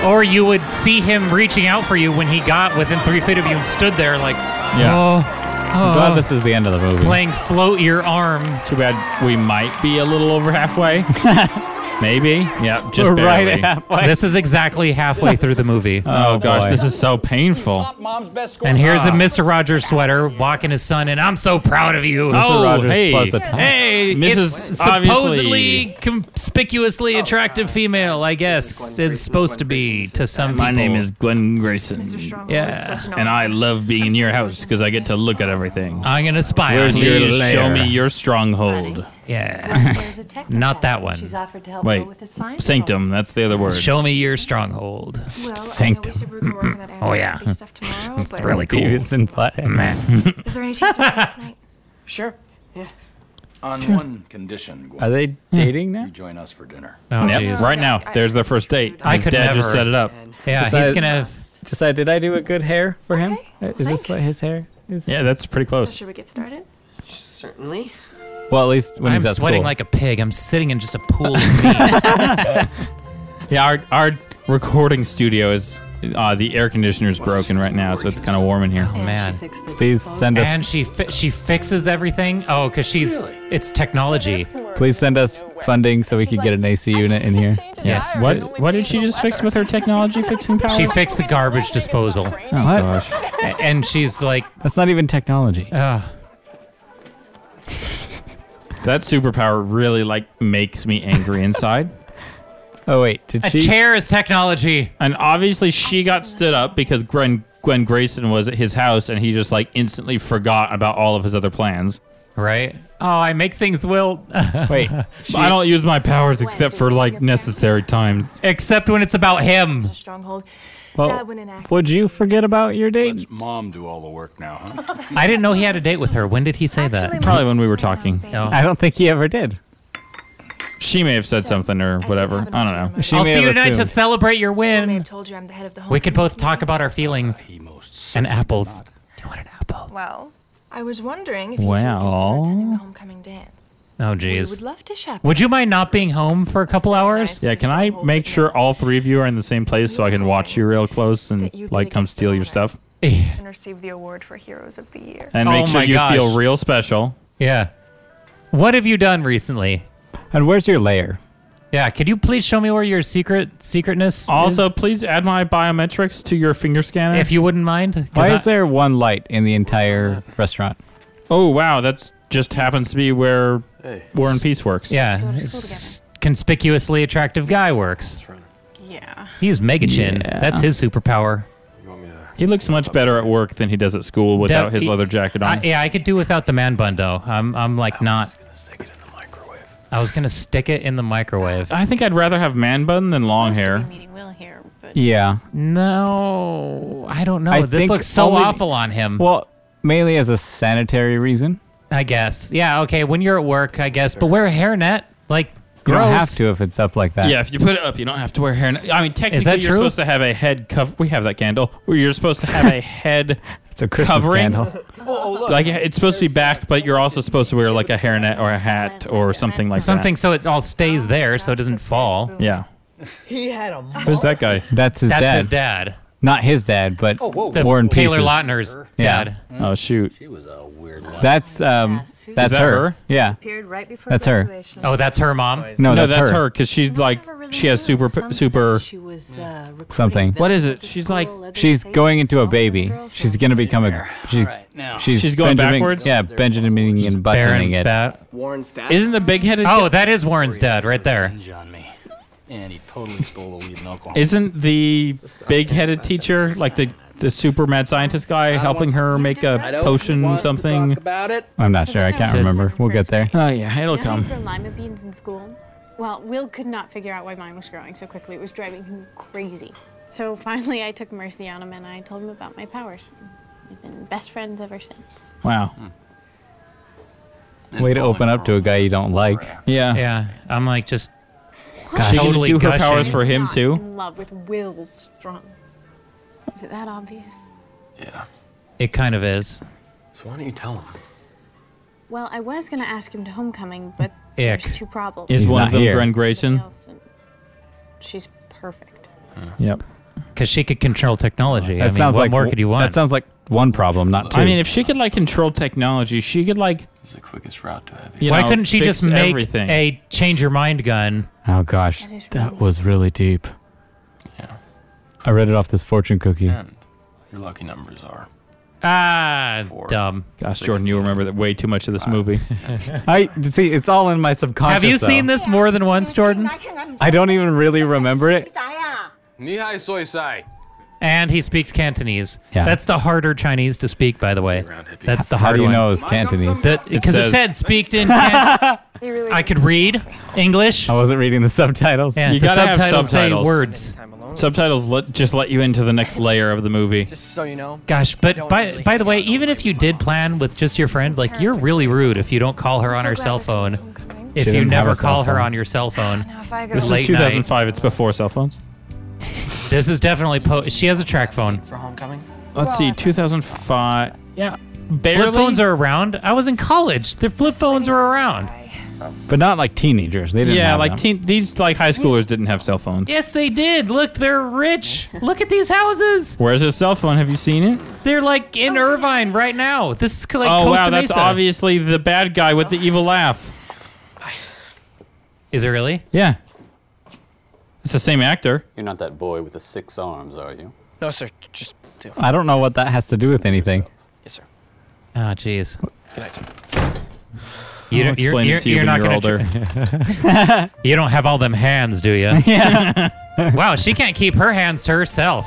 [SPEAKER 3] Or you would see him reaching out for you when he got within three feet of you and stood there like,
[SPEAKER 1] Yeah.
[SPEAKER 3] "Oh,
[SPEAKER 2] I'm
[SPEAKER 3] oh,"
[SPEAKER 2] glad this is the end of the movie.
[SPEAKER 3] playing float your arm.
[SPEAKER 1] Too bad we might be a little over halfway. Maybe. Yeah, just
[SPEAKER 3] We're right
[SPEAKER 1] barely.
[SPEAKER 3] halfway. This is exactly halfway through the movie.
[SPEAKER 1] Oh,
[SPEAKER 3] Oh,
[SPEAKER 1] gosh,
[SPEAKER 3] boy.
[SPEAKER 1] this is so painful.
[SPEAKER 3] And here's a Mr. Rogers sweater walking his son, and I'm so proud of you.
[SPEAKER 1] Mr. Oh, Rogers hey. plus a tie.
[SPEAKER 3] Hey,
[SPEAKER 1] Mrs.
[SPEAKER 3] it's
[SPEAKER 1] obviously-
[SPEAKER 3] supposedly conspicuously attractive female, I guess. It's supposed to be to some people.
[SPEAKER 1] My name is Gwen Grayson.
[SPEAKER 3] Yeah.
[SPEAKER 1] And I love being in your house because I get to look at everything.
[SPEAKER 3] I'm going to spy
[SPEAKER 1] Where's
[SPEAKER 3] on you
[SPEAKER 1] your
[SPEAKER 3] later.
[SPEAKER 1] show me your stronghold?
[SPEAKER 3] Yeah.
[SPEAKER 5] There's a technical
[SPEAKER 3] Not that
[SPEAKER 5] help.
[SPEAKER 3] one.
[SPEAKER 5] She's offered to help
[SPEAKER 1] Wait,
[SPEAKER 5] Bill with his science
[SPEAKER 1] sanctum. That's the other word.
[SPEAKER 3] Show me your stronghold.
[SPEAKER 5] Sanctum.
[SPEAKER 3] Oh, yeah. it's really cool.
[SPEAKER 2] Beavis and
[SPEAKER 3] Oh,
[SPEAKER 2] Butthead.
[SPEAKER 5] Is there any chance for that tonight?
[SPEAKER 13] Sure. Yeah.
[SPEAKER 20] On
[SPEAKER 13] Sure.
[SPEAKER 20] one condition, Gwen.
[SPEAKER 2] Are they
[SPEAKER 3] Hmm.
[SPEAKER 2] dating now?
[SPEAKER 20] You join us for dinner.
[SPEAKER 3] Oh,
[SPEAKER 1] Yep,
[SPEAKER 3] jeez.
[SPEAKER 1] Right now, there's their first date.
[SPEAKER 3] I
[SPEAKER 1] His
[SPEAKER 3] could
[SPEAKER 1] dad just
[SPEAKER 3] never.
[SPEAKER 1] set it up.
[SPEAKER 3] Yeah, he's
[SPEAKER 2] Decide-
[SPEAKER 3] gonna-
[SPEAKER 2] decide. uh, Did I do a good hair for him? Uh, Is this what his hair is?
[SPEAKER 1] Yeah, that's pretty close.
[SPEAKER 5] Should we get started?
[SPEAKER 4] Certainly.
[SPEAKER 2] Well, at least when
[SPEAKER 3] I'm
[SPEAKER 2] he's at
[SPEAKER 3] sweating
[SPEAKER 2] school.
[SPEAKER 3] like a pig. I'm sitting in just a pool of meat.
[SPEAKER 1] Yeah, our our recording studio is uh, the air conditioner's broken right now, so it's kind of warm in here. Oh
[SPEAKER 3] man,
[SPEAKER 2] please send us.
[SPEAKER 3] and she fi- she fixes everything. Oh, because she's it's technology.
[SPEAKER 2] Please send us funding so we could get an AC unit in here.
[SPEAKER 1] Yes. What what did she just fix with her technology fixing power?
[SPEAKER 3] She fixed the garbage disposal.
[SPEAKER 2] Oh, what?
[SPEAKER 3] A- And she's like,
[SPEAKER 2] That's not even technology.
[SPEAKER 3] uh,
[SPEAKER 1] that superpower really like makes me angry inside.
[SPEAKER 2] Oh wait, did
[SPEAKER 3] a
[SPEAKER 2] she?
[SPEAKER 3] chair is technology.
[SPEAKER 1] And obviously, she got stood up because Gwen Gwen Grayson was at his house, and he just like instantly forgot about all of his other plans.
[SPEAKER 3] Right? Oh, I make things wilt.
[SPEAKER 2] Wait,
[SPEAKER 1] I don't use my powers except for like necessary times.
[SPEAKER 3] Except when it's about him.
[SPEAKER 5] Stronghold. Dad
[SPEAKER 2] Well,
[SPEAKER 5] went in act.
[SPEAKER 2] would you forget about your date?
[SPEAKER 20] Does mom do all the work now, huh?
[SPEAKER 3] I didn't know he had a date with her. When did he say that?
[SPEAKER 1] Probably when we were talking,
[SPEAKER 2] I don't think he ever did.
[SPEAKER 1] she may have said something or whatever. I don't know.
[SPEAKER 2] She
[SPEAKER 3] I'll
[SPEAKER 2] may
[SPEAKER 3] see you
[SPEAKER 2] have
[SPEAKER 3] tonight to
[SPEAKER 2] assumed.
[SPEAKER 3] celebrate your
[SPEAKER 5] I may
[SPEAKER 3] win.
[SPEAKER 5] have told you I'm the head of the home.
[SPEAKER 3] We could both talk about our feelings and apples.
[SPEAKER 5] Well, I was wondering if you two would
[SPEAKER 3] Well.
[SPEAKER 5] consider attending the homecoming dance.
[SPEAKER 3] Oh,
[SPEAKER 5] We would
[SPEAKER 3] jeez.
[SPEAKER 5] love to chaperone.
[SPEAKER 3] Would you mind not being home for a couple hours?
[SPEAKER 1] Yeah, can I make sure all three of you are in the same place so I can watch you real close and like come steal your stuff
[SPEAKER 6] And receive the award for Heroes of the Year.
[SPEAKER 1] and
[SPEAKER 3] Oh
[SPEAKER 1] make sure
[SPEAKER 3] my
[SPEAKER 1] you
[SPEAKER 3] gosh.
[SPEAKER 1] feel real special?
[SPEAKER 3] Yeah. What have you done recently?
[SPEAKER 2] And where's your layer?
[SPEAKER 3] Yeah, could you please show me where your secret secretness
[SPEAKER 1] Also,
[SPEAKER 3] is?
[SPEAKER 1] please add my biometrics to your finger scanner.
[SPEAKER 3] if you wouldn't mind? 'Cause
[SPEAKER 2] Why
[SPEAKER 3] I-
[SPEAKER 2] is there one light in the entire restaurant?
[SPEAKER 1] oh wow, that's just happens to be where War and Peace works.
[SPEAKER 3] Yeah, s- conspicuously attractive guy works.
[SPEAKER 6] Yeah.
[SPEAKER 3] He's Megachin.
[SPEAKER 1] Yeah.
[SPEAKER 3] That's his superpower.
[SPEAKER 1] he looks much better at work than he does at school without
[SPEAKER 3] That-
[SPEAKER 1] his leather jacket on.
[SPEAKER 3] I, yeah, I could do without the man bun though. I'm I'm like not. I was gonna stick it in the microwave.
[SPEAKER 1] I think I'd rather have man bun than long hair.
[SPEAKER 2] Yeah.
[SPEAKER 3] No, I don't know.
[SPEAKER 2] I
[SPEAKER 3] this
[SPEAKER 2] think
[SPEAKER 3] looks so
[SPEAKER 2] only-
[SPEAKER 3] awful on him.
[SPEAKER 2] Well, mainly as a sanitary reason.
[SPEAKER 3] I guess. Yeah. Okay. When you're at work, I guess. But wear a hairnet. Like
[SPEAKER 2] You
[SPEAKER 3] gross.
[SPEAKER 2] don't have to if it's up like that.
[SPEAKER 1] Yeah, if you put it up, you don't have to wear hair. I mean, technically,
[SPEAKER 3] that
[SPEAKER 1] you're
[SPEAKER 3] true?
[SPEAKER 1] supposed to have a head cover. We have that candle. Where you're supposed to have a head
[SPEAKER 2] It's a Christmas
[SPEAKER 1] covering.
[SPEAKER 2] candle.
[SPEAKER 1] Like it's supposed to be back, but you're also supposed to wear like a hairnet or a hat or something like
[SPEAKER 3] Something so it all stays there so it doesn't fall.
[SPEAKER 1] that. Yeah.
[SPEAKER 14] He had a. Mop.
[SPEAKER 1] Who's that guy?
[SPEAKER 2] That's his
[SPEAKER 3] That's
[SPEAKER 2] dad.
[SPEAKER 3] his dad.
[SPEAKER 2] Not his dad, but
[SPEAKER 3] Oh, whoa. Mm. The
[SPEAKER 2] War and
[SPEAKER 3] Taylor
[SPEAKER 2] Pieces.
[SPEAKER 3] Lautner's
[SPEAKER 2] yeah.
[SPEAKER 3] dad.
[SPEAKER 1] Oh shoot.
[SPEAKER 2] That's um.
[SPEAKER 1] Is
[SPEAKER 2] That's
[SPEAKER 1] that
[SPEAKER 2] her.
[SPEAKER 1] her?
[SPEAKER 2] Yeah.
[SPEAKER 14] right before
[SPEAKER 2] That's her.
[SPEAKER 3] Oh, that's her mom.
[SPEAKER 2] No, that's
[SPEAKER 1] that's
[SPEAKER 2] her.
[SPEAKER 1] her because she's like she has super super.
[SPEAKER 5] uh,
[SPEAKER 2] Something.
[SPEAKER 1] What is it? She's like
[SPEAKER 2] She's going into a baby. She's gonna become a. She's
[SPEAKER 1] now.
[SPEAKER 2] she's,
[SPEAKER 1] She's going
[SPEAKER 2] Benjamin-
[SPEAKER 1] backwards?
[SPEAKER 2] Yeah, Benjamin meaning and buttoning it.
[SPEAKER 11] Warren's dad.
[SPEAKER 1] Isn't the big headed?
[SPEAKER 3] Oh, that is Warren's dad right there.
[SPEAKER 20] And he totally stole the lead in Oklahoma.
[SPEAKER 1] Isn't the big headed teacher like the the super mad scientist guy helping her make a
[SPEAKER 11] I don't
[SPEAKER 1] potion
[SPEAKER 11] want to
[SPEAKER 1] something?
[SPEAKER 11] talk about it.
[SPEAKER 2] I'm not sure. I can't remember. We'll get there.
[SPEAKER 1] Oh yeah, it'll
[SPEAKER 16] You know how you grow lima beans in school? Well, Will could not figure out why mine was growing so quickly. It was driving him crazy. So finally, I took mercy on him and I told him about my powers. We've been best friends ever since.
[SPEAKER 2] Wow. Way to open up to a guy you don't like.
[SPEAKER 1] Yeah.
[SPEAKER 3] Yeah. I'm like just.
[SPEAKER 1] Gosh, she
[SPEAKER 3] totally
[SPEAKER 1] can do her
[SPEAKER 3] gushing.
[SPEAKER 1] powers for him
[SPEAKER 16] Not
[SPEAKER 1] too.
[SPEAKER 16] In love with Will's strong. Is it that obvious?
[SPEAKER 3] It kind of is.
[SPEAKER 11] So why don't you tell him?
[SPEAKER 16] Well, I was going to ask him to homecoming, but
[SPEAKER 1] Ick.
[SPEAKER 16] there's two problems.
[SPEAKER 1] Is one of them Gren
[SPEAKER 16] Somebody
[SPEAKER 1] Grayson?
[SPEAKER 16] else, and She's perfect.
[SPEAKER 1] Yep.
[SPEAKER 3] Because she could control technology.
[SPEAKER 2] That
[SPEAKER 3] I mean,
[SPEAKER 2] sounds
[SPEAKER 3] what
[SPEAKER 2] like
[SPEAKER 3] more could you want?
[SPEAKER 2] That sounds like one problem, not two.
[SPEAKER 1] I mean, if she could like control technology, she could like. It's
[SPEAKER 11] the quickest route to heaven.
[SPEAKER 1] You
[SPEAKER 3] Why
[SPEAKER 1] know,
[SPEAKER 3] couldn't she
[SPEAKER 1] fix
[SPEAKER 3] just make
[SPEAKER 1] everything.
[SPEAKER 3] a change your mind gun?
[SPEAKER 2] oh gosh, that was really deep. Yeah. I read it off this fortune cookie.
[SPEAKER 11] Your lucky numbers are.
[SPEAKER 3] Ah, dumb.
[SPEAKER 1] Gosh, Jordan, you remember that way too much of this movie.
[SPEAKER 2] I see. It's all in my subconscious.
[SPEAKER 3] Have you seen
[SPEAKER 2] though.
[SPEAKER 3] this more than once, Jordan?
[SPEAKER 2] I don't even really remember it.
[SPEAKER 18] Nihai soy sai.
[SPEAKER 3] And he speaks Cantonese.
[SPEAKER 2] Yeah.
[SPEAKER 3] That's the harder Chinese to speak, by the way. That's the
[SPEAKER 2] How
[SPEAKER 3] hard
[SPEAKER 2] do you
[SPEAKER 3] one.
[SPEAKER 2] know it's Cantonese? It
[SPEAKER 3] Because it,
[SPEAKER 2] says-
[SPEAKER 3] said speaked in Can- I could read English.
[SPEAKER 2] I wasn't reading the subtitles.
[SPEAKER 3] Yeah,
[SPEAKER 1] you
[SPEAKER 3] the
[SPEAKER 1] gotta have
[SPEAKER 3] subtitles say
[SPEAKER 1] subtitles.
[SPEAKER 3] words.
[SPEAKER 1] Subtitles let, just let you into the next layer of the movie.
[SPEAKER 11] So you know.
[SPEAKER 3] Gosh, but by, by the way, even if you did plan with just your friend, like you're really rude if you don't call her on her cell phone. If
[SPEAKER 1] She
[SPEAKER 3] you
[SPEAKER 1] didn't have
[SPEAKER 3] never
[SPEAKER 1] a cell
[SPEAKER 3] call her
[SPEAKER 1] phone.
[SPEAKER 3] on your cell phone.
[SPEAKER 1] I this is
[SPEAKER 3] Late night.
[SPEAKER 1] 2005. It's before cell phones.
[SPEAKER 3] This is definitely po- she has a track phone.
[SPEAKER 11] For homecoming?
[SPEAKER 1] Let's see, 2005. Yeah, barely.
[SPEAKER 3] Flip phones are around. I was in college. The flip phones were around.
[SPEAKER 2] But not like teenagers. They didn't.
[SPEAKER 1] yeah,
[SPEAKER 2] have
[SPEAKER 1] like
[SPEAKER 2] them.
[SPEAKER 1] teen, these like high schoolers didn't have cell phones.
[SPEAKER 3] Yes, they did. Look, they're rich. Look at these houses.
[SPEAKER 1] Where's his cell phone? Have you seen it?
[SPEAKER 3] They're like in Irvine right now. This is like
[SPEAKER 1] oh
[SPEAKER 3] Costa
[SPEAKER 1] wow, that's
[SPEAKER 3] Mesa.
[SPEAKER 1] obviously the bad guy with the evil laugh.
[SPEAKER 3] Is it really?
[SPEAKER 1] Yeah, it's the same actor.
[SPEAKER 23] You're not that boy with the six arms, are you?
[SPEAKER 11] No, sir. Just do.
[SPEAKER 2] I don't know what that has to do with anything.
[SPEAKER 11] Yes, sir.
[SPEAKER 3] Oh, jeez.
[SPEAKER 11] Good night.
[SPEAKER 3] You
[SPEAKER 1] I'll
[SPEAKER 3] don't, you're,
[SPEAKER 1] explain it
[SPEAKER 3] you're,
[SPEAKER 1] to you
[SPEAKER 3] you're
[SPEAKER 1] when
[SPEAKER 3] not
[SPEAKER 1] you're
[SPEAKER 3] gonna tr- you don't have all them hands, do you?
[SPEAKER 2] Yeah.
[SPEAKER 3] wow, she can't keep her hands to herself.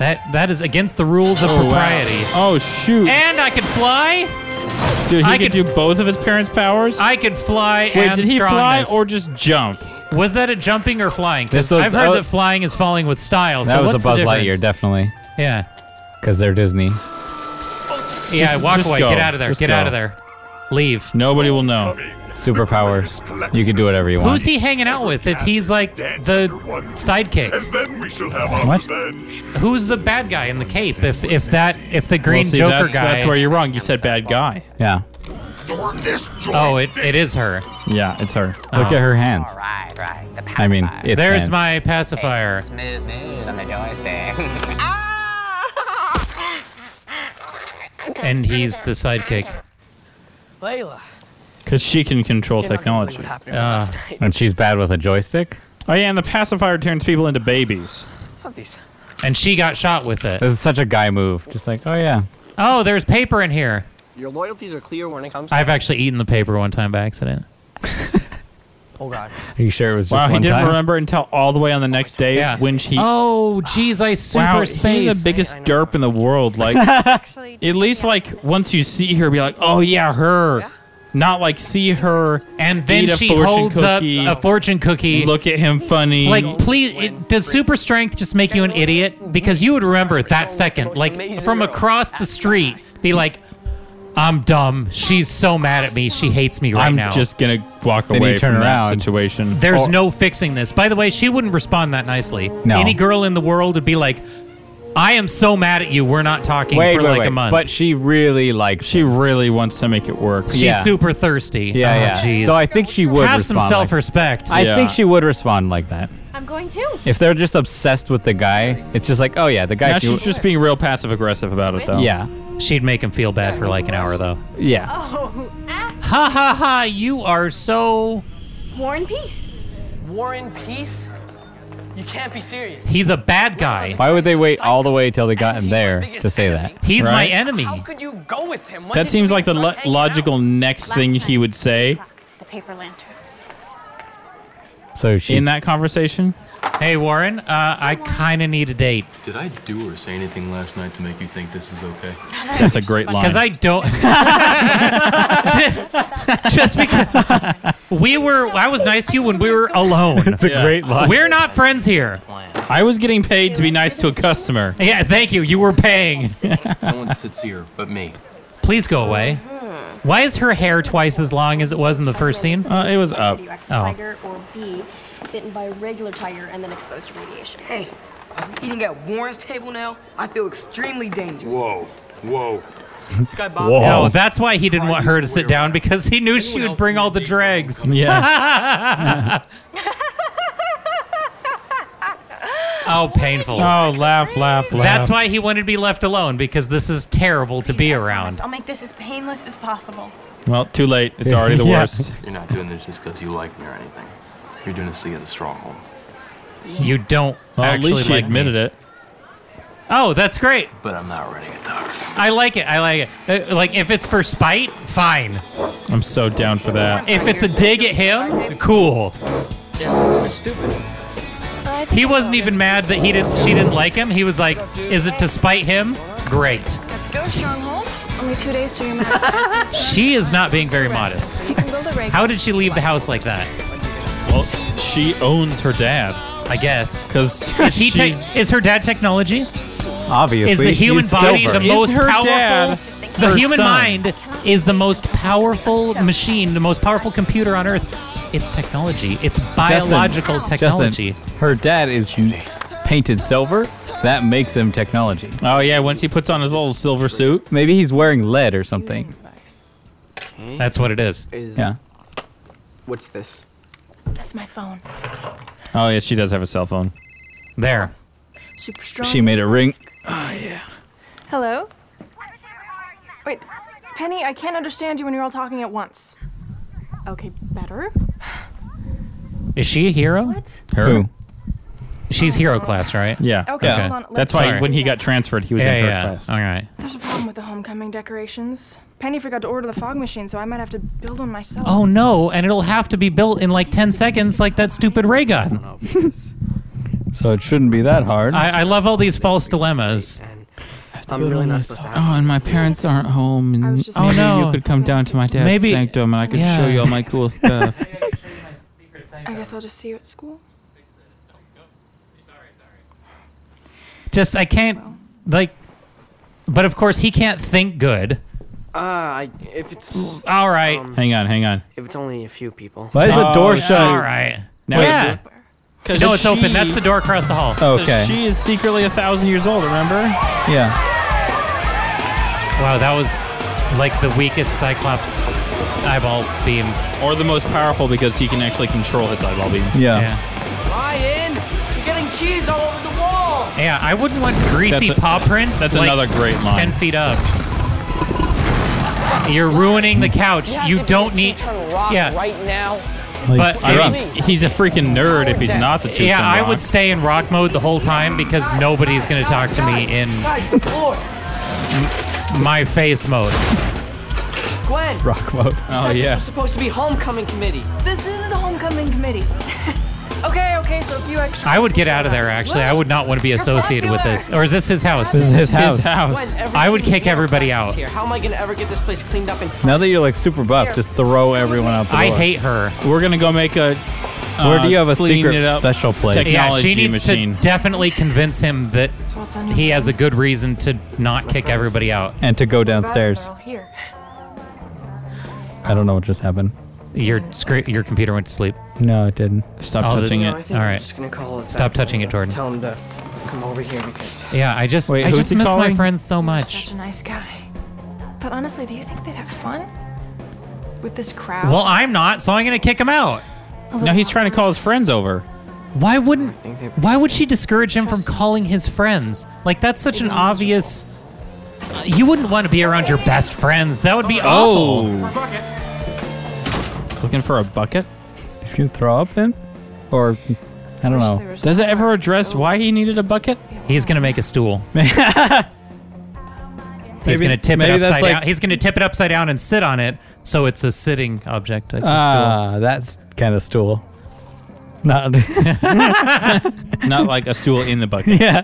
[SPEAKER 3] That that is against the rules of
[SPEAKER 1] Oh, wow.
[SPEAKER 3] propriety.
[SPEAKER 1] Oh shoot!
[SPEAKER 3] And I could fly.
[SPEAKER 1] Dude, he
[SPEAKER 3] I
[SPEAKER 1] could,
[SPEAKER 3] could-
[SPEAKER 1] do both of his parents' powers.
[SPEAKER 3] I could fly
[SPEAKER 1] Wait,
[SPEAKER 3] and
[SPEAKER 1] did he
[SPEAKER 3] strongness.
[SPEAKER 1] fly or just jump?
[SPEAKER 3] was that a jumping or flying? 'Cause
[SPEAKER 2] This was-
[SPEAKER 3] I've heard
[SPEAKER 2] oh.
[SPEAKER 3] that flying is falling with style.
[SPEAKER 2] that
[SPEAKER 3] so
[SPEAKER 2] was
[SPEAKER 3] what's
[SPEAKER 2] a Buzz
[SPEAKER 3] the
[SPEAKER 2] Lightyear,
[SPEAKER 3] difference?
[SPEAKER 2] definitely.
[SPEAKER 3] Yeah.
[SPEAKER 2] Because they're Disney.
[SPEAKER 3] Yeah,
[SPEAKER 1] Just-
[SPEAKER 3] walk
[SPEAKER 1] just
[SPEAKER 3] away.
[SPEAKER 1] go.
[SPEAKER 3] Get out of there.
[SPEAKER 1] Just
[SPEAKER 3] Get
[SPEAKER 1] go.
[SPEAKER 3] out of there. Leave.
[SPEAKER 1] Nobody will know.
[SPEAKER 2] Superpowers. You can do whatever you want.
[SPEAKER 3] Who's he hanging out with if he's like the sidekick?
[SPEAKER 2] What?
[SPEAKER 3] Who's the bad guy in the cape? If if that if the green
[SPEAKER 1] Well, see,
[SPEAKER 3] Joker
[SPEAKER 1] that's,
[SPEAKER 3] guy.
[SPEAKER 1] That's where you're wrong. You said bad guy.
[SPEAKER 2] Yeah.
[SPEAKER 3] Oh, it, it is her.
[SPEAKER 1] Yeah, it's her.
[SPEAKER 2] Look at her hands.
[SPEAKER 23] Right, right. The
[SPEAKER 2] I mean, it's
[SPEAKER 3] There's
[SPEAKER 2] hands.
[SPEAKER 3] my pacifier.
[SPEAKER 23] smooth move on the joystick.
[SPEAKER 3] And he's the sidekick.
[SPEAKER 14] Layla.
[SPEAKER 1] Because she can control
[SPEAKER 14] You're not gonna believe
[SPEAKER 1] technology.
[SPEAKER 14] what happened to me
[SPEAKER 1] Oh
[SPEAKER 3] Uh,
[SPEAKER 14] last night.
[SPEAKER 2] And she's bad with a joystick.
[SPEAKER 1] yeah, and the pacifier turns people into babies.
[SPEAKER 14] Oh, these.
[SPEAKER 3] And she got shot with it.
[SPEAKER 2] This is such a guy move. Just like, oh yeah.
[SPEAKER 3] Oh, there's paper in here.
[SPEAKER 11] Your loyalties are clear when it comes to.
[SPEAKER 3] I've actually eaten the paper one time by accident.
[SPEAKER 11] Oh, God.
[SPEAKER 2] Are you sure it was just
[SPEAKER 1] Wow, he
[SPEAKER 2] one
[SPEAKER 1] didn't
[SPEAKER 2] time?
[SPEAKER 1] remember until all the way on the next day
[SPEAKER 3] Yeah.
[SPEAKER 1] when she.
[SPEAKER 3] oh, jeez, I super
[SPEAKER 1] wow, he's
[SPEAKER 3] spaced.
[SPEAKER 1] the biggest derp in the world. Like, at least like once you see her, be like, oh yeah, her. Not like see her
[SPEAKER 3] and then
[SPEAKER 1] eat a
[SPEAKER 3] she
[SPEAKER 1] fortune
[SPEAKER 3] holds up
[SPEAKER 1] cookie,
[SPEAKER 3] a fortune cookie.
[SPEAKER 1] Look at him funny.
[SPEAKER 3] Like, please, it, does super strength just make you an idiot? Because you would remember that second, like from across the street, be like, "I'm dumb. She's so mad at me. She hates me right
[SPEAKER 1] I'm
[SPEAKER 3] now."
[SPEAKER 1] just gonna walk
[SPEAKER 2] Then you
[SPEAKER 1] away
[SPEAKER 2] turn
[SPEAKER 1] from that
[SPEAKER 2] around.
[SPEAKER 1] situation.
[SPEAKER 3] There's
[SPEAKER 19] Oh.
[SPEAKER 1] Or-
[SPEAKER 3] no fixing this. By the way, she wouldn't respond that nicely.
[SPEAKER 2] No.
[SPEAKER 3] Any girl in the world would be like, I am so mad at you. We're not talking
[SPEAKER 19] Wait,
[SPEAKER 3] for
[SPEAKER 19] wait,
[SPEAKER 3] like
[SPEAKER 19] wait.
[SPEAKER 3] a month.
[SPEAKER 19] But she really likes.
[SPEAKER 1] She really wants to make it work.
[SPEAKER 3] She's super thirsty.
[SPEAKER 19] Yeah,
[SPEAKER 3] Oh,
[SPEAKER 19] yeah.
[SPEAKER 3] jeez.
[SPEAKER 19] So I think she would
[SPEAKER 3] Have some
[SPEAKER 19] respond like-
[SPEAKER 3] self-respect.
[SPEAKER 19] I
[SPEAKER 3] Yeah.
[SPEAKER 19] think she would respond like that.
[SPEAKER 9] I'm going to.
[SPEAKER 19] If they're just obsessed with the guy, it's just like, oh yeah, the guy.
[SPEAKER 1] Now she's just being real passive aggressive about it, though.
[SPEAKER 19] Yeah.
[SPEAKER 3] She'd make him feel bad for like an hour though.
[SPEAKER 19] Yeah.
[SPEAKER 9] Oh,
[SPEAKER 3] Ha ha ha! You are so.
[SPEAKER 9] War and peace.
[SPEAKER 4] War and peace? You can't be serious.
[SPEAKER 3] He's a bad guy.
[SPEAKER 19] Why would they wait all the way till they got him there to say that?
[SPEAKER 3] He's my
[SPEAKER 1] Right?
[SPEAKER 3] enemy.
[SPEAKER 4] How could you go with him? When
[SPEAKER 1] That
[SPEAKER 4] did
[SPEAKER 1] seems
[SPEAKER 4] you
[SPEAKER 1] like the lo- logical next thing he would say
[SPEAKER 24] The paper lantern.
[SPEAKER 19] So she
[SPEAKER 1] in that conversation.
[SPEAKER 3] Hey Warren, uh, I kind of need a date.
[SPEAKER 20] Did I do or say anything last night to make you think this is okay?
[SPEAKER 1] That's a great line.
[SPEAKER 3] Because I don't. Just because we were, I was nice to you when we were alone. It's
[SPEAKER 1] a great line.
[SPEAKER 3] We're not friends here.
[SPEAKER 1] I was getting paid to be nice to a customer.
[SPEAKER 3] Yeah, thank you. You were paying.
[SPEAKER 20] no one sits here but me.
[SPEAKER 3] Please go away. Why is her hair twice as long as it was in the first scene?
[SPEAKER 1] Uh, it was up.
[SPEAKER 3] Oh.
[SPEAKER 15] Tiger or B, bitten by a regular tiger and then exposed to radiation.
[SPEAKER 25] Hey, are we eating at Warren's table now? I feel extremely dangerous.
[SPEAKER 20] Whoa, whoa. Sky Bob.
[SPEAKER 3] Whoa. No, Oh,
[SPEAKER 1] Oh,
[SPEAKER 3] that's why he didn't want her to sit down because he knew she would bring all the dregs.
[SPEAKER 1] Yeah.
[SPEAKER 3] oh, painful.
[SPEAKER 1] Oh, laugh, laugh, laugh.
[SPEAKER 3] That's why he wanted to be left alone because this is terrible to be around.
[SPEAKER 9] I'll make this as painless as possible.
[SPEAKER 1] Well, too late. It's already the
[SPEAKER 3] Yeah.
[SPEAKER 1] worst.
[SPEAKER 20] You're not doing this just because you like me or anything. You're doing this to get the stronghold.
[SPEAKER 3] You don't
[SPEAKER 1] Well, at
[SPEAKER 3] actually
[SPEAKER 1] least she
[SPEAKER 3] like
[SPEAKER 1] admitted
[SPEAKER 3] me.
[SPEAKER 1] it.
[SPEAKER 3] Oh, that's great.
[SPEAKER 20] But I'm not running a tux.
[SPEAKER 3] I like it. I like it. Uh, like if it's for spite, fine.
[SPEAKER 1] I'm so down for that.
[SPEAKER 3] If it's a dig at him, cool.
[SPEAKER 20] Yeah, it's stupid.
[SPEAKER 3] He wasn't even mad that he didn't. She didn't like him. He was like, "Is it to spite him?" Great.
[SPEAKER 15] Let's go, Stronghold. Only two days to your max.
[SPEAKER 3] She is not being very modest.
[SPEAKER 15] You can build a regular.
[SPEAKER 3] How did she leave the house like that?
[SPEAKER 1] Well, she owns her dad.
[SPEAKER 3] I guess.
[SPEAKER 1] Because
[SPEAKER 3] Is he? Te- is her dad technology?
[SPEAKER 19] Obviously,
[SPEAKER 3] Is the human
[SPEAKER 19] he's
[SPEAKER 3] body
[SPEAKER 19] silver.
[SPEAKER 3] the most powerful? the human mind is the most powerful machine, the most powerful computer on Earth. It's technology. It's
[SPEAKER 19] Justin,
[SPEAKER 3] biological
[SPEAKER 19] Justin,
[SPEAKER 3] technology.
[SPEAKER 19] her dad is painted silver. That makes him technology.
[SPEAKER 1] Oh yeah, once he puts on his little silver suit,
[SPEAKER 19] maybe he's wearing lead or something.
[SPEAKER 3] That's what it is.
[SPEAKER 19] Yeah.
[SPEAKER 4] What's this?
[SPEAKER 9] That's my phone.
[SPEAKER 1] Oh yeah, she does have a cell phone.
[SPEAKER 3] There.
[SPEAKER 9] Super strong.
[SPEAKER 1] She made it ring.
[SPEAKER 9] Hello? Wait, Penny, I can't understand you when you're all talking at once. Okay, better?
[SPEAKER 3] Is she a hero?
[SPEAKER 9] What?
[SPEAKER 1] Her. Who?
[SPEAKER 3] She's hero class, right?
[SPEAKER 1] Yeah.
[SPEAKER 9] Okay, Yeah. hold on, let
[SPEAKER 1] That's
[SPEAKER 9] me-
[SPEAKER 1] why
[SPEAKER 9] Sorry.
[SPEAKER 1] when he got transferred, he was
[SPEAKER 3] Yeah,
[SPEAKER 1] in her
[SPEAKER 3] yeah,
[SPEAKER 1] class.
[SPEAKER 3] All right.
[SPEAKER 9] There's a problem with the homecoming decorations. Penny forgot to order the fog machine, so I might have to build one myself.
[SPEAKER 3] Oh no, and it'll have to be built in like 10 seconds, like that stupid ray gun.
[SPEAKER 19] So it shouldn't be that hard.
[SPEAKER 3] I, I love all these false dilemmas.
[SPEAKER 1] I'm really not supposed to
[SPEAKER 3] Uh,
[SPEAKER 1] Oh, and my parents aren't home, and
[SPEAKER 3] Oh,
[SPEAKER 1] maybe
[SPEAKER 3] no.
[SPEAKER 1] you could come down to my dad's
[SPEAKER 3] Maybe-
[SPEAKER 1] sanctum, and I could
[SPEAKER 3] Yeah.
[SPEAKER 1] show you all my cool stuff.
[SPEAKER 9] I guess I'll just see you at school.
[SPEAKER 3] Just, I can't, like, but of course he can't think good.
[SPEAKER 4] Uh, I, if it's
[SPEAKER 3] All right.
[SPEAKER 1] hang on, hang on.
[SPEAKER 4] if it's only a few people.
[SPEAKER 19] Why is the door
[SPEAKER 3] yeah.
[SPEAKER 19] shut?
[SPEAKER 3] All right.
[SPEAKER 1] Now-
[SPEAKER 3] yeah.
[SPEAKER 1] 'Cause
[SPEAKER 3] No, it's open.
[SPEAKER 1] she- Oh.
[SPEAKER 3] That's the door across the hall.
[SPEAKER 19] Okay.
[SPEAKER 1] She is secretly a thousand years old. Remember?
[SPEAKER 19] Yeah.
[SPEAKER 3] Wow, that was like the weakest Cyclops eyeball beam.
[SPEAKER 1] Or the most powerful because he can actually control his eyeball beam.
[SPEAKER 19] Yeah.
[SPEAKER 4] Ryan, you're getting cheese all over the wall.
[SPEAKER 3] Yeah, I wouldn't want greasy
[SPEAKER 1] That's a-
[SPEAKER 3] paw prints.
[SPEAKER 1] that's
[SPEAKER 3] like,
[SPEAKER 1] another great line.
[SPEAKER 3] Ten feet up. You're ruining the couch. You don't need. Yeah.
[SPEAKER 4] Right now.
[SPEAKER 1] But
[SPEAKER 3] But I mean,
[SPEAKER 1] he's a freaking nerd if he's not the two.
[SPEAKER 3] yeah, I would stay in rock mode the whole time because nobody's gonna talk to me in
[SPEAKER 4] Guys, Lord,
[SPEAKER 3] my face mode.
[SPEAKER 4] Gwen.
[SPEAKER 19] Rock mode.
[SPEAKER 1] Oh
[SPEAKER 4] said This
[SPEAKER 1] yeah.
[SPEAKER 4] was supposed to be homecoming committee.
[SPEAKER 9] This is the homecoming committee. okay, okay, so a few extra.
[SPEAKER 3] I would get out of there. Actually, I would not want to be associated with this. Or is this his house?
[SPEAKER 19] This is his house.
[SPEAKER 1] house.
[SPEAKER 4] Gwen,
[SPEAKER 3] I would kick everybody
[SPEAKER 4] This
[SPEAKER 3] out.
[SPEAKER 4] Here, how am I gonna ever get this place cleaned up in time?
[SPEAKER 19] Now that you're like super buff, just throw everyone out the
[SPEAKER 3] I
[SPEAKER 19] door.
[SPEAKER 3] hate her.
[SPEAKER 1] We're gonna go make a.
[SPEAKER 19] Where do you have a
[SPEAKER 1] clean
[SPEAKER 19] secret
[SPEAKER 1] it up
[SPEAKER 19] special place?
[SPEAKER 3] Yeah,
[SPEAKER 1] Technology
[SPEAKER 3] she needs
[SPEAKER 1] machine.
[SPEAKER 3] to definitely convince him that he has a good reason to not kick everybody out.
[SPEAKER 19] And to go downstairs.
[SPEAKER 9] Here.
[SPEAKER 19] I don't know what just happened.
[SPEAKER 3] Your scre- your computer went to sleep.
[SPEAKER 19] No, it didn't.
[SPEAKER 1] Stop
[SPEAKER 3] Oh,
[SPEAKER 1] touching
[SPEAKER 3] the-
[SPEAKER 1] it.
[SPEAKER 4] I think
[SPEAKER 3] All
[SPEAKER 4] I'm
[SPEAKER 3] right.
[SPEAKER 4] just gonna call it
[SPEAKER 3] Stop
[SPEAKER 4] that.
[SPEAKER 3] touching it, Jordan.
[SPEAKER 4] Tell him to
[SPEAKER 14] come over here because
[SPEAKER 3] Yeah, I just
[SPEAKER 1] Wait,
[SPEAKER 3] I
[SPEAKER 1] who's
[SPEAKER 3] just
[SPEAKER 1] he
[SPEAKER 3] miss my
[SPEAKER 1] calling?
[SPEAKER 3] friends so much.
[SPEAKER 6] Such a nice guy. But honestly, do you think they'd have fun with this crowd?
[SPEAKER 3] Well, I'm not, so I'm gonna kick him out.
[SPEAKER 1] No, he's trying to call his friends over.
[SPEAKER 3] Why wouldn't? Why would she discourage him from calling his friends? Like that's such an obvious. Uh, You wouldn't want to be around your best friends. That would be awful.
[SPEAKER 1] Oh. Looking for a bucket?
[SPEAKER 2] He's gonna throw up then, or I don't know.
[SPEAKER 1] Does it ever address why he needed a bucket?
[SPEAKER 3] He's gonna make a stool. He's
[SPEAKER 2] Maybe-
[SPEAKER 3] gonna tip it
[SPEAKER 2] maybe that's
[SPEAKER 3] upside
[SPEAKER 2] like-
[SPEAKER 3] down. He's gonna tip it upside down and sit on it, so it's a sitting object.
[SPEAKER 1] Uh.
[SPEAKER 3] Like a
[SPEAKER 2] Ah, that's kind of stool. Not.
[SPEAKER 1] Not like a stool in the bucket.
[SPEAKER 2] yeah.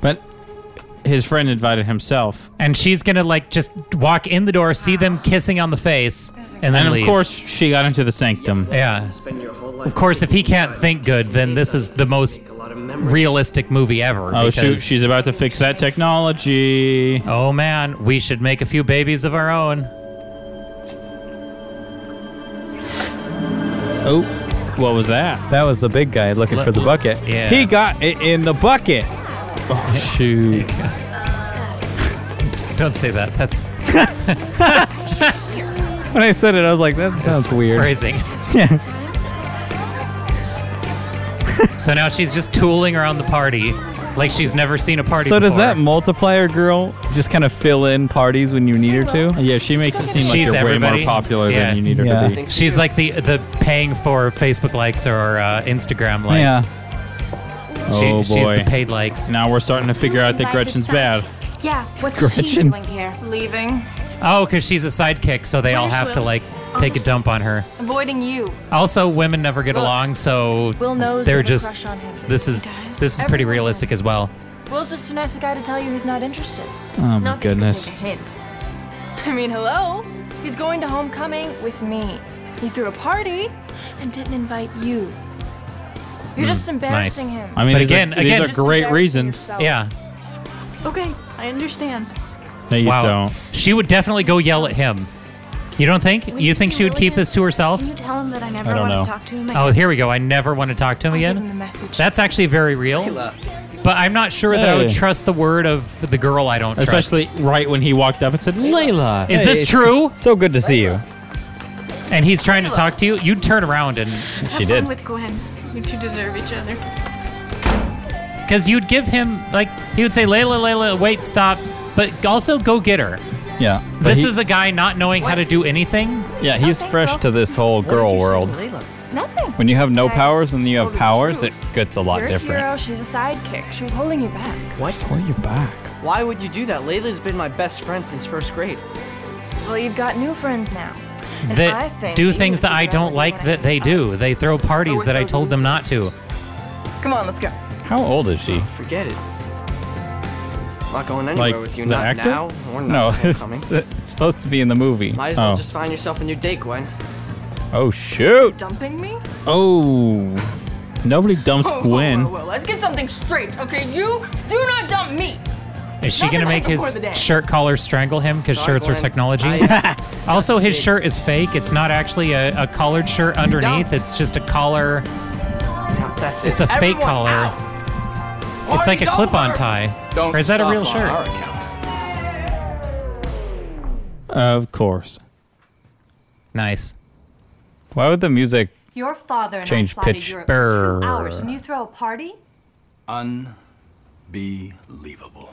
[SPEAKER 1] But his friend invited himself.
[SPEAKER 3] stool. And she's gonna like just walk in the door, see them kissing on the face, and
[SPEAKER 1] And,
[SPEAKER 3] then
[SPEAKER 1] of
[SPEAKER 3] leave.
[SPEAKER 1] course, she got into the sanctum.
[SPEAKER 3] Yeah. Of course, if he can't think good, then this is the most realistic movie ever.
[SPEAKER 1] Oh, shoot.
[SPEAKER 3] because-
[SPEAKER 1] She's about to fix that technology.
[SPEAKER 3] Oh, man. We should make a few babies of our own.
[SPEAKER 1] Oh, what was that?
[SPEAKER 2] That was the big guy looking for the bucket.
[SPEAKER 1] Yeah.
[SPEAKER 2] He got it in the bucket.
[SPEAKER 1] Oh, shoot.
[SPEAKER 3] Don't say that. That's
[SPEAKER 2] When I said it, I was like, that sounds weird.
[SPEAKER 3] Phrasing.
[SPEAKER 2] Yeah.
[SPEAKER 3] so now she's just tooling around the party like she's never seen a party
[SPEAKER 2] So does
[SPEAKER 3] before.
[SPEAKER 2] that multiplier girl just kind of fill in parties when you need her to?
[SPEAKER 1] Yeah, she makes it seem
[SPEAKER 3] She's everybody. Yeah.
[SPEAKER 2] Yeah.
[SPEAKER 3] She's like the the paying for Facebook likes or uh, Instagram likes.
[SPEAKER 1] Yeah.
[SPEAKER 3] She-
[SPEAKER 1] oh, boy.
[SPEAKER 3] she's the paid likes.
[SPEAKER 1] Now we're starting to figure out that Gretchen's bad.
[SPEAKER 9] Yeah, what's she
[SPEAKER 1] Gretchen.
[SPEAKER 9] doing here? Leaving.
[SPEAKER 3] Oh, because she's a sidekick, so they all
[SPEAKER 9] Where's
[SPEAKER 3] have to
[SPEAKER 9] Will?
[SPEAKER 3] like take a dump on her.
[SPEAKER 9] Avoiding you.
[SPEAKER 3] Also, women never get along, so
[SPEAKER 9] Will knows
[SPEAKER 3] they're
[SPEAKER 9] you have a
[SPEAKER 3] just.
[SPEAKER 9] crush on him.
[SPEAKER 3] This is this is pretty
[SPEAKER 9] Everyone
[SPEAKER 3] realistic as well.
[SPEAKER 9] Will's just too nice a guy to tell you he's not interested.
[SPEAKER 1] Oh, my goodness.
[SPEAKER 9] hint. I mean, hello. He's going to homecoming with me. He threw a party and didn't invite you.
[SPEAKER 3] Hmm,
[SPEAKER 9] You're just embarrassing him.
[SPEAKER 1] I mean,
[SPEAKER 3] But
[SPEAKER 1] these
[SPEAKER 3] again-
[SPEAKER 1] are, these
[SPEAKER 3] again-
[SPEAKER 1] are
[SPEAKER 3] Just
[SPEAKER 1] great
[SPEAKER 9] embarrassing
[SPEAKER 1] reasons.
[SPEAKER 9] yourself.
[SPEAKER 3] Yeah.
[SPEAKER 9] Okay, I understand.
[SPEAKER 1] No, you
[SPEAKER 3] wow.
[SPEAKER 1] don't.
[SPEAKER 3] She would definitely go yell at him. You don't think?
[SPEAKER 9] When
[SPEAKER 3] you
[SPEAKER 9] you
[SPEAKER 3] think
[SPEAKER 9] see
[SPEAKER 3] she would
[SPEAKER 9] Will
[SPEAKER 3] keep
[SPEAKER 9] again,
[SPEAKER 3] this to herself?
[SPEAKER 9] Can you tell him that I never
[SPEAKER 3] I don't
[SPEAKER 9] want
[SPEAKER 3] know.
[SPEAKER 9] to talk to him
[SPEAKER 3] Oh,
[SPEAKER 9] again?
[SPEAKER 3] here we go. I never want to talk to him
[SPEAKER 9] give
[SPEAKER 3] again.
[SPEAKER 9] him the message.
[SPEAKER 3] That's actually very real. But I'm not sure that I would
[SPEAKER 1] Hey.
[SPEAKER 3] trust the word of the girl I don't
[SPEAKER 1] Especially right when he walked up and said, Layla.
[SPEAKER 3] trust. Is this true?
[SPEAKER 2] So good to see you.
[SPEAKER 3] And he's trying to talk to you. You'd turn around and
[SPEAKER 2] She did.
[SPEAKER 9] with Gwen. You two deserve each other.
[SPEAKER 3] Because you'd give him like he would say, Layla, Layla, wait, stop. But also go get her.
[SPEAKER 2] Yeah.
[SPEAKER 3] this is a guy not knowing how to do anything.
[SPEAKER 2] Yeah, he's fresh to this whole girl world.
[SPEAKER 9] Nothing.
[SPEAKER 2] When you have no
[SPEAKER 9] Guys,
[SPEAKER 2] powers and you have
[SPEAKER 9] told the
[SPEAKER 2] powers, it
[SPEAKER 9] truth.
[SPEAKER 2] gets a lot
[SPEAKER 9] You're
[SPEAKER 2] different.
[SPEAKER 9] a hero. She's a sidekick. She was holding you back.
[SPEAKER 14] What?
[SPEAKER 2] Pull you back.
[SPEAKER 14] Why would you do that? Layla's been my best friend since first grade.
[SPEAKER 9] Well, you've got new friends now. And I
[SPEAKER 3] That
[SPEAKER 9] think
[SPEAKER 3] do
[SPEAKER 9] you
[SPEAKER 3] things
[SPEAKER 9] need
[SPEAKER 3] that
[SPEAKER 9] to
[SPEAKER 3] I
[SPEAKER 9] figure out
[SPEAKER 3] don't
[SPEAKER 9] what you
[SPEAKER 3] like that they do. They throw parties that I told them not to.
[SPEAKER 9] wanna- Come on, let's go.
[SPEAKER 2] How old is she?
[SPEAKER 14] Forget it. Not going anywhere
[SPEAKER 2] Like
[SPEAKER 14] with
[SPEAKER 2] the
[SPEAKER 14] you. Not
[SPEAKER 2] actor?
[SPEAKER 14] now or not
[SPEAKER 2] no, it's,
[SPEAKER 14] homecoming.
[SPEAKER 2] it's supposed to be in the movie.
[SPEAKER 14] Might as
[SPEAKER 2] oh.
[SPEAKER 14] well just find yourself a new date, Gwen.
[SPEAKER 2] oh shoot!
[SPEAKER 9] Dumping me?
[SPEAKER 1] Oh. Nobody dumps
[SPEAKER 9] Oh, Whoa, whoa,
[SPEAKER 1] Gwen.
[SPEAKER 9] whoa, whoa, Let's get something straight, okay? You do not dump me.
[SPEAKER 3] Is she gonna
[SPEAKER 9] Nothing
[SPEAKER 3] make
[SPEAKER 9] before
[SPEAKER 3] his
[SPEAKER 9] the dance.
[SPEAKER 3] shirt collar strangle him because
[SPEAKER 14] Sorry,
[SPEAKER 3] shirts are
[SPEAKER 14] Glenn.
[SPEAKER 3] technology?
[SPEAKER 14] I-
[SPEAKER 3] also, his shirt is fake. It's not actually a, a collared shirt underneath. It's just a collar.
[SPEAKER 14] That's it.
[SPEAKER 3] It's a fake collar. It's like a clip-on tie. or is that a real shirt?
[SPEAKER 1] Of course.
[SPEAKER 3] Nice.
[SPEAKER 2] Why would the music?
[SPEAKER 21] Your father and
[SPEAKER 2] Change
[SPEAKER 21] I plotted
[SPEAKER 2] pitch.
[SPEAKER 21] Europe for
[SPEAKER 2] Brr.
[SPEAKER 21] two hours, and you throw a party?
[SPEAKER 20] Unbelievable.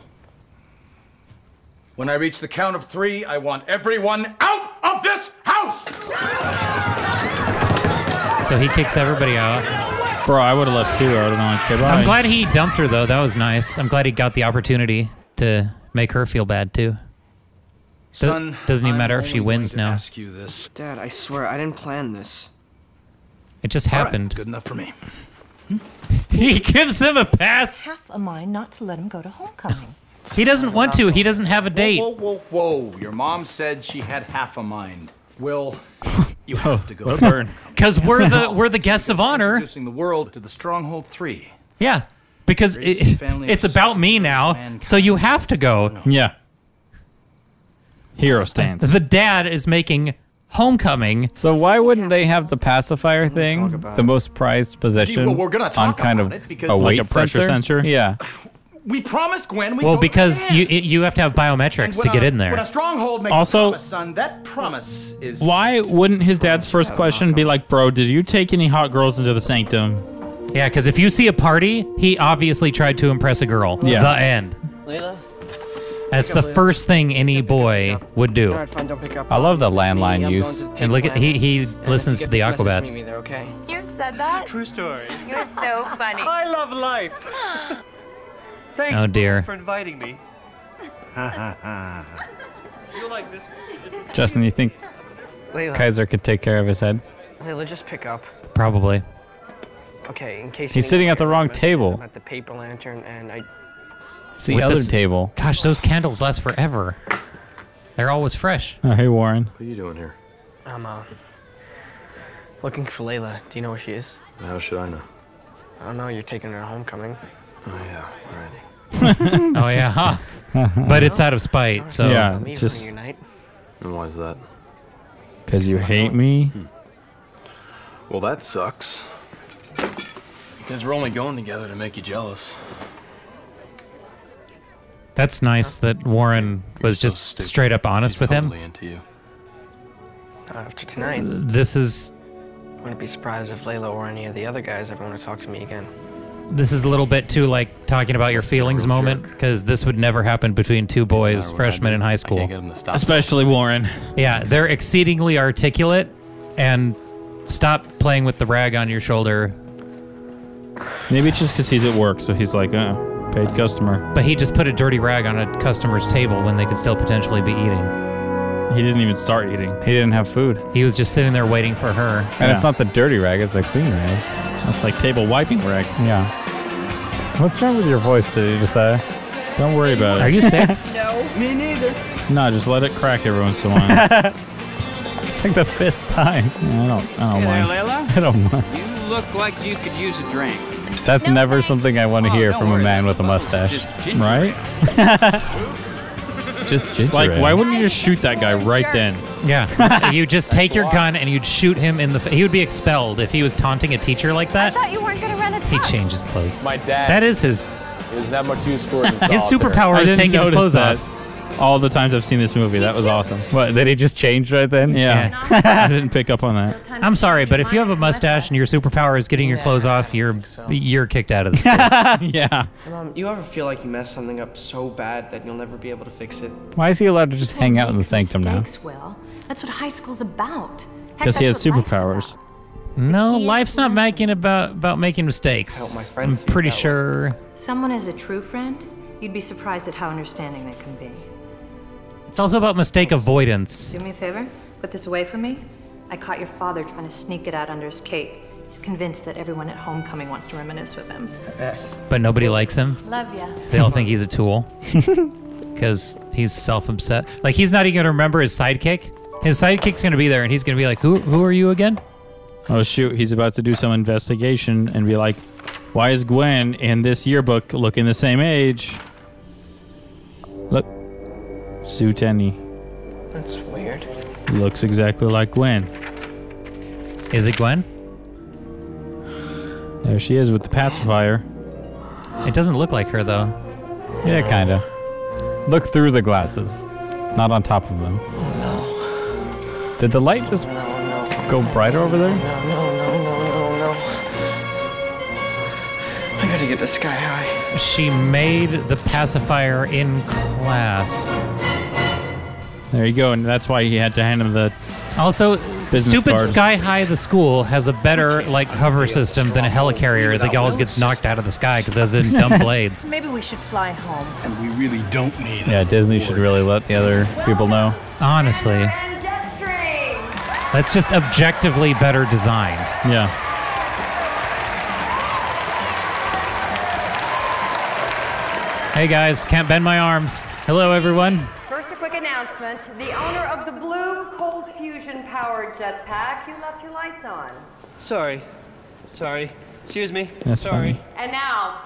[SPEAKER 20] When I reach the count of three, I want everyone out of this house!
[SPEAKER 3] So he kicks everybody out.
[SPEAKER 1] Bro, I would have left too. I would have been like, okay, bye.
[SPEAKER 3] I'm glad he dumped her though. That was nice. I'm glad he got the opportunity to make her feel bad too. Do-
[SPEAKER 14] Son,
[SPEAKER 3] doesn't even
[SPEAKER 14] I'm
[SPEAKER 3] matter if
[SPEAKER 14] only
[SPEAKER 3] she
[SPEAKER 14] going
[SPEAKER 3] wins
[SPEAKER 14] to
[SPEAKER 3] now.
[SPEAKER 14] ask
[SPEAKER 20] you this.
[SPEAKER 14] Dad, I swear I didn't plan this.
[SPEAKER 3] It just happened.
[SPEAKER 20] good enough for me.
[SPEAKER 3] he gives him a pass.
[SPEAKER 21] Half a mind not to let him go to homecoming.
[SPEAKER 3] He doesn't want to. He doesn't have a date.
[SPEAKER 20] Whoa, whoa, whoa, whoa. Your mom said she had half a mind. Will, you have to go.
[SPEAKER 3] what a burn. 'Cause we're the- we're the guests of honor.
[SPEAKER 20] Introducing the world to the Stronghold 3.
[SPEAKER 3] Yeah, because it, it's about me now. So you have to go.
[SPEAKER 1] Yeah. Hero stance.
[SPEAKER 3] The dad is making Homecoming.
[SPEAKER 26] So why wouldn't they have the pacifier thing, the most prized possession,
[SPEAKER 20] well, we're gonna
[SPEAKER 26] on
[SPEAKER 20] talk
[SPEAKER 26] kind
[SPEAKER 20] about
[SPEAKER 26] of
[SPEAKER 20] it because-
[SPEAKER 26] a
[SPEAKER 20] Like
[SPEAKER 26] weight
[SPEAKER 20] a pressure
[SPEAKER 3] sensor?
[SPEAKER 26] Yeah.
[SPEAKER 20] We promised Gwen we
[SPEAKER 3] well,
[SPEAKER 20] go
[SPEAKER 3] because
[SPEAKER 20] again.
[SPEAKER 3] you it- you have to have
[SPEAKER 20] And
[SPEAKER 3] biometrics to
[SPEAKER 20] when
[SPEAKER 3] get
[SPEAKER 20] a-
[SPEAKER 3] in there.
[SPEAKER 20] When a stronghold makes
[SPEAKER 1] Also-
[SPEAKER 20] a promise, son, that promise is
[SPEAKER 1] Why wouldn't his dad's first question be like, "Bro, did you take any hot girls into the sanctum?"
[SPEAKER 3] Yeah, because if you see a party, he obviously tried to impress a girl.
[SPEAKER 1] Yeah.
[SPEAKER 3] The end.
[SPEAKER 4] Layla?
[SPEAKER 3] That's the first thing any boy would do. I
[SPEAKER 26] love the landline use.
[SPEAKER 3] And look at he he listens to the
[SPEAKER 4] Just message
[SPEAKER 3] Aquabats.
[SPEAKER 4] me there, okay?
[SPEAKER 14] You said that? True
[SPEAKER 7] story.
[SPEAKER 14] You're so funny.
[SPEAKER 7] I love life. Thanks
[SPEAKER 3] Oh, dear.
[SPEAKER 7] for inviting me. You like this?
[SPEAKER 26] Justin, you think
[SPEAKER 4] Layla.
[SPEAKER 26] Kaiser could take care of his head?
[SPEAKER 4] Layla, just pick up.
[SPEAKER 26] Probably.
[SPEAKER 4] Okay, in case
[SPEAKER 26] He's
[SPEAKER 4] you
[SPEAKER 26] sitting
[SPEAKER 4] didn't
[SPEAKER 26] at the
[SPEAKER 4] hear,
[SPEAKER 26] wrong
[SPEAKER 4] I'm
[SPEAKER 26] table.
[SPEAKER 4] At the paper lantern, and I
[SPEAKER 26] It's the other table.
[SPEAKER 3] Gosh, those candles last forever. They're always fresh.
[SPEAKER 1] Oh, hey, Warren.
[SPEAKER 20] What are you doing here?
[SPEAKER 4] I'm uh, looking for Layla. Do you know where she is?
[SPEAKER 20] How should I know?
[SPEAKER 4] I don't know. You're taking her to homecoming.
[SPEAKER 20] Oh yeah, right.
[SPEAKER 3] Oh yeah, huh? but it's out of spite. So
[SPEAKER 1] Yeah,
[SPEAKER 4] Leave her
[SPEAKER 1] just-
[SPEAKER 4] unite.
[SPEAKER 27] And why is that?
[SPEAKER 1] Because you hate me.
[SPEAKER 27] Well, that sucks.
[SPEAKER 20] Because we're only going together to make you jealous.
[SPEAKER 3] that's nice that Warren was just straight up honest with him.
[SPEAKER 20] Totally into you.
[SPEAKER 4] Not after tonight.
[SPEAKER 3] This is
[SPEAKER 4] Wouldn't be surprised if Layla or any of the other guys ever want to talk to me again.
[SPEAKER 3] this is a little bit too like talking about your feelings moment because this would never happen between two boys, freshmen in high school.
[SPEAKER 1] Especially Warren.
[SPEAKER 3] Yeah, they're exceedingly articulate and stop playing with the rag on your shoulder.
[SPEAKER 1] Maybe it's just because he's at work, so he's like, "Uh, paid customer."
[SPEAKER 3] But he just put a dirty rag on a customer's table when they could still potentially be eating.
[SPEAKER 1] He didn't even start eating.
[SPEAKER 26] He didn't have food.
[SPEAKER 3] He was just sitting there waiting for her.
[SPEAKER 26] And it's not the dirty rag, it's the clean rag.
[SPEAKER 1] That's like table wiping rag.
[SPEAKER 26] Yeah. What's wrong with your voice today, Josiah?
[SPEAKER 1] Don't worry about it.
[SPEAKER 26] Are you sick?
[SPEAKER 14] no.
[SPEAKER 4] Me neither.
[SPEAKER 1] No, just let it crack every once in a while.
[SPEAKER 26] it's like the fifth time. I don't, I don't
[SPEAKER 17] Hey there,
[SPEAKER 26] mind.
[SPEAKER 17] Layla.
[SPEAKER 26] I don't mind.
[SPEAKER 17] You look like you could use a drink.
[SPEAKER 26] That's never something I
[SPEAKER 17] Oh,
[SPEAKER 26] want to hear from a man with a mustache.
[SPEAKER 17] ginger
[SPEAKER 26] Right? it's just ginger.
[SPEAKER 1] like, why wouldn't you just shoot that guy right then?
[SPEAKER 3] Yeah, you just take your gun and you'd shoot him in the. Fa- he would be expelled if he was taunting a teacher like that.
[SPEAKER 14] Thought you weren't gonna run a
[SPEAKER 3] He
[SPEAKER 14] test.
[SPEAKER 3] changes clothes.
[SPEAKER 10] My dad.
[SPEAKER 3] That is his.
[SPEAKER 10] Is that much use for
[SPEAKER 3] his His altar. superpower
[SPEAKER 1] I
[SPEAKER 3] is
[SPEAKER 1] didn't
[SPEAKER 3] taking his
[SPEAKER 1] notice
[SPEAKER 3] clothes
[SPEAKER 1] that
[SPEAKER 3] off.
[SPEAKER 1] All the times I've seen this movie, that was awesome.
[SPEAKER 26] What, did he just change right then?
[SPEAKER 1] Yeah, I didn't pick up on that.
[SPEAKER 3] I'm sorry, but if you have a mustache and your superpower is getting your clothes off, you're you're kicked out of the school.
[SPEAKER 1] yeah.
[SPEAKER 4] Mom, Um, you ever feel like you messed something up so bad that you'll never be able to fix it?
[SPEAKER 26] Why is he allowed to just hang out in the sanctum now?
[SPEAKER 5] Mistakes, Will. That's what high school's about. Heck,
[SPEAKER 26] Because he
[SPEAKER 5] that's
[SPEAKER 26] has
[SPEAKER 5] what life's
[SPEAKER 26] superpowers.
[SPEAKER 3] No, life's not making about about
[SPEAKER 5] Help
[SPEAKER 3] making
[SPEAKER 5] my
[SPEAKER 3] mistakes. I'm
[SPEAKER 5] friends see
[SPEAKER 3] pretty
[SPEAKER 5] that way.
[SPEAKER 3] sure.
[SPEAKER 5] about. Someone is a true friend. You'd be surprised at how understanding they can be.
[SPEAKER 3] It's also about mistake avoidance.
[SPEAKER 5] Do me a favor. Put this away from me. I caught your father trying to sneak it out under his cape. He's convinced that everyone at homecoming wants to reminisce with him.
[SPEAKER 3] But nobody likes him.
[SPEAKER 5] Love ya.
[SPEAKER 3] They all think he's a tool. Because he's self-obsessed. Like he's not even gonna remember his sidekick. His sidekick's gonna be there, and he's gonna be like, "Who? Who are you again?"
[SPEAKER 1] Oh shoot, he's about to do some investigation and be like, "Why is Gwen in this yearbook looking the same age?" Look, Sue Tenney
[SPEAKER 4] That's weird.
[SPEAKER 1] looks exactly like Gwen.
[SPEAKER 3] Is it Gwen?
[SPEAKER 1] There she is with the pacifier.
[SPEAKER 3] It doesn't look like her though.
[SPEAKER 26] Yeah, kinda. Look through the glasses, not on top of them. Did the light just go brighter over there?
[SPEAKER 4] No, no, no, no, no, no. I gotta get the sky high.
[SPEAKER 3] She made the pacifier in class.
[SPEAKER 1] There you go, and that's why he had to hand him the.
[SPEAKER 3] Also,
[SPEAKER 1] Business
[SPEAKER 3] stupid
[SPEAKER 1] cards.
[SPEAKER 3] Sky High, the school, has a better like hover system than a helicarrier that always gets knocked out of the sky because it has dumb blades.
[SPEAKER 5] Maybe we should fly home.
[SPEAKER 20] And we really don't need
[SPEAKER 26] Yeah, Disney should really let the other people know.
[SPEAKER 3] Honestly,
[SPEAKER 14] Jet stream.
[SPEAKER 3] that's just objectively better design.
[SPEAKER 1] Yeah.
[SPEAKER 3] Hey guys, can't bend my arms. Hello everyone.
[SPEAKER 14] First, a quick announcement. The owner of the blue cold fusion powered jetpack, you left your lights on.
[SPEAKER 7] Sorry. Sorry. Excuse me.
[SPEAKER 1] That's
[SPEAKER 7] Sorry.
[SPEAKER 1] funny.
[SPEAKER 14] And now,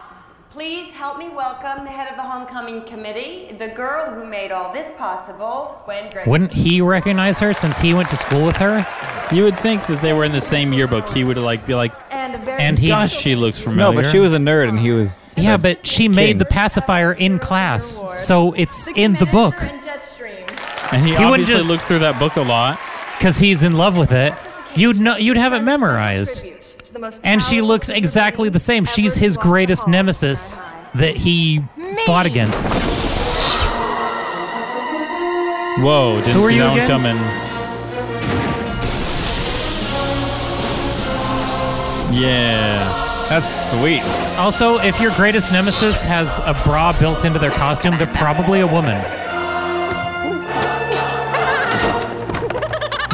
[SPEAKER 7] Please help me welcome the head of the homecoming committee, the girl who made all this possible, Gwen Gray.
[SPEAKER 3] Wouldn't he recognize her since he went to school with her?
[SPEAKER 1] You would think that they were in the same yearbook. He would like be like,
[SPEAKER 7] And a very
[SPEAKER 1] and he, gosh, she looks familiar.
[SPEAKER 2] No, but she was a nerd and he was.
[SPEAKER 3] Yeah, but she made the pacifier in class, so it's in the book
[SPEAKER 1] and
[SPEAKER 3] he
[SPEAKER 1] he,
[SPEAKER 3] wouldn't
[SPEAKER 1] obviously
[SPEAKER 3] just-
[SPEAKER 1] looks through that book a lot.
[SPEAKER 3] because he's in love with it. You'd know, you'd have it memorized. And she looks exactly the same. She's his greatest nemesis that he fought against.
[SPEAKER 1] Whoa, didn't
[SPEAKER 3] Who are
[SPEAKER 1] see
[SPEAKER 3] you
[SPEAKER 1] that
[SPEAKER 3] again?
[SPEAKER 1] one coming. Yeah.
[SPEAKER 2] That's sweet.
[SPEAKER 3] Also, if your greatest nemesis has a bra built into their costume, they're probably a woman.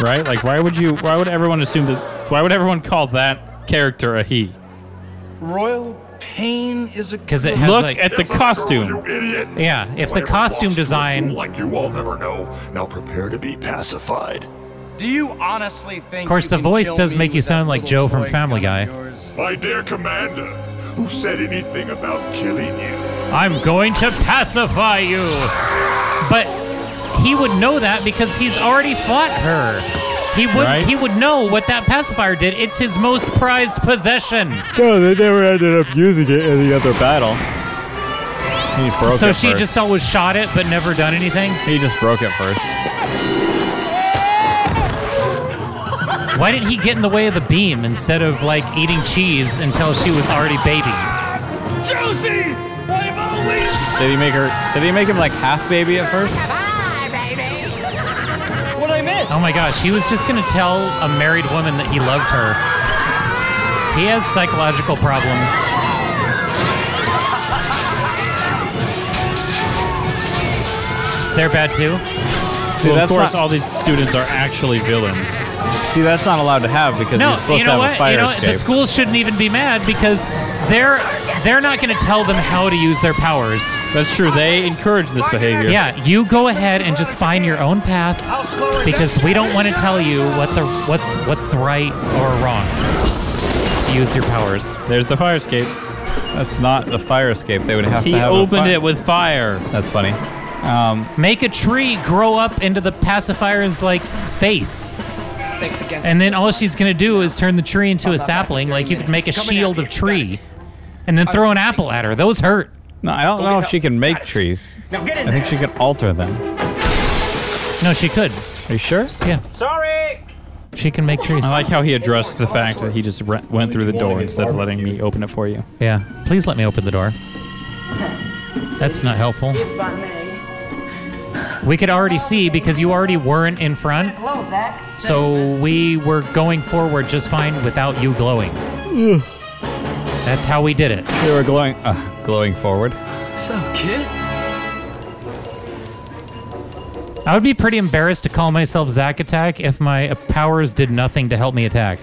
[SPEAKER 1] Right? Like, why would you? Why would everyone assume that? Why would everyone call that character a he?
[SPEAKER 20] Royal pain is a.
[SPEAKER 3] 'Cause it has,
[SPEAKER 1] Look
[SPEAKER 3] like-
[SPEAKER 1] at the
[SPEAKER 3] It's a girl,
[SPEAKER 1] costume.
[SPEAKER 3] Yeah, if the costume design.
[SPEAKER 8] Like you all never know. Now prepare to be pacified.
[SPEAKER 20] Do you honestly think?
[SPEAKER 3] Of course,
[SPEAKER 20] you
[SPEAKER 3] the
[SPEAKER 20] can
[SPEAKER 3] voice
[SPEAKER 20] kill
[SPEAKER 3] does
[SPEAKER 20] me
[SPEAKER 3] make you
[SPEAKER 20] with that
[SPEAKER 3] sound like
[SPEAKER 20] little
[SPEAKER 3] Joe from
[SPEAKER 20] toy
[SPEAKER 3] Family
[SPEAKER 20] gun of
[SPEAKER 3] Guy.
[SPEAKER 20] yours?
[SPEAKER 8] My dear commander, who said anything about killing you?
[SPEAKER 3] I'm going to pacify you. But he would know that because he's already fought her. He would
[SPEAKER 1] Right.
[SPEAKER 3] he would know what that pacifier did. It's his most prized possession.
[SPEAKER 2] No, they never ended up using it in the other battle. He broke
[SPEAKER 3] so
[SPEAKER 2] it
[SPEAKER 3] she
[SPEAKER 2] first.
[SPEAKER 3] just always shot it but never done anything.
[SPEAKER 2] He just broke it first.
[SPEAKER 3] Why didn't he get in the way of the beam instead of like eating cheese until she was already baby?
[SPEAKER 8] Josie! I've always.
[SPEAKER 2] Did he make her? Did he make him like half baby at first?
[SPEAKER 8] What I miss?
[SPEAKER 3] Oh my gosh, he was just gonna tell a married woman that he loved her. He has psychological problems. They're bad too.
[SPEAKER 2] See,
[SPEAKER 1] well, of
[SPEAKER 2] that's
[SPEAKER 1] course,
[SPEAKER 2] not-
[SPEAKER 1] all these students are actually villains.
[SPEAKER 2] See, that's not allowed to have because
[SPEAKER 3] No,
[SPEAKER 2] he's supposed
[SPEAKER 3] you know
[SPEAKER 2] to have
[SPEAKER 3] what?
[SPEAKER 2] a fire
[SPEAKER 3] you know
[SPEAKER 2] escape.
[SPEAKER 3] the schools shouldn't even be mad because they're they're not going to tell them how to use their powers.
[SPEAKER 1] That's true. They encourage this behavior.
[SPEAKER 3] Yeah, you go ahead and just find your own path because we don't want to tell you what the what's what's right or wrong. To use your powers.
[SPEAKER 1] There's the fire escape.
[SPEAKER 2] That's not the fire escape. They would have
[SPEAKER 1] He
[SPEAKER 2] to have.
[SPEAKER 1] opened
[SPEAKER 2] a
[SPEAKER 1] it with fire.
[SPEAKER 2] That's funny. Um,
[SPEAKER 3] Make a tree grow up into the pacifier's like face.
[SPEAKER 17] Thanks again.
[SPEAKER 3] And then all she's gonna do is turn the tree into a sapling, like you could make a shield of tree. And then throw an apple at her. Those hurt.
[SPEAKER 2] no, I don't know if she can make trees.
[SPEAKER 17] Now get in
[SPEAKER 2] I think she can alter them.
[SPEAKER 3] No, she could.
[SPEAKER 2] Are you sure?
[SPEAKER 3] Yeah.
[SPEAKER 17] Sorry!
[SPEAKER 3] She can make trees.
[SPEAKER 1] I like how he addressed the fact that he just re- went through the door instead of letting me open it for you.
[SPEAKER 15] Uh-huh.
[SPEAKER 3] Yeah. Please let me open the door. That's not helpful.
[SPEAKER 15] If I may.
[SPEAKER 3] We could already see because you already weren't in front.
[SPEAKER 15] Hello, Zach.
[SPEAKER 3] So we were going forward just fine without you glowing. That's how we did it.
[SPEAKER 2] They were glowing, uh, glowing forward.
[SPEAKER 17] Sup, kid?
[SPEAKER 3] I would be pretty embarrassed to call myself Zack Attack if my uh, powers did nothing to help me attack.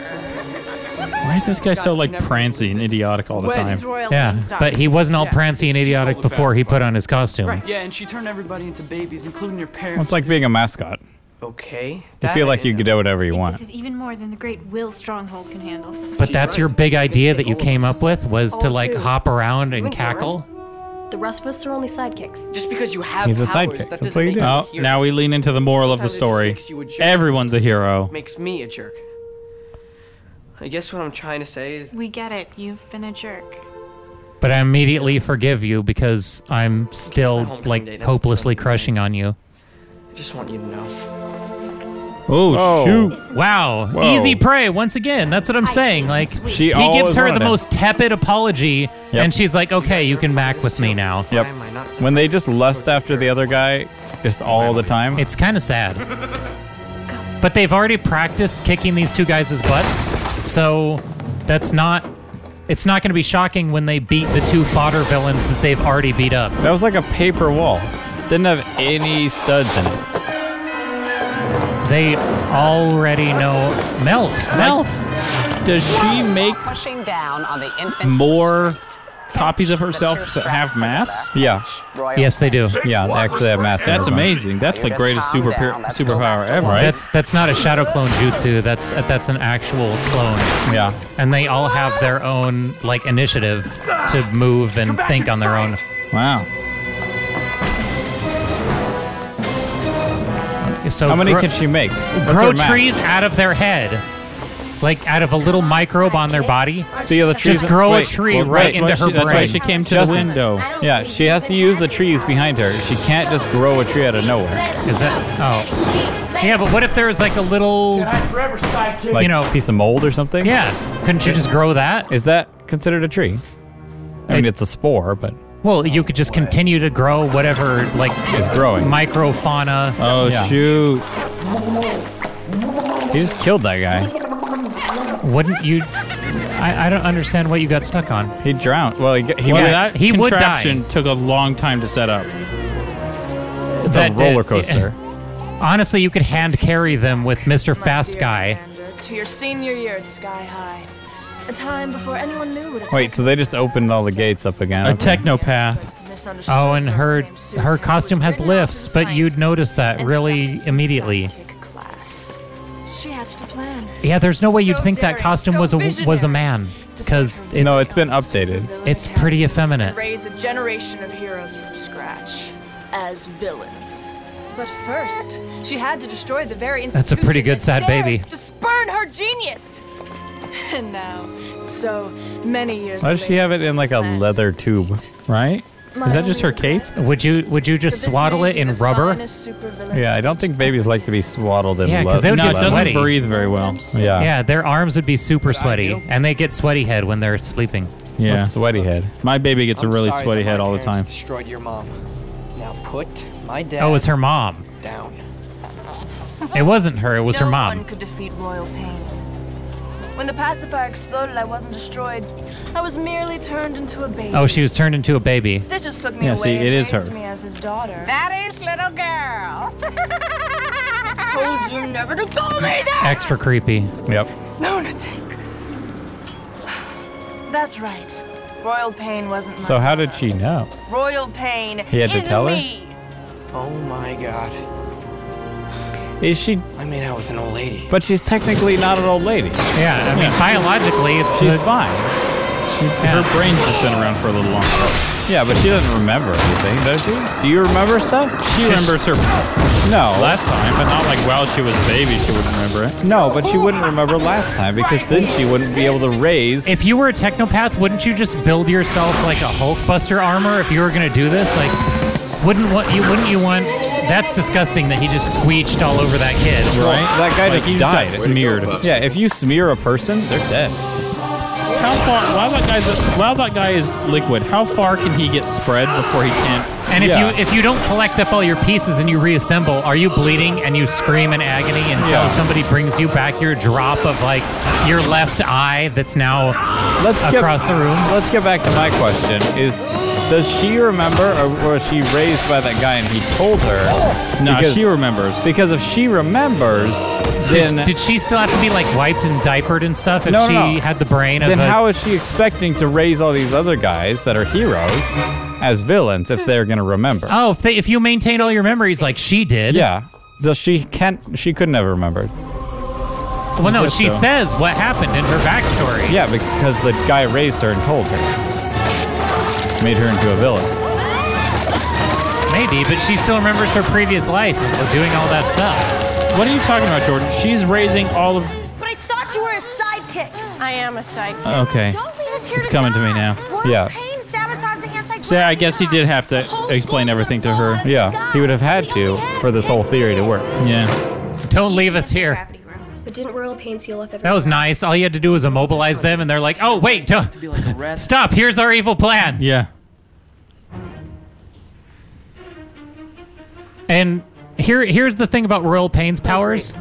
[SPEAKER 1] Why is this guy so like prancy and idiotic all the
[SPEAKER 17] When
[SPEAKER 1] time?
[SPEAKER 17] is Royal
[SPEAKER 3] Yeah,
[SPEAKER 17] Lane's
[SPEAKER 3] but he wasn't all
[SPEAKER 17] Yeah.
[SPEAKER 3] prancy and idiotic before he put on his costume.
[SPEAKER 17] Right, yeah, and she turned everybody into babies, including your
[SPEAKER 2] Well,
[SPEAKER 17] parents.
[SPEAKER 2] it's like being a mascot.
[SPEAKER 17] Okay.
[SPEAKER 2] You feel like you could do whatever you want.
[SPEAKER 16] This is even more than the great will stronghold can handle.
[SPEAKER 3] But that's your big idea that you came up with was to like hop around and cackle.
[SPEAKER 19] The rest of us are only sidekicks.
[SPEAKER 17] Just because you have
[SPEAKER 2] He's a sidekick. That's what you do.
[SPEAKER 1] Oh, now we lean into the moral of the story. Everyone's a hero.
[SPEAKER 4] Makes me a jerk. I guess what I'm trying to say is
[SPEAKER 16] We get it. You've been a jerk.
[SPEAKER 3] But I immediately forgive you because I'm still like hopelessly crushing on you.
[SPEAKER 4] I just want you to know.
[SPEAKER 1] Oh,
[SPEAKER 3] shoot! Wow,
[SPEAKER 1] Whoa.
[SPEAKER 3] easy prey once again. That's what I'm saying. Like
[SPEAKER 2] She
[SPEAKER 3] he gives
[SPEAKER 2] always
[SPEAKER 3] her
[SPEAKER 2] wanted
[SPEAKER 3] the
[SPEAKER 2] him.
[SPEAKER 3] most tepid apology, and she's like, "Okay, you can mac with me now."
[SPEAKER 2] Yep. When they just lust after the other guy, just all the time.
[SPEAKER 3] It's kind of sad. But they've already practiced kicking these two guys' butts, so that's not. It's not going to be shocking when they beat the two fodder villains that they've already beat up.
[SPEAKER 2] That was like a paper wall. Didn't have any studs in it.
[SPEAKER 3] They already know. Melt! Melt!
[SPEAKER 1] Does she make
[SPEAKER 10] Pushing down on the infant
[SPEAKER 1] more copies of herself that have mass? Yeah.
[SPEAKER 3] Yes, they do.
[SPEAKER 2] Yeah, they actually have mass.
[SPEAKER 1] That's amazing. That's the greatest super superpower ever.
[SPEAKER 3] That's that's not a shadow clone jutsu. That's that's an actual clone.
[SPEAKER 2] Yeah.
[SPEAKER 3] And they all have their own like initiative to move and think on their own.
[SPEAKER 1] Wow.
[SPEAKER 3] So
[SPEAKER 2] How many
[SPEAKER 3] gro-
[SPEAKER 2] can she make? What's
[SPEAKER 3] grow
[SPEAKER 2] her max?
[SPEAKER 3] trees out of their head, like out of a little microbe on their body.
[SPEAKER 2] So yeah, the trees
[SPEAKER 3] Just grow
[SPEAKER 2] wait,
[SPEAKER 3] a tree
[SPEAKER 2] well,
[SPEAKER 3] right
[SPEAKER 2] that's why
[SPEAKER 3] into her
[SPEAKER 2] she,
[SPEAKER 3] brain.
[SPEAKER 2] That's why she came to the window. Yeah, she has to use the trees behind her. She can't just grow a tree out of nowhere.
[SPEAKER 3] Is that? Oh. Yeah, but what if there was like a little,
[SPEAKER 2] Like
[SPEAKER 3] you know,
[SPEAKER 2] piece of mold or something?
[SPEAKER 3] Yeah. Couldn't you just grow that?
[SPEAKER 2] Is that considered a tree? I mean, it's a spore, but
[SPEAKER 3] Well, you could just continue to grow whatever, like,
[SPEAKER 2] Is growing.
[SPEAKER 3] microfauna.
[SPEAKER 2] Oh, Yeah. shoot. he just killed that guy.
[SPEAKER 3] Wouldn't you? I, I don't understand what you got stuck on.
[SPEAKER 2] He drowned. Well, he,
[SPEAKER 1] He,
[SPEAKER 3] Well,
[SPEAKER 1] that
[SPEAKER 3] he would
[SPEAKER 1] contraption took a long time to set up.
[SPEAKER 2] It's a
[SPEAKER 3] That- that-
[SPEAKER 2] roller coaster.
[SPEAKER 3] Honestly, you could hand carry them with Mr. Fast
[SPEAKER 9] dear
[SPEAKER 3] Guy.
[SPEAKER 9] Commander, to your senior year at Sky High, a time before anyone knew what a
[SPEAKER 2] Wait, so they just opened all the gates up again?
[SPEAKER 1] A technopath.
[SPEAKER 9] misunderstood.
[SPEAKER 3] Oh, and her her costume has lifts, but you'd notice that really immediately.
[SPEAKER 9] She hatched a plan.
[SPEAKER 3] Yeah, there's no way you'd think that costume was a was a man, because it's,
[SPEAKER 2] no, Oh, it's been updated.
[SPEAKER 3] it's pretty effeminate.
[SPEAKER 9] and raise a generation of heroes from scratch as villains. But first, she had to destroy the very
[SPEAKER 3] That's a pretty
[SPEAKER 9] institution
[SPEAKER 3] good
[SPEAKER 9] that
[SPEAKER 3] sad
[SPEAKER 9] dared
[SPEAKER 3] baby.
[SPEAKER 9] To spurn her genius. And now, so many years
[SPEAKER 2] Why does she
[SPEAKER 9] later,
[SPEAKER 2] have it in like a leather tube? Right?
[SPEAKER 9] Is that just her
[SPEAKER 2] cape?
[SPEAKER 3] Would you would you just swaddle it in rubber?
[SPEAKER 9] finest supervillain
[SPEAKER 2] Yeah, I don't think babies like to be swaddled in
[SPEAKER 3] Yeah,
[SPEAKER 2] leather.
[SPEAKER 3] 'cause they would No, get it doesn't sweaty.
[SPEAKER 1] breathe very well.
[SPEAKER 2] Yeah.
[SPEAKER 3] Yeah, their arms would be super sweaty, and they get sweaty head when they're sleeping.
[SPEAKER 1] Yeah.
[SPEAKER 2] What's sweaty head?
[SPEAKER 1] My baby gets
[SPEAKER 4] I'm
[SPEAKER 1] a really
[SPEAKER 4] sorry
[SPEAKER 1] sweaty
[SPEAKER 4] that my
[SPEAKER 1] head all the
[SPEAKER 4] parents
[SPEAKER 1] time.
[SPEAKER 4] Destroyed your mom. Now put my dad.
[SPEAKER 3] Oh, it's her mom.
[SPEAKER 4] Down.
[SPEAKER 3] It wasn't her. It was her mom.
[SPEAKER 9] one could defeat royal pain. When the pacifier exploded, I wasn't destroyed. I was merely turned into a baby.
[SPEAKER 3] Oh, she was turned into a baby.
[SPEAKER 9] Stitches took me
[SPEAKER 3] Yeah,
[SPEAKER 9] away
[SPEAKER 3] see,
[SPEAKER 9] and
[SPEAKER 3] it is
[SPEAKER 9] raised
[SPEAKER 3] her.
[SPEAKER 9] me as his daughter. Daddy's little girl. told you never to call me that.
[SPEAKER 3] Extra creepy.
[SPEAKER 2] Yep.
[SPEAKER 9] Lunatic. That's right. Royal pain wasn't mine.
[SPEAKER 2] So how did she know?
[SPEAKER 9] Royal pain
[SPEAKER 2] He had to
[SPEAKER 9] isn't
[SPEAKER 2] tell her?
[SPEAKER 9] me.
[SPEAKER 4] Oh my god.
[SPEAKER 2] Is she?
[SPEAKER 4] I mean, I was an old lady.
[SPEAKER 2] But she's technically not an old lady.
[SPEAKER 3] Yeah, I mean, biologically, it's
[SPEAKER 2] she's
[SPEAKER 3] the-
[SPEAKER 2] fine.
[SPEAKER 1] Her brain's just been around for a little longer.
[SPEAKER 2] Yeah, but she doesn't remember anything, does she? Do you remember stuff?
[SPEAKER 1] She remembers her
[SPEAKER 2] No.
[SPEAKER 1] last time, but not like while she was a baby. She wouldn't remember it.
[SPEAKER 2] No, but she wouldn't remember last time because then she wouldn't be able to raise.
[SPEAKER 3] If you were a technopath, wouldn't you just build yourself like a Hulkbuster armor if you were gonna do this? Like, wouldn't what you wouldn't you want? That's disgusting that he just squeaked all over that kid.
[SPEAKER 2] Right? That guy
[SPEAKER 3] Like,
[SPEAKER 2] just
[SPEAKER 3] he
[SPEAKER 2] died.
[SPEAKER 3] got smeared.
[SPEAKER 2] Yeah, if you smear a person, they're dead.
[SPEAKER 1] How far? While that guy's while that guy is liquid, how far can he get spread before he can't?
[SPEAKER 3] And if you if you don't collect up all your pieces and you reassemble, are you bleeding and you scream in agony until
[SPEAKER 2] Yeah.
[SPEAKER 3] somebody brings you back your drop of like your left eye that's now
[SPEAKER 2] Let's get-
[SPEAKER 3] across the room?
[SPEAKER 2] Let's get back to my question: Is does she remember, or was she raised by that guy and he told her?
[SPEAKER 1] No, she
[SPEAKER 2] remembers. Because if she remembers, then
[SPEAKER 3] Did, did she still have to be like wiped and diapered and stuff if
[SPEAKER 2] No, no,
[SPEAKER 3] she
[SPEAKER 2] no.
[SPEAKER 3] had the brain
[SPEAKER 2] then
[SPEAKER 3] of a,
[SPEAKER 2] how is she expecting to raise all these other guys that are heroes as villains if they're gonna remember?
[SPEAKER 3] Oh, if they, if you maintained all your memories like she did.
[SPEAKER 2] Yeah. So she can't. She couldn't have remembered.
[SPEAKER 3] Well, no,
[SPEAKER 2] guess
[SPEAKER 3] she
[SPEAKER 2] so.
[SPEAKER 3] says what happened in her backstory.
[SPEAKER 2] Yeah, because the guy raised her and told her, made her into a villain.
[SPEAKER 3] Maybe, but she still remembers her previous life of doing all that stuff.
[SPEAKER 1] What are you talking about, Jordan? She's raising all of.
[SPEAKER 19] But I thought you were a sidekick. I am a sidekick.
[SPEAKER 1] Okay, it's coming to me now.
[SPEAKER 2] Yeah.
[SPEAKER 1] Say, I guess he did have to explain everything to her.
[SPEAKER 2] Yeah, he would have had to for this whole theory to work.
[SPEAKER 1] Yeah.
[SPEAKER 3] Don't leave us here.
[SPEAKER 19] But didn't Royal Pain seal off everything?
[SPEAKER 3] That was nice. All you had to do was immobilize them, and they're like, "Oh, wait, don't stop. Here's our evil plan."
[SPEAKER 1] Yeah.
[SPEAKER 3] And here, here's the thing about Royal Pain's powers: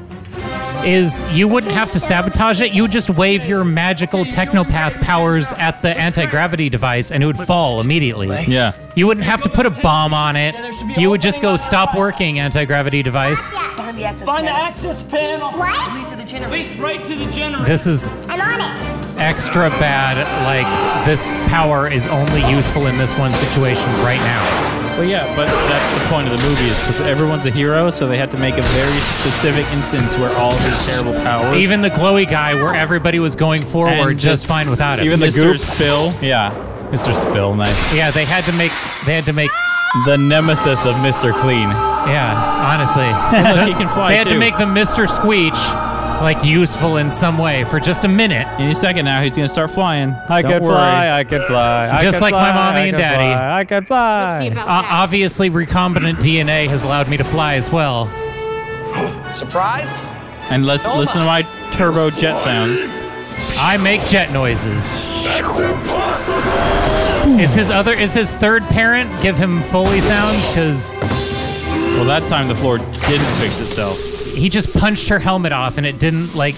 [SPEAKER 3] is you wouldn't have to sabotage it. You would just wave your magical technopath powers at the anti-gravity device, and it would fall immediately.
[SPEAKER 1] Yeah.
[SPEAKER 3] You wouldn't have to put a bomb on it. You would just go, "Stop working, anti-gravity device."
[SPEAKER 10] Find the access panel. Find the access panel. What? Release, right to the generator.
[SPEAKER 3] This is
[SPEAKER 10] I'm on it.
[SPEAKER 3] extra bad. Like this power is only useful in this one situation right now.
[SPEAKER 1] Well, yeah, but that's the point of the movie is because everyone's a hero, so they had to make a very specific instance where all of his terrible powers,
[SPEAKER 3] Even the glowy guy, where everybody was going forward
[SPEAKER 1] And
[SPEAKER 3] just
[SPEAKER 1] the-
[SPEAKER 3] fine without it.
[SPEAKER 1] even the
[SPEAKER 3] Mr.
[SPEAKER 1] goop?
[SPEAKER 3] Spill.
[SPEAKER 2] Yeah, Mr. Spill, nice.
[SPEAKER 3] Yeah, they had to make. They had to make
[SPEAKER 2] the nemesis of Mr. Clean.
[SPEAKER 3] Yeah, honestly,
[SPEAKER 1] Look, he can fly,
[SPEAKER 3] They had to
[SPEAKER 1] too.
[SPEAKER 3] make the Mister Squeech like useful in some way for just a minute.
[SPEAKER 1] Any second now, he's gonna start flying.
[SPEAKER 2] I
[SPEAKER 1] Don't
[SPEAKER 2] could
[SPEAKER 1] worry.
[SPEAKER 2] fly, I could fly. I
[SPEAKER 3] Just
[SPEAKER 2] could
[SPEAKER 3] like my
[SPEAKER 2] fly,
[SPEAKER 3] mommy
[SPEAKER 2] I
[SPEAKER 3] and
[SPEAKER 2] could
[SPEAKER 3] daddy.
[SPEAKER 2] fly, I could fly.
[SPEAKER 3] Uh, obviously, recombinant DNA has allowed me to fly as well.
[SPEAKER 14] Surprised?
[SPEAKER 1] And let's listen to my turbo jet sounds.
[SPEAKER 3] I make jet noises. Is his other is his third parent give him Foley sounds? Because
[SPEAKER 1] well, that time the floor didn't fix itself.
[SPEAKER 3] He just punched her helmet off, and it didn't like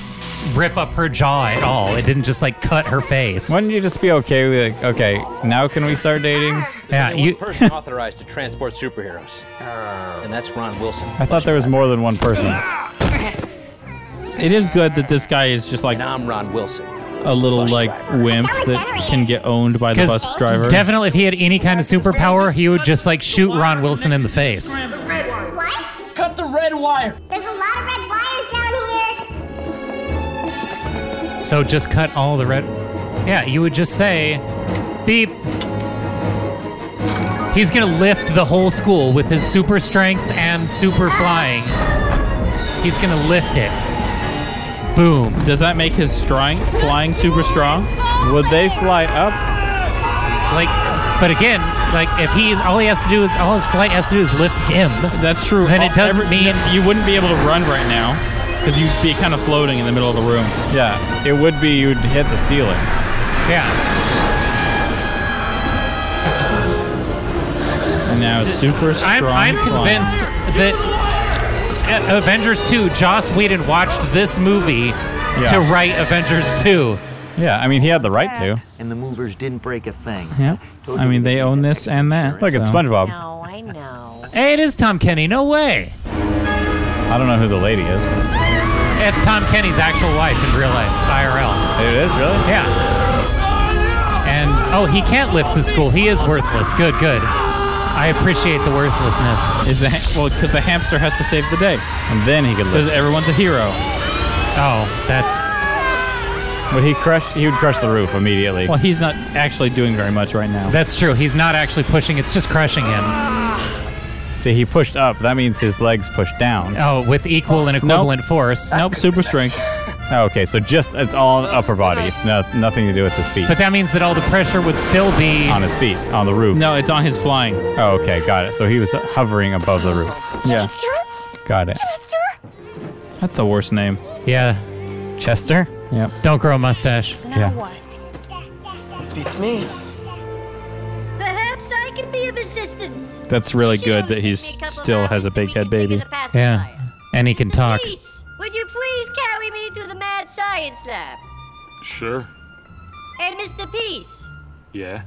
[SPEAKER 3] rip up her jaw at all. It didn't just like cut her face.
[SPEAKER 2] Wouldn't you just be okay with like, okay, now can we start dating?
[SPEAKER 3] Yeah,
[SPEAKER 10] Only one person authorized to transport superheroes, and that's Ron Wilson.
[SPEAKER 2] I thought there was more than one person.
[SPEAKER 1] It is good that this guy is just like I'm Ron Wilson, a little like wimp that can get owned by the bus driver.
[SPEAKER 3] Definitely, if he had any kind of superpower, he would just like shoot Ron Wilson in the face.
[SPEAKER 13] The red wire. What? Cut the red wire. There's a lot of red wires down here.
[SPEAKER 3] So just cut all the red. Yeah, you would just say, beep. He's gonna lift the whole school with his super strength and super flying. He's gonna lift it. Boom.
[SPEAKER 1] Does that make his strength flying super strong?
[SPEAKER 2] Would they fly up?
[SPEAKER 3] Like, but again, like if he's all he has to do is all his flight has to do is lift him.
[SPEAKER 1] That's true. Oh,
[SPEAKER 3] Then it doesn't
[SPEAKER 1] Every-
[SPEAKER 3] mean
[SPEAKER 1] you wouldn't be able to run right now because you'd be kind of floating in the middle of the room.
[SPEAKER 2] Yeah, it would be you'd hit the ceiling.
[SPEAKER 3] Yeah.
[SPEAKER 1] Now super strong.
[SPEAKER 3] I'm, I'm
[SPEAKER 1] flying.
[SPEAKER 3] convinced that A- Avengers 2, Joss Whedon watched this movie to write Avengers 2.
[SPEAKER 2] Yeah, I mean he had the right to.
[SPEAKER 10] And the movers didn't break a thing.
[SPEAKER 1] Yeah. I mean, they own this and that.
[SPEAKER 2] Look, it's SpongeBob.
[SPEAKER 3] No, I know. Hey, it is Tom Kenny. No way.
[SPEAKER 2] I don't know who the lady is.
[SPEAKER 3] It's Tom Kenny's actual wife in real life, IRL.
[SPEAKER 2] It is really.
[SPEAKER 3] Yeah. And oh, he can't lift to school. He is worthless. Good, good. I appreciate the worthlessness.
[SPEAKER 1] Is that well? Because the hamster has to save the day,
[SPEAKER 2] and then he could
[SPEAKER 1] Because everyone's a hero.
[SPEAKER 3] Oh, that's.
[SPEAKER 2] Would he crush? He would crush the roof immediately.
[SPEAKER 1] Well, he's not actually doing very much right now.
[SPEAKER 3] That's true. He's not actually pushing. It's just crushing him.
[SPEAKER 2] See, he pushed up. That means his legs pushed down.
[SPEAKER 3] Oh, with equal and equivalent force.
[SPEAKER 1] Nope. Super strength.
[SPEAKER 2] Oh, Okay, so just it's all upper body. It's no, nothing to do with his feet.
[SPEAKER 3] But that means that all the pressure would still be
[SPEAKER 2] on his feet, on the roof.
[SPEAKER 1] No, it's on his flying.
[SPEAKER 2] Oh, okay, got it. So he was hovering above the roof.
[SPEAKER 1] Yeah.
[SPEAKER 2] Got it.
[SPEAKER 1] That's the worst name.
[SPEAKER 3] Yeah.
[SPEAKER 2] Chester?
[SPEAKER 1] Yep.
[SPEAKER 3] Don't grow a mustache.
[SPEAKER 2] Yeah.
[SPEAKER 10] Beats me.
[SPEAKER 13] Perhaps I can be of assistance.
[SPEAKER 1] That's really good that he's still has a big head baby.
[SPEAKER 3] Yeah. And he can talk.
[SPEAKER 13] Please, would you please carry me to the mad science lab?
[SPEAKER 18] Sure.
[SPEAKER 13] And Mr. Peace,
[SPEAKER 18] Yeah.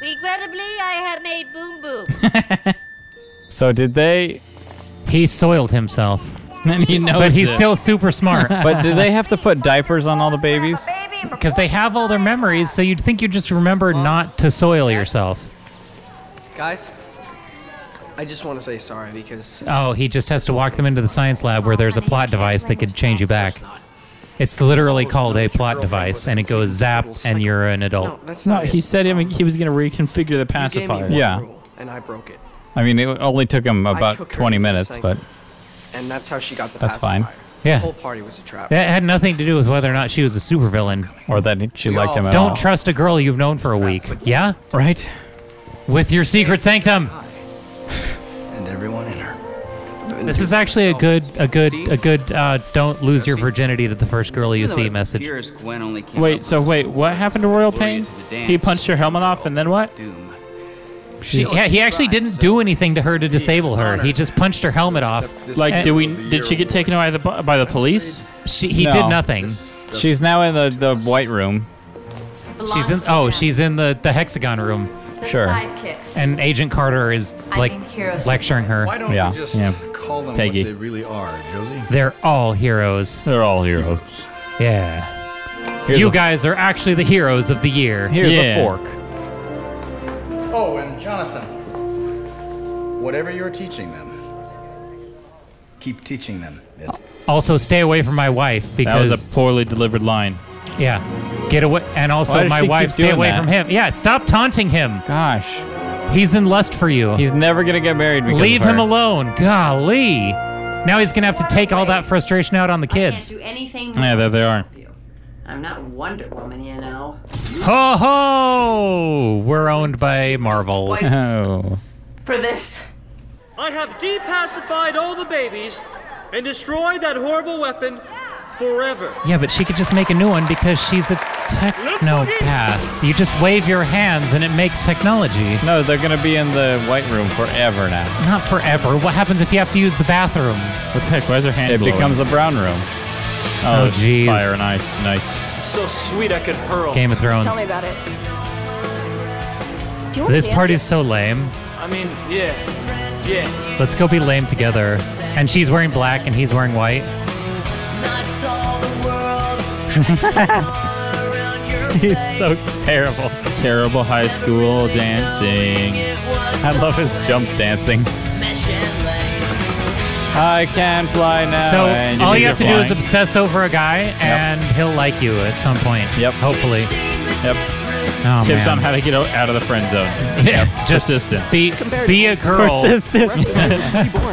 [SPEAKER 13] regrettably, I have made boom boom.
[SPEAKER 2] So did they?
[SPEAKER 3] He soiled himself.
[SPEAKER 1] And he
[SPEAKER 3] knows But he's it. still super smart.
[SPEAKER 2] but do they have to put diapers on all the babies?
[SPEAKER 3] Because they have all their memories, so you'd think you'd just remember not to soil yourself.
[SPEAKER 11] Guys, I just want to say sorry because
[SPEAKER 3] Oh, he just has to walk them into the science lab where there's a plot device that could change you back. It's literally called a plot device, and it goes zap, and you're an adult.
[SPEAKER 1] No, he said him he was going to reconfigure the
[SPEAKER 10] gave me
[SPEAKER 1] pacifier.
[SPEAKER 10] one
[SPEAKER 2] Yeah.
[SPEAKER 10] rule, and I broke it.
[SPEAKER 2] I mean, it only took him
[SPEAKER 10] I
[SPEAKER 2] about
[SPEAKER 10] took her
[SPEAKER 2] 20
[SPEAKER 10] into the
[SPEAKER 2] minutes, but
[SPEAKER 10] sanctum, And that's how she got the
[SPEAKER 2] that's fine.
[SPEAKER 10] pacifier.
[SPEAKER 3] Yeah.
[SPEAKER 10] The whole party was a trap.
[SPEAKER 3] That had nothing to do with whether or not she was a supervillain.
[SPEAKER 2] Or that she liked him at
[SPEAKER 3] Don't
[SPEAKER 2] all.
[SPEAKER 3] trust a girl you've known for a week. Yeah?
[SPEAKER 2] Right.
[SPEAKER 3] With your secret sanctum.
[SPEAKER 10] And everyone in her.
[SPEAKER 3] This is actually a good, a good, a good. Uh, don't lose your virginity to the first girl you see message.
[SPEAKER 17] Here's Gwen only came
[SPEAKER 1] Wait, so wait, what happened to Royal Pain?
[SPEAKER 17] dance.
[SPEAKER 1] He punched her helmet off and then what?
[SPEAKER 3] She, yeah, he actually didn't do anything to her to disable her. He just punched her helmet off.
[SPEAKER 1] Like,
[SPEAKER 3] And
[SPEAKER 1] do we? Did she get taken away by the by the police?
[SPEAKER 3] She, he did
[SPEAKER 2] No.
[SPEAKER 3] nothing.
[SPEAKER 2] She's now in the, the white room.
[SPEAKER 3] She's in. Oh, she's in the the hexagon room.
[SPEAKER 2] Sure.
[SPEAKER 6] sidekicks.
[SPEAKER 3] And Agent Carter is
[SPEAKER 6] I
[SPEAKER 3] like
[SPEAKER 6] mean, heroes.
[SPEAKER 3] lecturing her.
[SPEAKER 20] Why don't
[SPEAKER 3] yeah.
[SPEAKER 20] you just call them
[SPEAKER 3] Peggy.
[SPEAKER 20] what they really are, Josie?
[SPEAKER 3] They're all heroes.
[SPEAKER 2] They're all heroes.
[SPEAKER 3] Yeah.
[SPEAKER 1] Here's
[SPEAKER 3] you
[SPEAKER 1] a-
[SPEAKER 3] guys are actually the heroes of the year.
[SPEAKER 1] Here's a Yeah. fork.
[SPEAKER 20] Oh, and Jonathan, whatever you're teaching them, keep teaching them it.
[SPEAKER 3] Also, stay away from my wife
[SPEAKER 1] That
[SPEAKER 3] because
[SPEAKER 1] was a poorly delivered line.
[SPEAKER 3] yeah, get away. And
[SPEAKER 1] Why
[SPEAKER 3] also,
[SPEAKER 1] does
[SPEAKER 3] my
[SPEAKER 1] she keep
[SPEAKER 3] wife, stay
[SPEAKER 1] doing
[SPEAKER 3] away
[SPEAKER 1] that?
[SPEAKER 3] from him. Yeah, stop taunting him.
[SPEAKER 2] Gosh,
[SPEAKER 3] he's in lust for you.
[SPEAKER 2] He's never gonna get married. Because
[SPEAKER 3] Leave
[SPEAKER 2] of her.
[SPEAKER 3] him alone. Golly, now he's gonna have to take all that frustration out on the kids.
[SPEAKER 21] do anything.
[SPEAKER 1] Yeah, there they are.
[SPEAKER 21] I'm not Wonder Woman, you know.
[SPEAKER 3] Ho ho! We're owned by Marvel.
[SPEAKER 21] Twice.
[SPEAKER 22] For this. I have depacified all the babies and destroyed that horrible weapon forever.
[SPEAKER 3] Yeah, but she could just make a new one because she's a technopath. You just wave your hands and it makes technology.
[SPEAKER 2] Ah. No, they're gonna be in the white room forever now.
[SPEAKER 3] Not forever. What happens if you have to use the bathroom?
[SPEAKER 1] What the heck? Why is her hand
[SPEAKER 2] It
[SPEAKER 1] glowing?
[SPEAKER 2] becomes a brown room.
[SPEAKER 1] Oh,
[SPEAKER 3] Oh, jeez.
[SPEAKER 1] Fire and ice. Nice.
[SPEAKER 22] So sweet I could hurl.
[SPEAKER 3] Game of Thrones. Tell me
[SPEAKER 22] about it.
[SPEAKER 3] This party's so lame.
[SPEAKER 22] I mean, yeah. Yeah.
[SPEAKER 3] Let's go be lame together. And she's wearing black and he's wearing white.
[SPEAKER 1] He's so terrible. Terrible high school dancing. I love his jump dancing.
[SPEAKER 2] I can fly now.
[SPEAKER 3] so
[SPEAKER 2] Oh, and
[SPEAKER 3] all
[SPEAKER 2] think
[SPEAKER 3] you
[SPEAKER 2] you're
[SPEAKER 3] have to do is
[SPEAKER 2] flying.
[SPEAKER 3] obsess over a guy and he'll like you at some point. Yep. Hopefully.
[SPEAKER 1] Yep.
[SPEAKER 3] Oh,
[SPEAKER 1] Tips
[SPEAKER 3] man.
[SPEAKER 1] on how to get o- out of the friend zone.
[SPEAKER 3] Yeah, just
[SPEAKER 1] Persistence.
[SPEAKER 3] Be, be a girl.
[SPEAKER 1] Persistent.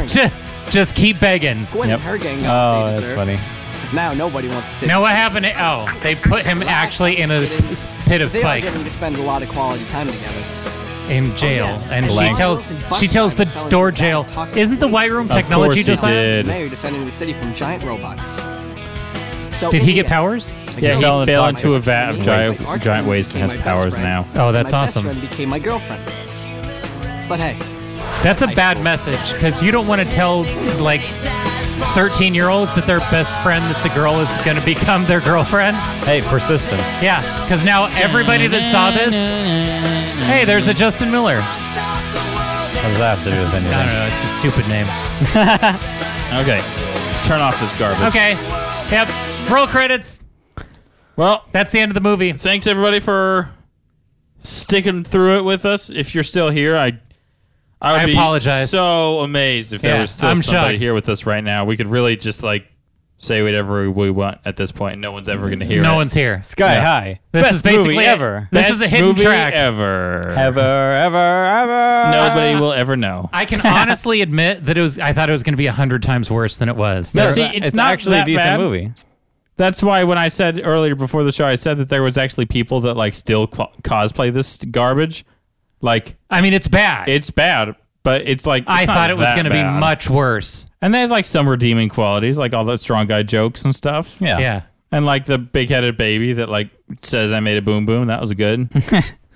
[SPEAKER 3] just, just keep begging.
[SPEAKER 23] Gwen and her gang got
[SPEAKER 1] Oh,
[SPEAKER 23] what they deserve.
[SPEAKER 2] funny.
[SPEAKER 23] Now nobody wants to sit.
[SPEAKER 3] Now what happened? to- Oh, they put him actually in a s- pit of
[SPEAKER 23] they are
[SPEAKER 3] spikes
[SPEAKER 23] getting to spend a lot of quality time together.
[SPEAKER 3] in jail, and she
[SPEAKER 23] Blank.
[SPEAKER 3] tells
[SPEAKER 23] Wilson
[SPEAKER 3] she
[SPEAKER 23] Buckline
[SPEAKER 3] tells the
[SPEAKER 23] fell into
[SPEAKER 3] door
[SPEAKER 23] bad
[SPEAKER 3] jail.
[SPEAKER 23] toxic
[SPEAKER 3] Isn't the white room
[SPEAKER 23] Of
[SPEAKER 3] technology
[SPEAKER 23] course
[SPEAKER 3] just
[SPEAKER 23] he
[SPEAKER 3] like
[SPEAKER 1] did.
[SPEAKER 23] Mayor defending the city from giant robots. So
[SPEAKER 3] Did he get
[SPEAKER 23] Indiana-
[SPEAKER 3] powers?
[SPEAKER 1] Yeah, he fell,
[SPEAKER 23] inside
[SPEAKER 1] into
[SPEAKER 23] my
[SPEAKER 1] a vat of
[SPEAKER 23] waist.
[SPEAKER 1] giant,
[SPEAKER 23] My arch
[SPEAKER 1] giant waste and
[SPEAKER 23] became
[SPEAKER 1] has
[SPEAKER 23] my best
[SPEAKER 1] powers
[SPEAKER 23] friend.
[SPEAKER 1] now.
[SPEAKER 3] Oh, that's
[SPEAKER 23] my
[SPEAKER 3] awesome.
[SPEAKER 23] Best friend became my girlfriend. But hey,
[SPEAKER 3] That's a bad message because you don't want to tell like thirteen year olds that their best friend that's a girl is going to become their girlfriend.
[SPEAKER 2] Hey, persistence.
[SPEAKER 3] Yeah, because now everybody that saw this, hey, there's a Justin Miller.
[SPEAKER 2] What does that have to do with anything?
[SPEAKER 3] I don't know. It's a stupid name.
[SPEAKER 1] Okay, let's turn off this garbage.
[SPEAKER 3] Okay. Yep. Roll credits.
[SPEAKER 1] Well,
[SPEAKER 3] that's the end of the movie.
[SPEAKER 1] Thanks everybody for sticking through it with us. If you're still here, I I would
[SPEAKER 3] I
[SPEAKER 1] be
[SPEAKER 3] apologize.
[SPEAKER 1] so amazed if there
[SPEAKER 3] Yeah,
[SPEAKER 1] was still
[SPEAKER 3] I'm
[SPEAKER 1] somebody
[SPEAKER 3] shocked.
[SPEAKER 1] here with us right now. We could really just like say whatever we want at this point. No one's ever going to hear.
[SPEAKER 3] no
[SPEAKER 1] it.
[SPEAKER 3] one's here.
[SPEAKER 2] Sky high.
[SPEAKER 3] This
[SPEAKER 2] Best
[SPEAKER 3] is basically
[SPEAKER 2] movie
[SPEAKER 3] it.
[SPEAKER 2] ever.
[SPEAKER 3] This
[SPEAKER 1] Best
[SPEAKER 3] is a hidden
[SPEAKER 1] movie
[SPEAKER 3] track.
[SPEAKER 1] ever.
[SPEAKER 2] Ever, ever, ever.
[SPEAKER 1] Nobody will ever know.
[SPEAKER 3] I can honestly admit that it was. I thought it was going to be a hundred times worse than it was.
[SPEAKER 1] No,
[SPEAKER 3] That's-
[SPEAKER 1] see, it's, not that bad. That's why when I said earlier before the show, I said that there was actually people that like still cl- cosplay this garbage. Like,
[SPEAKER 3] I mean, it's bad.
[SPEAKER 1] It's bad, but it's like
[SPEAKER 3] I thought it was
[SPEAKER 1] going
[SPEAKER 3] gonna
[SPEAKER 1] to
[SPEAKER 3] be much worse.
[SPEAKER 1] And there's like some redeeming qualities, like all the strong guy jokes and stuff.
[SPEAKER 2] Yeah.
[SPEAKER 3] Yeah.
[SPEAKER 1] And like the big headed baby that like says I made a boom boom. That was good.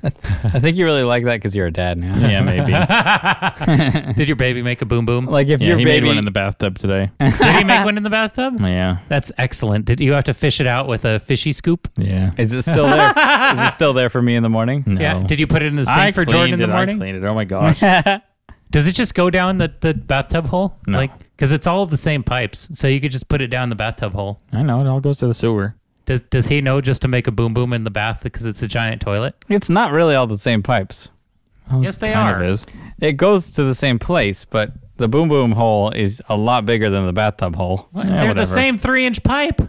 [SPEAKER 2] I think you really like that because you're a dad now.
[SPEAKER 1] Yeah, maybe.
[SPEAKER 3] Did your baby make a boom boom?
[SPEAKER 2] Like if
[SPEAKER 1] yeah,
[SPEAKER 2] your
[SPEAKER 1] he
[SPEAKER 2] baby
[SPEAKER 1] made one in the bathtub today.
[SPEAKER 3] Did he make one in the bathtub?
[SPEAKER 1] yeah.
[SPEAKER 3] That's excellent. Did you have to fish it out with a fishy scoop?
[SPEAKER 1] Yeah.
[SPEAKER 2] Is it still there? is it still there for me in the morning?
[SPEAKER 1] No.
[SPEAKER 3] Yeah. Did you put it in the sink
[SPEAKER 1] I
[SPEAKER 3] for Jordan in
[SPEAKER 1] cleaned
[SPEAKER 3] the
[SPEAKER 1] it,
[SPEAKER 3] morning?
[SPEAKER 1] I cleaned it. Oh my gosh.
[SPEAKER 3] Does it just go down the, the bathtub hole?
[SPEAKER 1] No.
[SPEAKER 3] Like, because it's all the same pipes, so you could just put it down the bathtub hole.
[SPEAKER 1] I know it all goes to the sewer.
[SPEAKER 3] Does Does he know just to make a boom boom in the bath because it's a giant toilet?
[SPEAKER 2] It's not really all the same pipes.
[SPEAKER 3] yes, they
[SPEAKER 1] kind
[SPEAKER 3] are.
[SPEAKER 1] of is.
[SPEAKER 2] It goes to the same place, but the boom boom hole is a lot bigger than the bathtub hole.
[SPEAKER 3] What? They're the same three inch pipe.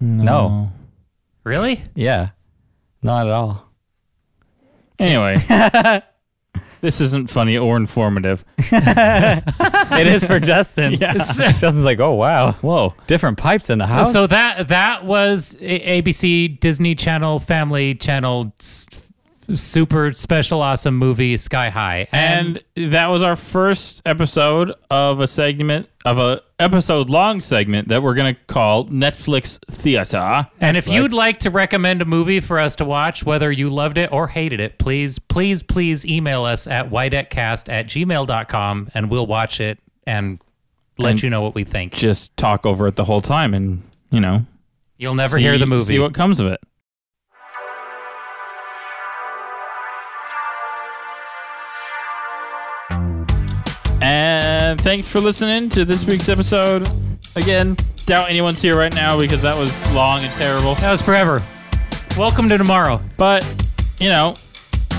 [SPEAKER 2] No.
[SPEAKER 3] Really?
[SPEAKER 2] Yeah. Not at all.
[SPEAKER 1] Anyway, this isn't funny or informative.
[SPEAKER 2] It is for Justin.
[SPEAKER 1] Yeah.
[SPEAKER 2] Justin's like, oh wow,
[SPEAKER 1] whoa,
[SPEAKER 2] different pipes in the house.
[SPEAKER 3] So that that was a- ABC Disney Channel Family Channel s- super special awesome movie Sky High
[SPEAKER 1] And that was our first episode of a segment of a episode long segment that we're gonna call Netflix Theater.
[SPEAKER 3] And if
[SPEAKER 1] Netflix.
[SPEAKER 3] you'd like to recommend a movie for us to watch, whether you loved it or hated it, please, please, please email us at wideckcast at gmail.com and we'll watch it and let
[SPEAKER 1] And-
[SPEAKER 3] you know what we think.
[SPEAKER 1] just talk over it the whole time, and you know,
[SPEAKER 3] You'll never hear the movie.
[SPEAKER 1] See what comes of it. And thanks for listening to this week's episode. Again, doubt anyone's here right now because that was long and terrible.
[SPEAKER 3] That was forever. Welcome to tomorrow.
[SPEAKER 1] But, you know,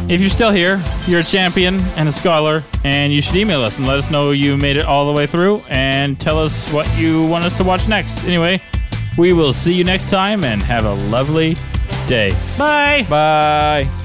[SPEAKER 1] if you're still here, you're a champion and a scholar, and you should email us and let us know you made it all the way through and tell us what you want us to watch next. Anyway, we will see you next time and have a lovely day.
[SPEAKER 3] Bye.
[SPEAKER 1] Bye.